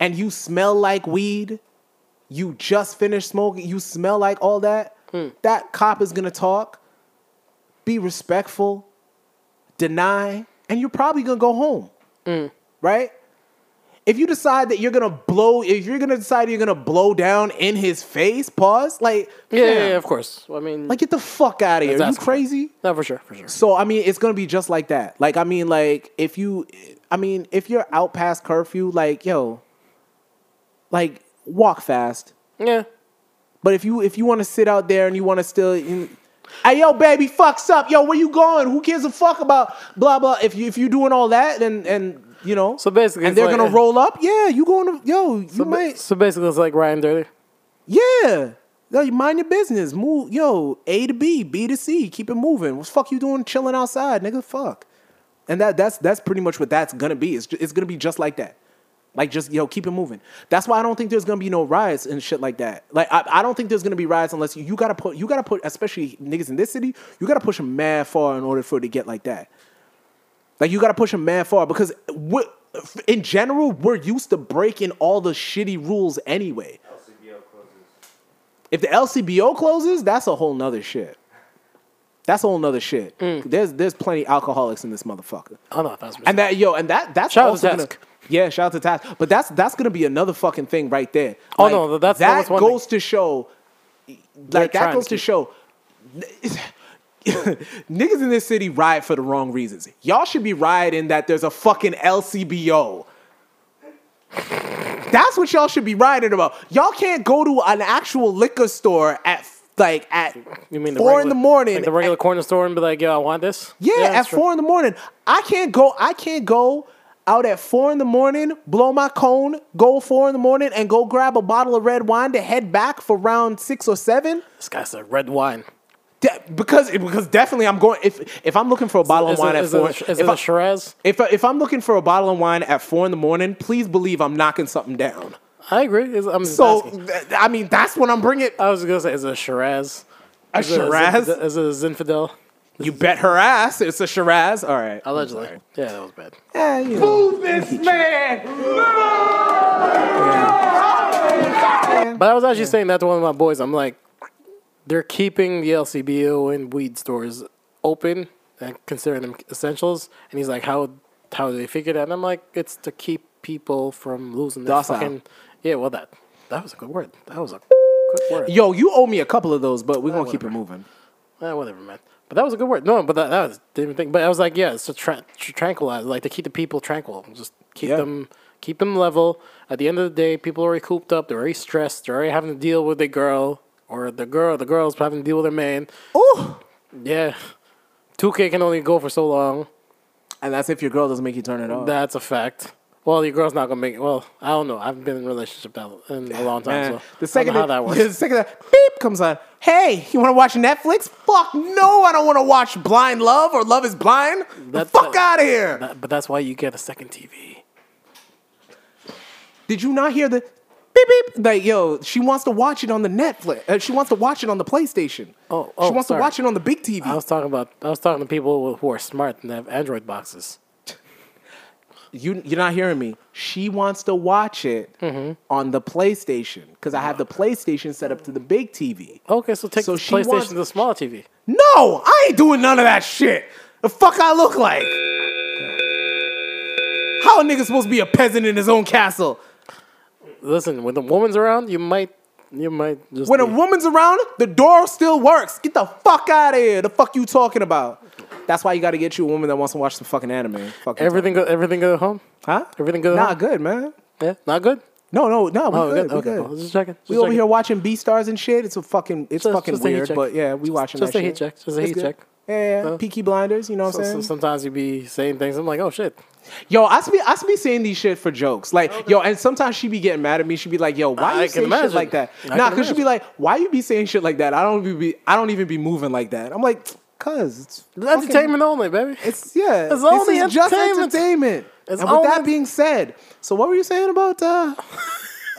S1: and you smell like weed you just finished smoking you smell like all that
S2: Hmm.
S1: that cop is going to talk be respectful deny, and you're probably gonna go home,
S2: Hmm.
S1: right? If you decide that you're gonna blow, if you're gonna decide you're gonna blow down in his face, pause. Like,
S2: yeah, yeah,
S1: fam,
S2: yeah, of course. I mean,
S1: like get the fuck out of here. Are you
S2: that's-
S1: crazy?
S2: no, for sure, for sure.
S1: So I mean, it's gonna be just like that. Like I mean, like if you, I mean, if you're out past curfew, like yo, like walk fast.
S2: Yeah,
S1: But if you if you want to sit out there and you want to still, you- hey yo baby, fucks up, yo where you going? Who gives a fuck about blah blah? If you if you doing all that and and you know,
S2: So basically
S1: and
S2: it's
S1: they're
S2: like-
S1: gonna roll up, yeah, you going to yo, you
S2: so, ba-
S1: might,
S2: so basically, it's like Ryan Dirty.
S1: yeah, yo, you mind your business, move, yo, A to B, B to C, keep it moving. What the fuck you doing chilling outside, nigga? Fuck. And that that's that's pretty much what that's gonna be. It's ju- it's gonna be just like that. Like just yo, keep it moving. That's why I don't think there's gonna be no riots and shit like that. Like I, I don't think there's gonna be riots unless you, you gotta put you gotta put especially niggas in this city, you gotta push them mad far in order for it to get like that. Like you gotta push them mad far because we in general we're used to breaking all the shitty rules anyway.
S5: LCBO closes.
S1: If the LCBO closes, that's a whole nother shit. That's a whole nother shit. There's there's plenty alcoholics in this motherfucker.
S2: Oh no, that's
S1: And that yo, and that that's
S2: Shout out to
S1: also gonna-
S2: Task.
S1: yeah, shout out to Task. But that's that's gonna be another fucking thing right there.
S2: Oh, no, that's- that
S1: that
S2: was one
S1: goes to show. Like that
S2: trying
S1: goes
S2: to
S1: to
S2: keep-
S1: show. Niggas in this city riot for the wrong reasons. Y'all should be rioting that there's a fucking LCBO. That's what y'all should be rioting about. Y'all can't go to an actual liquor store at like at
S2: You mean the
S1: four
S2: regular,
S1: in the morning?
S2: like the regular corner store, and be like, "Yo, I want this."
S1: yeah, at
S2: that's right.
S1: four in the morning, I can't go. I can't go out at four in the morning, blow my cone, go four in the morning, and go grab a bottle of red wine to head back for round six or seven.
S2: This guy said red wine.
S1: De- because because definitely I'm going if if I'm looking for a bottle
S2: Is
S1: of wine
S2: it,
S1: at
S2: is it,
S1: four.
S2: a- is
S1: if
S2: it
S1: I-
S2: a Shiraz?
S1: If, if I'm looking for a bottle of wine at four in the morning, please believe I'm knocking something down.
S2: I agree. Is- I'm just
S1: So,
S2: asking.
S1: th- I mean, that's when I'm bringing
S2: I was gonna say, is it a Shiraz?
S1: a
S2: Is it
S1: Shiraz.
S2: Zinfandel- Is it a Zinfandel?
S1: You bet her ass it's a Shiraz. All right.
S2: Allegedly. Yeah, that was bad.
S1: Eh, you know.
S2: But I was actually saying that to one of my boys. I'm like, they're keeping the LCBO and weed stores open and considering them essentials. And he's like, how how do they figure that? And I'm like, it's to keep people from losing their
S1: Docile.
S2: fucking. Yeah, well, that that was a good word. That was a good word.
S1: Yo, you owe me a couple of those, but we're going to keep it moving.
S2: Eh, whatever, man. But that was a good word. No, but that, that was didn't even think. But I was like, yeah, it's to tra- tr- tranquilize, like to keep the people tranquil, just keep
S1: Yeah.
S2: them keep them level. At the end of the day, people are already cooped up. They're already stressed. They're already having to deal with their girl or the girl. The girl's having to deal with their man.
S1: Oh,
S2: Yeah, two K can only go for so long.
S1: And that's if your girl doesn't make you turn it off.
S2: That's a fact. Well, your girl's not gonna make it. Well, I don't know. I haven't been in a relationship that in a long time.
S1: Man,
S2: so
S1: eh. the second
S2: I don't
S1: that,
S2: know how that works.
S1: the second that beep comes on, hey, you want to watch Netflix? Fuck no, I don't want to watch Blind Love or Love Is Blind. The
S2: That's-
S1: fuck out of here.
S2: That- but that's why you get a second TV.
S1: Did you not hear the beep beep? Like, yo, she wants to watch it on the Netflix. Uh, she wants to watch it on the PlayStation.
S2: Oh,
S1: she
S2: oh,
S1: wants
S2: sorry.
S1: to watch it on the big TV.
S2: I was talking about. I was talking to people who are smart and have Android boxes.
S1: you you're not hearing me. She wants to watch it on the PlayStation because I have the PlayStation set up to the big TV.
S2: Okay, so take
S1: So
S2: the
S1: she
S2: PlayStation
S1: wants-
S2: to the smaller TV.
S1: No, I ain't doing none of that shit. The fuck I look like? How a nigga supposed to be a peasant in his own castle?
S2: Listen, when the woman's around, you might, you might just.
S1: When a
S2: be-
S1: woman's around, the door still works. Get the fuck out of here. The fuck you talking about? That's why you got to get you a woman that wants to watch some fucking anime. Fuck you
S2: everything, go, everything good at home.
S1: talking- huh?
S2: everything good at
S1: Nah,
S2: home?
S1: good man.
S2: Yeah, not good.
S1: No, no, no. We
S2: Oh,
S1: good.
S2: good.
S1: We
S2: Okay,
S1: good.
S2: cool. just checking. Just
S1: we over
S2: checking.
S1: here watching B stars and shit. It's a fucking, it's
S2: Just-
S1: fucking
S2: just a heat
S1: weird,
S2: check.
S1: but yeah, we watching
S2: just
S1: that
S2: a heat
S1: shit.
S2: check. Just a
S1: It's
S2: heat
S1: good.
S2: cheak.
S1: Yeah, yeah.
S2: Uh,
S1: Peaky Blinders. You know what
S2: So,
S1: I'm
S2: so
S1: saying?
S2: sometimes you be saying things. I'm like, oh shit.
S1: Yo, I be I be saying these shit for jokes, like yo, and sometimes she be getting mad at me. She be like, "Yo, why
S2: I
S1: you saying
S2: can
S1: shit
S2: imagine.
S1: like that?"
S2: I
S1: nah,
S2: can
S1: because she be
S2: imagine.
S1: like, "Why you be saying shit like that? I don't even be I don't even be moving like that." I'm like, "Cause it's fucking-
S2: Entertainment only, baby.
S1: It's yeah,
S2: It's
S1: this
S2: only
S1: is just
S2: entertainment.
S1: entertainment."
S2: It's
S1: and with that
S2: only-
S1: being said, so what were you saying about uh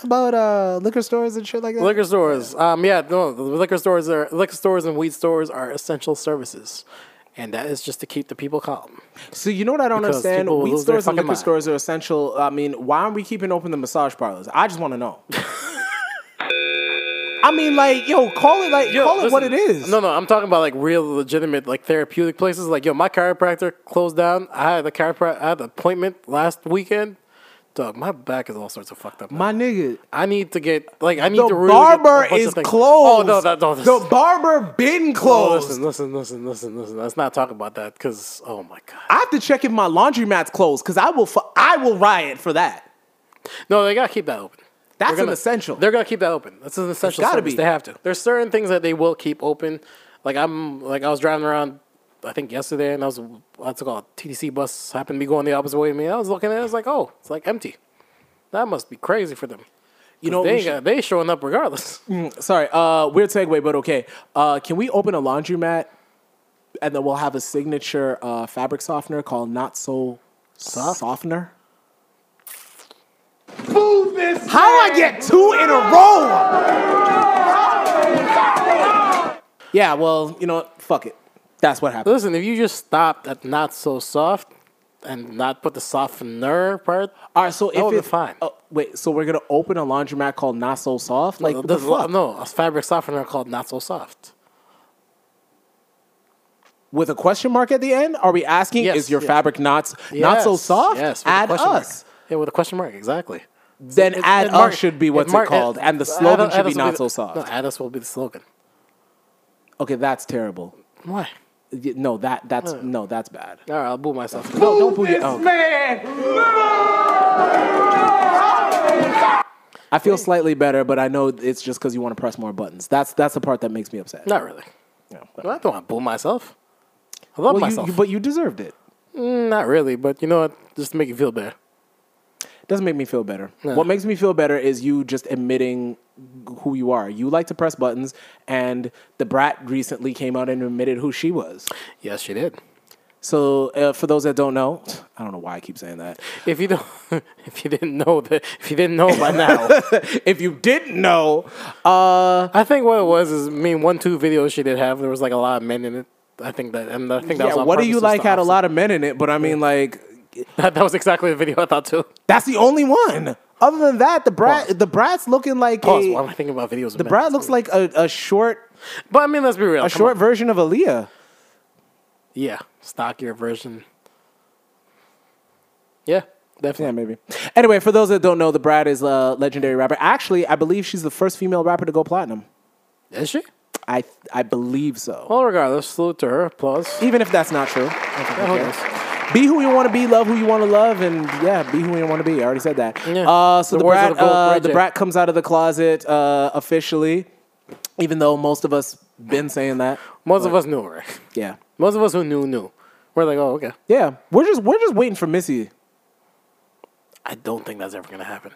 S1: about uh liquor stores and shit like that?
S2: Liquor stores. Um, yeah, no, the liquor stores are liquor stores and weed stores are essential services, and that is just to keep the people calm.
S1: So you know what I don't
S2: Because
S1: understand?
S2: people will
S1: Weed
S2: lose their
S1: stores and
S2: fucking
S1: liquor
S2: mind.
S1: stores are essential. I mean, why aren't we keeping open the massage parlors? I just want to know. I mean, like, yo, call it like
S2: Yo,
S1: call it what it
S2: listen,
S1: is.
S2: No, no, I'm talking about like real, legitimate, like therapeutic places. Like, yo, my chiropractor closed down. I had a chiropractor. I had an appointment last weekend. Dog, my back is all sorts of fucked up. now.
S1: My nigga,
S2: I need to get like I need
S1: the
S2: to really get a
S1: barber
S2: bunch of
S1: is
S2: things-
S1: closed.
S2: Oh no, that, no, this-
S1: the barber been
S2: oh,
S1: closed.
S2: listen, listen, listen, listen, listen. Let's not talk about that because oh my god.
S1: I have to check if my laundromat's closed because I will fu- I will riot for that.
S2: No, they gotta keep that open.
S1: That's
S2: They're gonna-
S1: an essential.
S2: They're gonna keep that open. That's an essential.
S1: gotta
S2: Gotta
S1: be.
S2: They have to. There's certain things that they will keep open. Like I'm, like I was driving around, I think yesterday, and I was, what's it called? TDC bus happened to be going the opposite way of me. I was looking at, it, I was like, oh, it's like empty. That must be crazy for them.
S1: You know,
S2: they
S1: we
S2: ain't got, they showing up regardless.
S1: sorry, uh, weird segue, but okay. Uh, can we open a laundromat and then we'll have a signature uh, fabric softener called Not So Softener? How I get two in a row? Yeah, well, you know, what? fuck it. That's what happened.
S2: Listen, if you just stopped at not so soft and not put the softener part,
S1: All right, so
S2: that
S1: if
S2: would've
S1: it,
S2: been fine.
S1: oh, wait, so we're gonna open a laundromat called Not So Soft? Like, what the
S2: there's a lot-
S1: fuck?
S2: no, a fabric softener called not so soft.
S1: with a question mark at the end? Are we asking
S2: Yes,
S1: is your
S2: yes.
S1: fabric not not so
S2: Yes,
S1: soft?
S2: Yes, with a
S1: add
S2: question mark.
S1: us.
S2: Yeah, with a question mark, exactly.
S1: Then
S2: It-
S1: add
S2: it mark-
S1: us should be what's it,
S2: mark-
S1: called,
S2: it-
S1: and the
S2: add-
S1: slogan
S2: add
S1: should
S2: us
S1: be
S2: will
S1: not so
S2: the-
S1: soft.
S2: No, add us will be the slogan.
S1: okay, that's terrible.
S2: Why?
S1: Y- No, that that's no, that's bad.
S2: All right, I'll boo myself.
S1: No, don't boo your oh, okay. I feel slightly better, but I know it's just because you want to press more buttons. That's that's the part that makes me upset.
S2: Not really.
S1: No, but-
S2: I don't want to boo myself. I
S1: Well,
S2: love
S1: you-
S2: myself.
S1: you- but you deserved it.
S2: Not really, but you know what? Just to make you feel better.
S1: Doesn't make me feel better.
S2: No.
S1: What makes me feel better is you just admitting who you are. You like to press buttons, and the brat recently came out and admitted who she was.
S2: Yes, she did.
S1: So, uh, for those that don't know, I don't know why I keep saying that.
S2: If you don't, if you didn't know that, if you didn't know by now,
S1: if you didn't know, uh,
S2: I think what it was is, I mean, one two videos she did have. There was like a lot of men in it. I think that, and I think that
S1: yeah,
S2: was on
S1: what do
S2: purpose,
S1: you
S2: just
S1: like
S2: the
S1: had a
S2: opposite.
S1: lot of men in it? But I mean, like,
S2: That, that was exactly the video I thought too.
S1: that's the only one. Other than that, the brat, the brat's looking like
S2: Pause.
S1: a,
S2: Why am I thinking about videos?
S1: the brat looks like a, a short,
S2: but I mean, let's be real.
S1: a
S2: come
S1: short
S2: on.
S1: version of Aaliyah.
S2: yeah, stockier version. Yeah, definitely.
S1: Yeah, maybe. Anyway, for those that don't know, the Brad is a legendary rapper. Actually, I believe she's the first female rapper to go platinum.
S2: Is she?
S1: I I believe so.
S2: Well, regardless, salute to her. Applause.
S1: Even if that's not true.
S2: Yeah, who knows?
S1: Be who you want to be, love who you want to love, and yeah, be who you want to be. I already said that.
S2: Yeah.
S1: Uh, so
S2: The
S1: the,
S2: words of
S1: brat,
S2: the gold
S1: uh,
S2: Ray
S1: the
S2: J.
S1: brat comes out of the closet uh, officially, even though most of us been saying that.
S2: Most of us knew her.
S1: Yeah,
S2: Most of us who knew knew. We're like, oh, okay.
S1: yeah. We're just we're just waiting for Missy.
S2: I don't think that's ever gonna happen.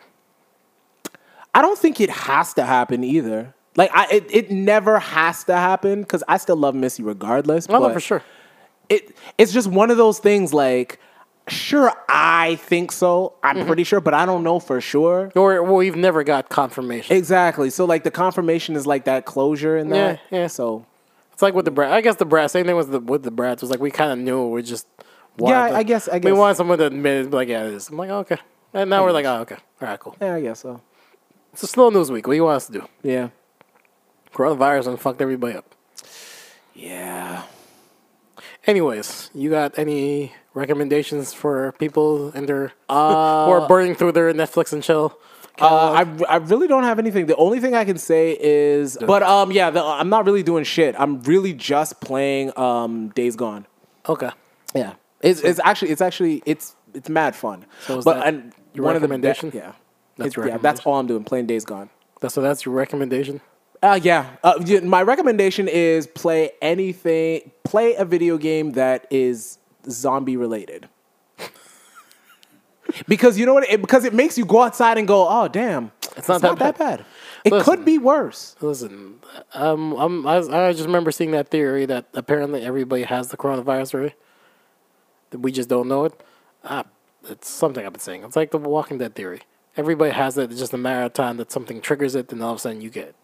S1: I don't think it has to happen either. Like I, it, it never has to happen because I still love Missy regardless.
S2: Well, no,
S1: but-
S2: for sure.
S1: it it's just one of those things like sure i think so i'm
S2: Mm-hmm.
S1: pretty sure but i don't know for sure
S2: Or well, we've never got confirmation.
S1: exactly so like the confirmation is like that closure and
S2: Yeah,
S1: that
S2: yeah.
S1: so
S2: It's like with the Brad. I guess the Brad. Same thing with the with the Brads was like we kind of knew we just. wanted
S1: Yeah, I-
S2: to-
S1: I guess- I
S2: we
S1: guess.
S2: wanted someone to admit it, be like yeah, it is. I'm like oh, okay, and now we're like oh okay, all right, cool.
S1: yeah i guess so
S2: It's a slow news week. What do you want us to do?
S1: yeah
S2: Coronavirus and fucked everybody up.
S1: yeah
S2: Anyways, you got any recommendations for people and their uh, who are burning through their Netflix and chill?
S1: uh, I, I really don't have anything. The only thing I can say is, but um, yeah, the, I'm not really doing shit. I'm really just playing um, Days Gone.
S2: Okay,
S1: Yeah, it's, it's actually it's actually it's it's mad fun.
S2: So is
S1: but
S2: that
S1: and
S2: your
S1: one
S2: recommendation?
S1: of the be- yeah,
S2: That's
S1: It's-
S2: your
S1: yeah, that's
S2: recommendation?
S1: all I'm doing. Playing Days Gone.
S2: that's so that's your recommendation.
S1: Uh, yeah. Uh, y- my recommendation is play anything, play a video game that is zombie related. because you know what? It, because it makes you go outside and go, oh, damn. It's
S2: not that bad."
S1: It
S2: Listen.
S1: could be worse.
S2: Listen, um, I'm, I, was- I just remember seeing that theory that apparently everybody has the coronavirus already. That we just don't know it. Ah, it's something I've been saying. It's like the Walking Dead theory. Everybody has it. It's just a matter of time that something triggers it, and all of a sudden you get Eh, it.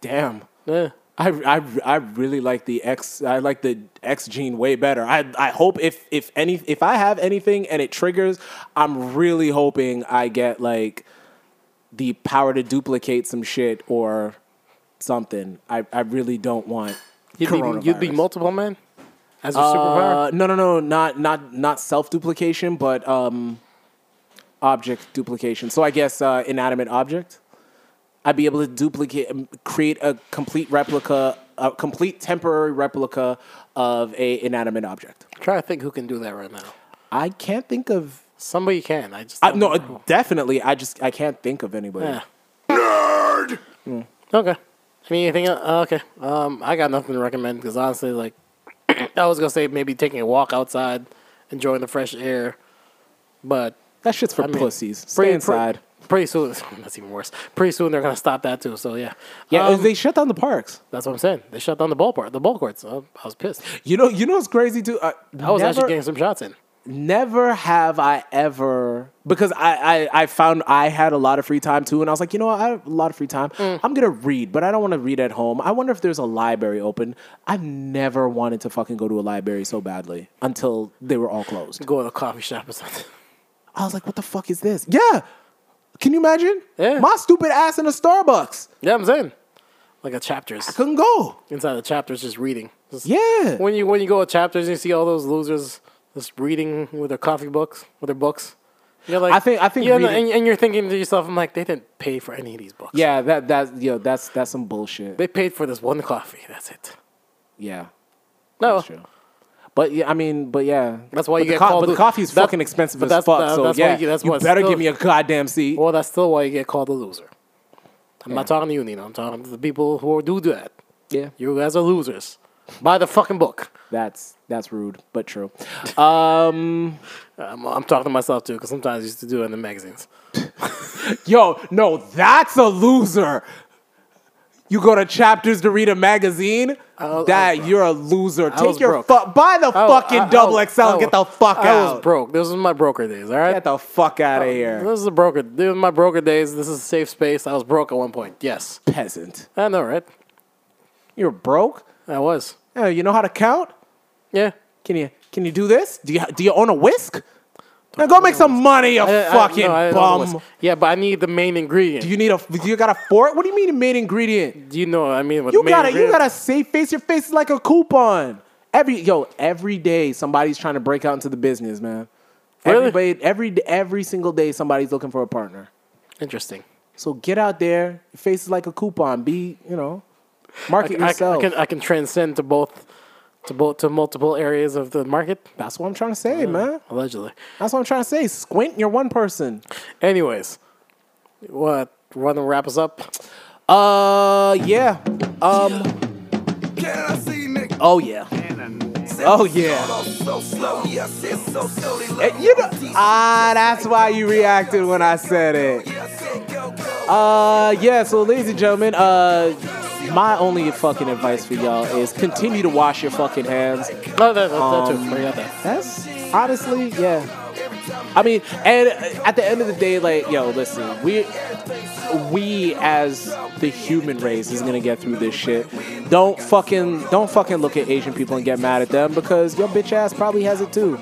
S1: Damn.
S2: Yeah.
S1: I, I, I really like the X I like the X gene way better. I, I hope if if any if I have anything and it triggers, I'm really hoping I get like the power to duplicate some shit or something. I, I really don't want
S2: You'd be,
S1: coronavirus.
S2: you'd be multiple man as your superpower.
S1: uh, no no no not not not self duplication but um object duplication. So I guess uh, inanimate object. I'd be able to duplicate, um, create a complete replica, a complete temporary replica of a inanimate object.
S2: I'm trying to think who can do that right now.
S1: I can't think of.
S2: Somebody can. I just
S1: I,
S2: don't
S1: no, uh,
S2: know who.
S1: definitely. I just I can't think of anybody.
S2: Yeah. Nerd. Okay. I mean, anything? el- uh, okay. Um, I got nothing to recommend because honestly, like, I was gonna say maybe taking a walk outside, enjoying the fresh air, but
S1: That shit's for
S2: I mean,
S1: pussies. Stay
S2: pretty-
S1: inside.
S2: Pretty, pretty soon, that's even worse. Pretty soon they're gonna stop that too. So yeah,
S1: yeah,
S2: Um,
S1: they shut down the parks.
S2: that's what I'm saying. They shut down the ball part, the ball courts. I, I was pissed.
S1: You know, you know what's crazy too. I,
S2: I was
S1: never,
S2: actually getting some shots in.
S1: never have I ever because I, I I found I had a lot of free time too, and I was like, you know what, I have a lot of free time.
S2: Mm.
S1: I'm gonna read, but I don't want to read at home. I wonder if there's a library open. I've never wanted to fucking go to a library so badly until they were all closed.
S2: Go to a coffee shop or something.
S1: I was like, what the fuck is this? Yeah, can you imagine?
S2: Yeah.
S1: my stupid ass in a Starbucks
S2: Yeah, I'm saying, like a chapters
S1: couldn't go.
S2: inside the chapters, just reading. Just
S1: Yeah,
S2: when you when you go to chapters and you see all those losers just reading with their coffee books with their books. You're like,
S1: I think- I think
S2: you know,
S1: reading-
S2: and, and you're thinking to yourself, I'm like, they didn't pay for any of these books.
S1: yeah. That that yo, that's that's some bullshit.
S2: they paid for this one coffee. That's it.
S1: Yeah,
S2: No,
S1: that's true. But yeah, I mean, but yeah,
S2: That's why
S1: But
S2: you
S1: the
S2: get
S1: co-
S2: called
S1: But the
S2: lo-
S1: coffee's
S2: that-
S1: fucking expensive
S2: but
S1: as
S2: that's-
S1: fuck.
S2: that-
S1: so
S2: that's why
S1: yeah,
S2: you- that's
S1: you
S2: what's
S1: better
S2: still-
S1: give me a goddamn seat.
S2: Well, that's still why you get called a loser. I'm not talking to you, Nino. I'm talking to the people who do that.
S1: yeah,
S2: You guys are losers. Buy the fucking book.
S1: that's that's rude, but true.
S2: I'm, I'm talking to myself too, because sometimes I used to do it in the magazines.
S1: Yo, no, that's a loser. You go to chapters to read a magazine.
S2: was- I
S1: that you're a loser.
S2: was
S1: Take your
S2: broke.
S1: fuck. Buy the
S2: I-
S1: fucking
S2: I- I-
S1: double XL.
S2: I-
S1: and get the fuck
S2: I
S1: out.
S2: was broke. This was my broker days. All right.
S1: Get the fuck out of here,
S2: This is a broker. These are my broker days. This is a safe space. I was broke at one point. Yes,
S1: peasant.
S2: I know, right?
S1: You're broke.
S2: I was.
S1: Yeah, you know how to count?
S2: Yeah.
S1: Can you can you do this? Do you do you own a whisk? Now go make some money, you
S2: I- I-
S1: fucking
S2: no, I- I
S1: bum.
S2: was- Yeah, but I need the main ingredient.
S1: Do you need a? Do you got a fork? What do you mean a main ingredient?
S2: Do you know what I mean? With
S1: You
S2: main
S1: got a you
S2: ingredient?
S1: got a safe face. Your face is like a coupon. Every yo, every day somebody's trying to break out into the business, man.
S2: Really?
S1: Everybody, every every single day somebody's looking for a partner.
S2: Interesting.
S1: So get out there. Your face is like a coupon. Be you know, market
S2: I, I
S1: yourself.
S2: can I can transcend to both to both to multiple areas of the market.
S1: That's what I'm trying to say, man.
S2: Allegedly.
S1: That's what I'm trying to say. Squint, you're one person.
S2: Anyways, what? Want to wrap us up?
S1: Uh, yeah. Um,
S6: Can I see Nick?
S1: Oh yeah. Oh yeah.
S6: So slow, yes, it's so slowly.
S1: Eh, You know, ah, that's why you reacted when I said it. Uh, yeah. So, ladies and gentlemen, uh, my only fucking advice for y'all is continue to wash your fucking hands.
S2: No, that, that, that
S1: Um,
S2: too. Forgot that.
S1: That's honestly, yeah. I mean, and uh, at the end of the day, like, yo, listen, we we as the human race is gonna get through this shit. Don't fucking don't fucking look at Asian people and get mad at them because your bitch ass probably has it too.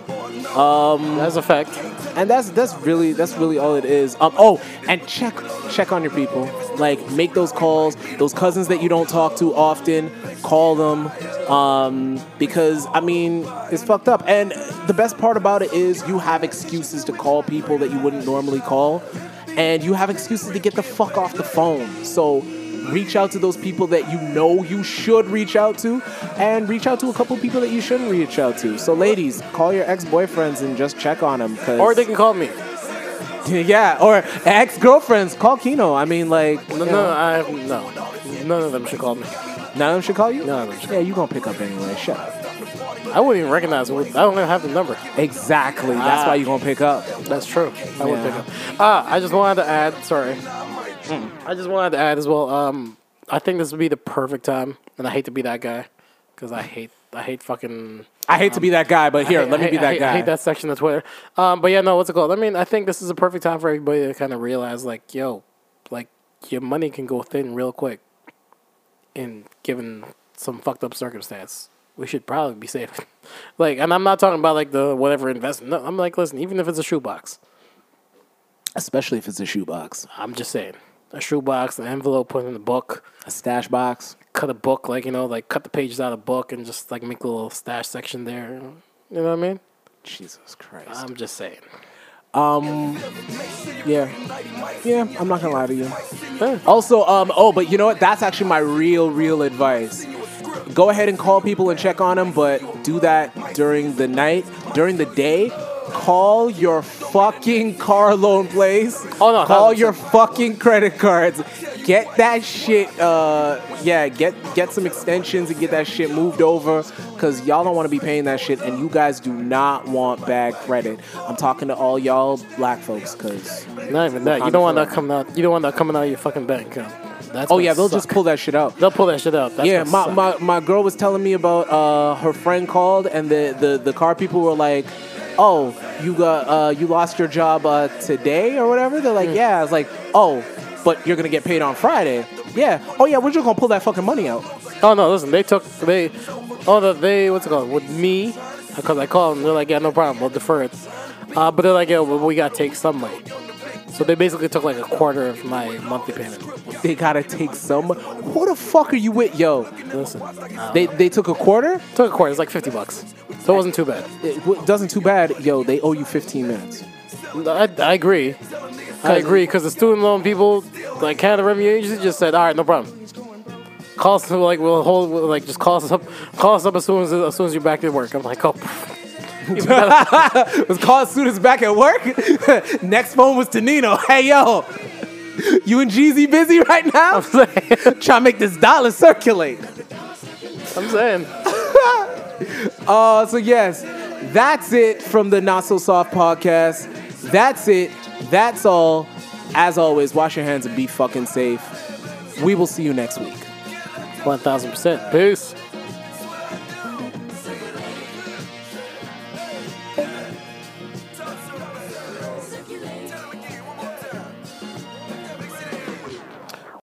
S2: That's a fact.
S1: And that's that's really that's really all it is. Um, oh, and check check on your people. Like, make those calls. Those cousins that you don't talk to often, call them. Um, because I mean, it's fucked up. And the best part about it is you have excuses to call people that you wouldn't normally call, and you have excuses to get the fuck off the phone. So. Reach out to those people that you know you should reach out to, and reach out to a couple people that you shouldn't reach out to. So, ladies, call your ex boyfriends and just check on them.
S2: Or they can call me.
S1: Yeah, or ex girlfriends call Kino. I mean, like,
S2: No,
S1: you
S2: no,
S1: know,
S2: I have no. None of them should call me.
S1: none of them should call you.
S2: None of them should.
S1: Yeah, you gonna pick up anyway. Shut up.
S2: I wouldn't even recognize. Who, I don't even have the number.
S1: Exactly. That's
S2: Ah.
S1: why you gonna pick up.
S2: That's true. I would
S1: Yeah.
S2: pick up. Ah, I just wanted to add. Sorry, I just wanted to add as well. Um, I think this would be the perfect time, and I hate to be that guy because I hate I hate fucking.
S1: I hate to be that guy, but here,
S2: I hate-
S1: let me
S2: I hate-
S1: be
S2: I
S1: that
S2: hate,
S1: guy.
S2: I hate that section of Twitter. Um, but yeah, no, what's it called? I mean, I think this is a perfect time for everybody to kind of realize, like, yo, like your money can go thin real quick, in given some fucked up circumstance. We should probably be safe. like, and I'm not talking about like the whatever investment. No, I'm like, listen, even if it's a shoebox,
S1: Especially if it's a shoebox,
S2: I'm just saying, a shoebox, an envelope, put in the book,
S1: a stash box.
S2: cut a book, like you know, like cut the pages out of the book and just like make a little stash section there. You know what I mean?
S1: Jesus Christ.
S2: I'm just saying.
S1: yeah, yeah. I'm not gonna lie to you. Also, um, oh, but you know what? That's actually my real, real advice. Go ahead and call people and check on them, but do that during the night, during the day. Call your fucking car loan place.
S2: Oh, no,
S1: Call
S2: 100%.
S1: your fucking credit cards. Get that shit. Uh, yeah. Get get some extensions and get that shit moved over, cause y'all don't want to be paying that shit, and you guys do not want bad credit. I'm talking to all y'all black folks, cause
S2: Not even that. You don't want that coming out. You don't want that coming out of your fucking bank account. That's
S1: oh
S2: gonna
S1: yeah, they'll
S2: suck.
S1: just pull that shit out.
S2: they'll pull that shit out. That's
S1: yeah,
S2: gonna
S1: my,
S2: suck.
S1: my, my girl was telling me about uh, her friend called, and the, the, the car people were like, "Oh, you got uh, you lost your job uh, today or whatever." They're
S2: Mm.
S1: like, "Yeah." I was like, "Oh, but you're gonna get paid on Friday." Yeah. Oh yeah, we're just gonna pull that fucking money out.
S2: Oh no, listen, they took they. Oh, the, they what's it called with me? Because I called them, they're like, yeah, no problem, we'll defer it. Uh, but they're like, yeah, well, we gotta take some money. So they basically took like a quarter of my monthly payment.
S1: They gotta take some. Who the fuck are you with, yo?
S2: Listen,
S1: They they took a quarter.
S2: took a quarter. It's like fifty bucks, so it wasn't too bad.
S1: It w- doesn't too bad, yo. They owe you 15 minutes.
S2: I, I agree. I agree because the student loan people, like Canada Revenue Agency, just said, all right, no problem. Call us like we'll hold we'll, like just call us up, call us up as soon as as soon as you're back to work. I'm like, oh,
S1: was called students back at work. Next phone was to Nino. Hey yo, you and Jeezy busy right now? Trying to make this dollar circulate.
S2: I'm saying.
S1: Uh, so yes, that's it from the Not So Soft podcast. That's it. That's all. As always, wash your hands and be fucking safe. We will see you next week.
S2: 1000%. Peace.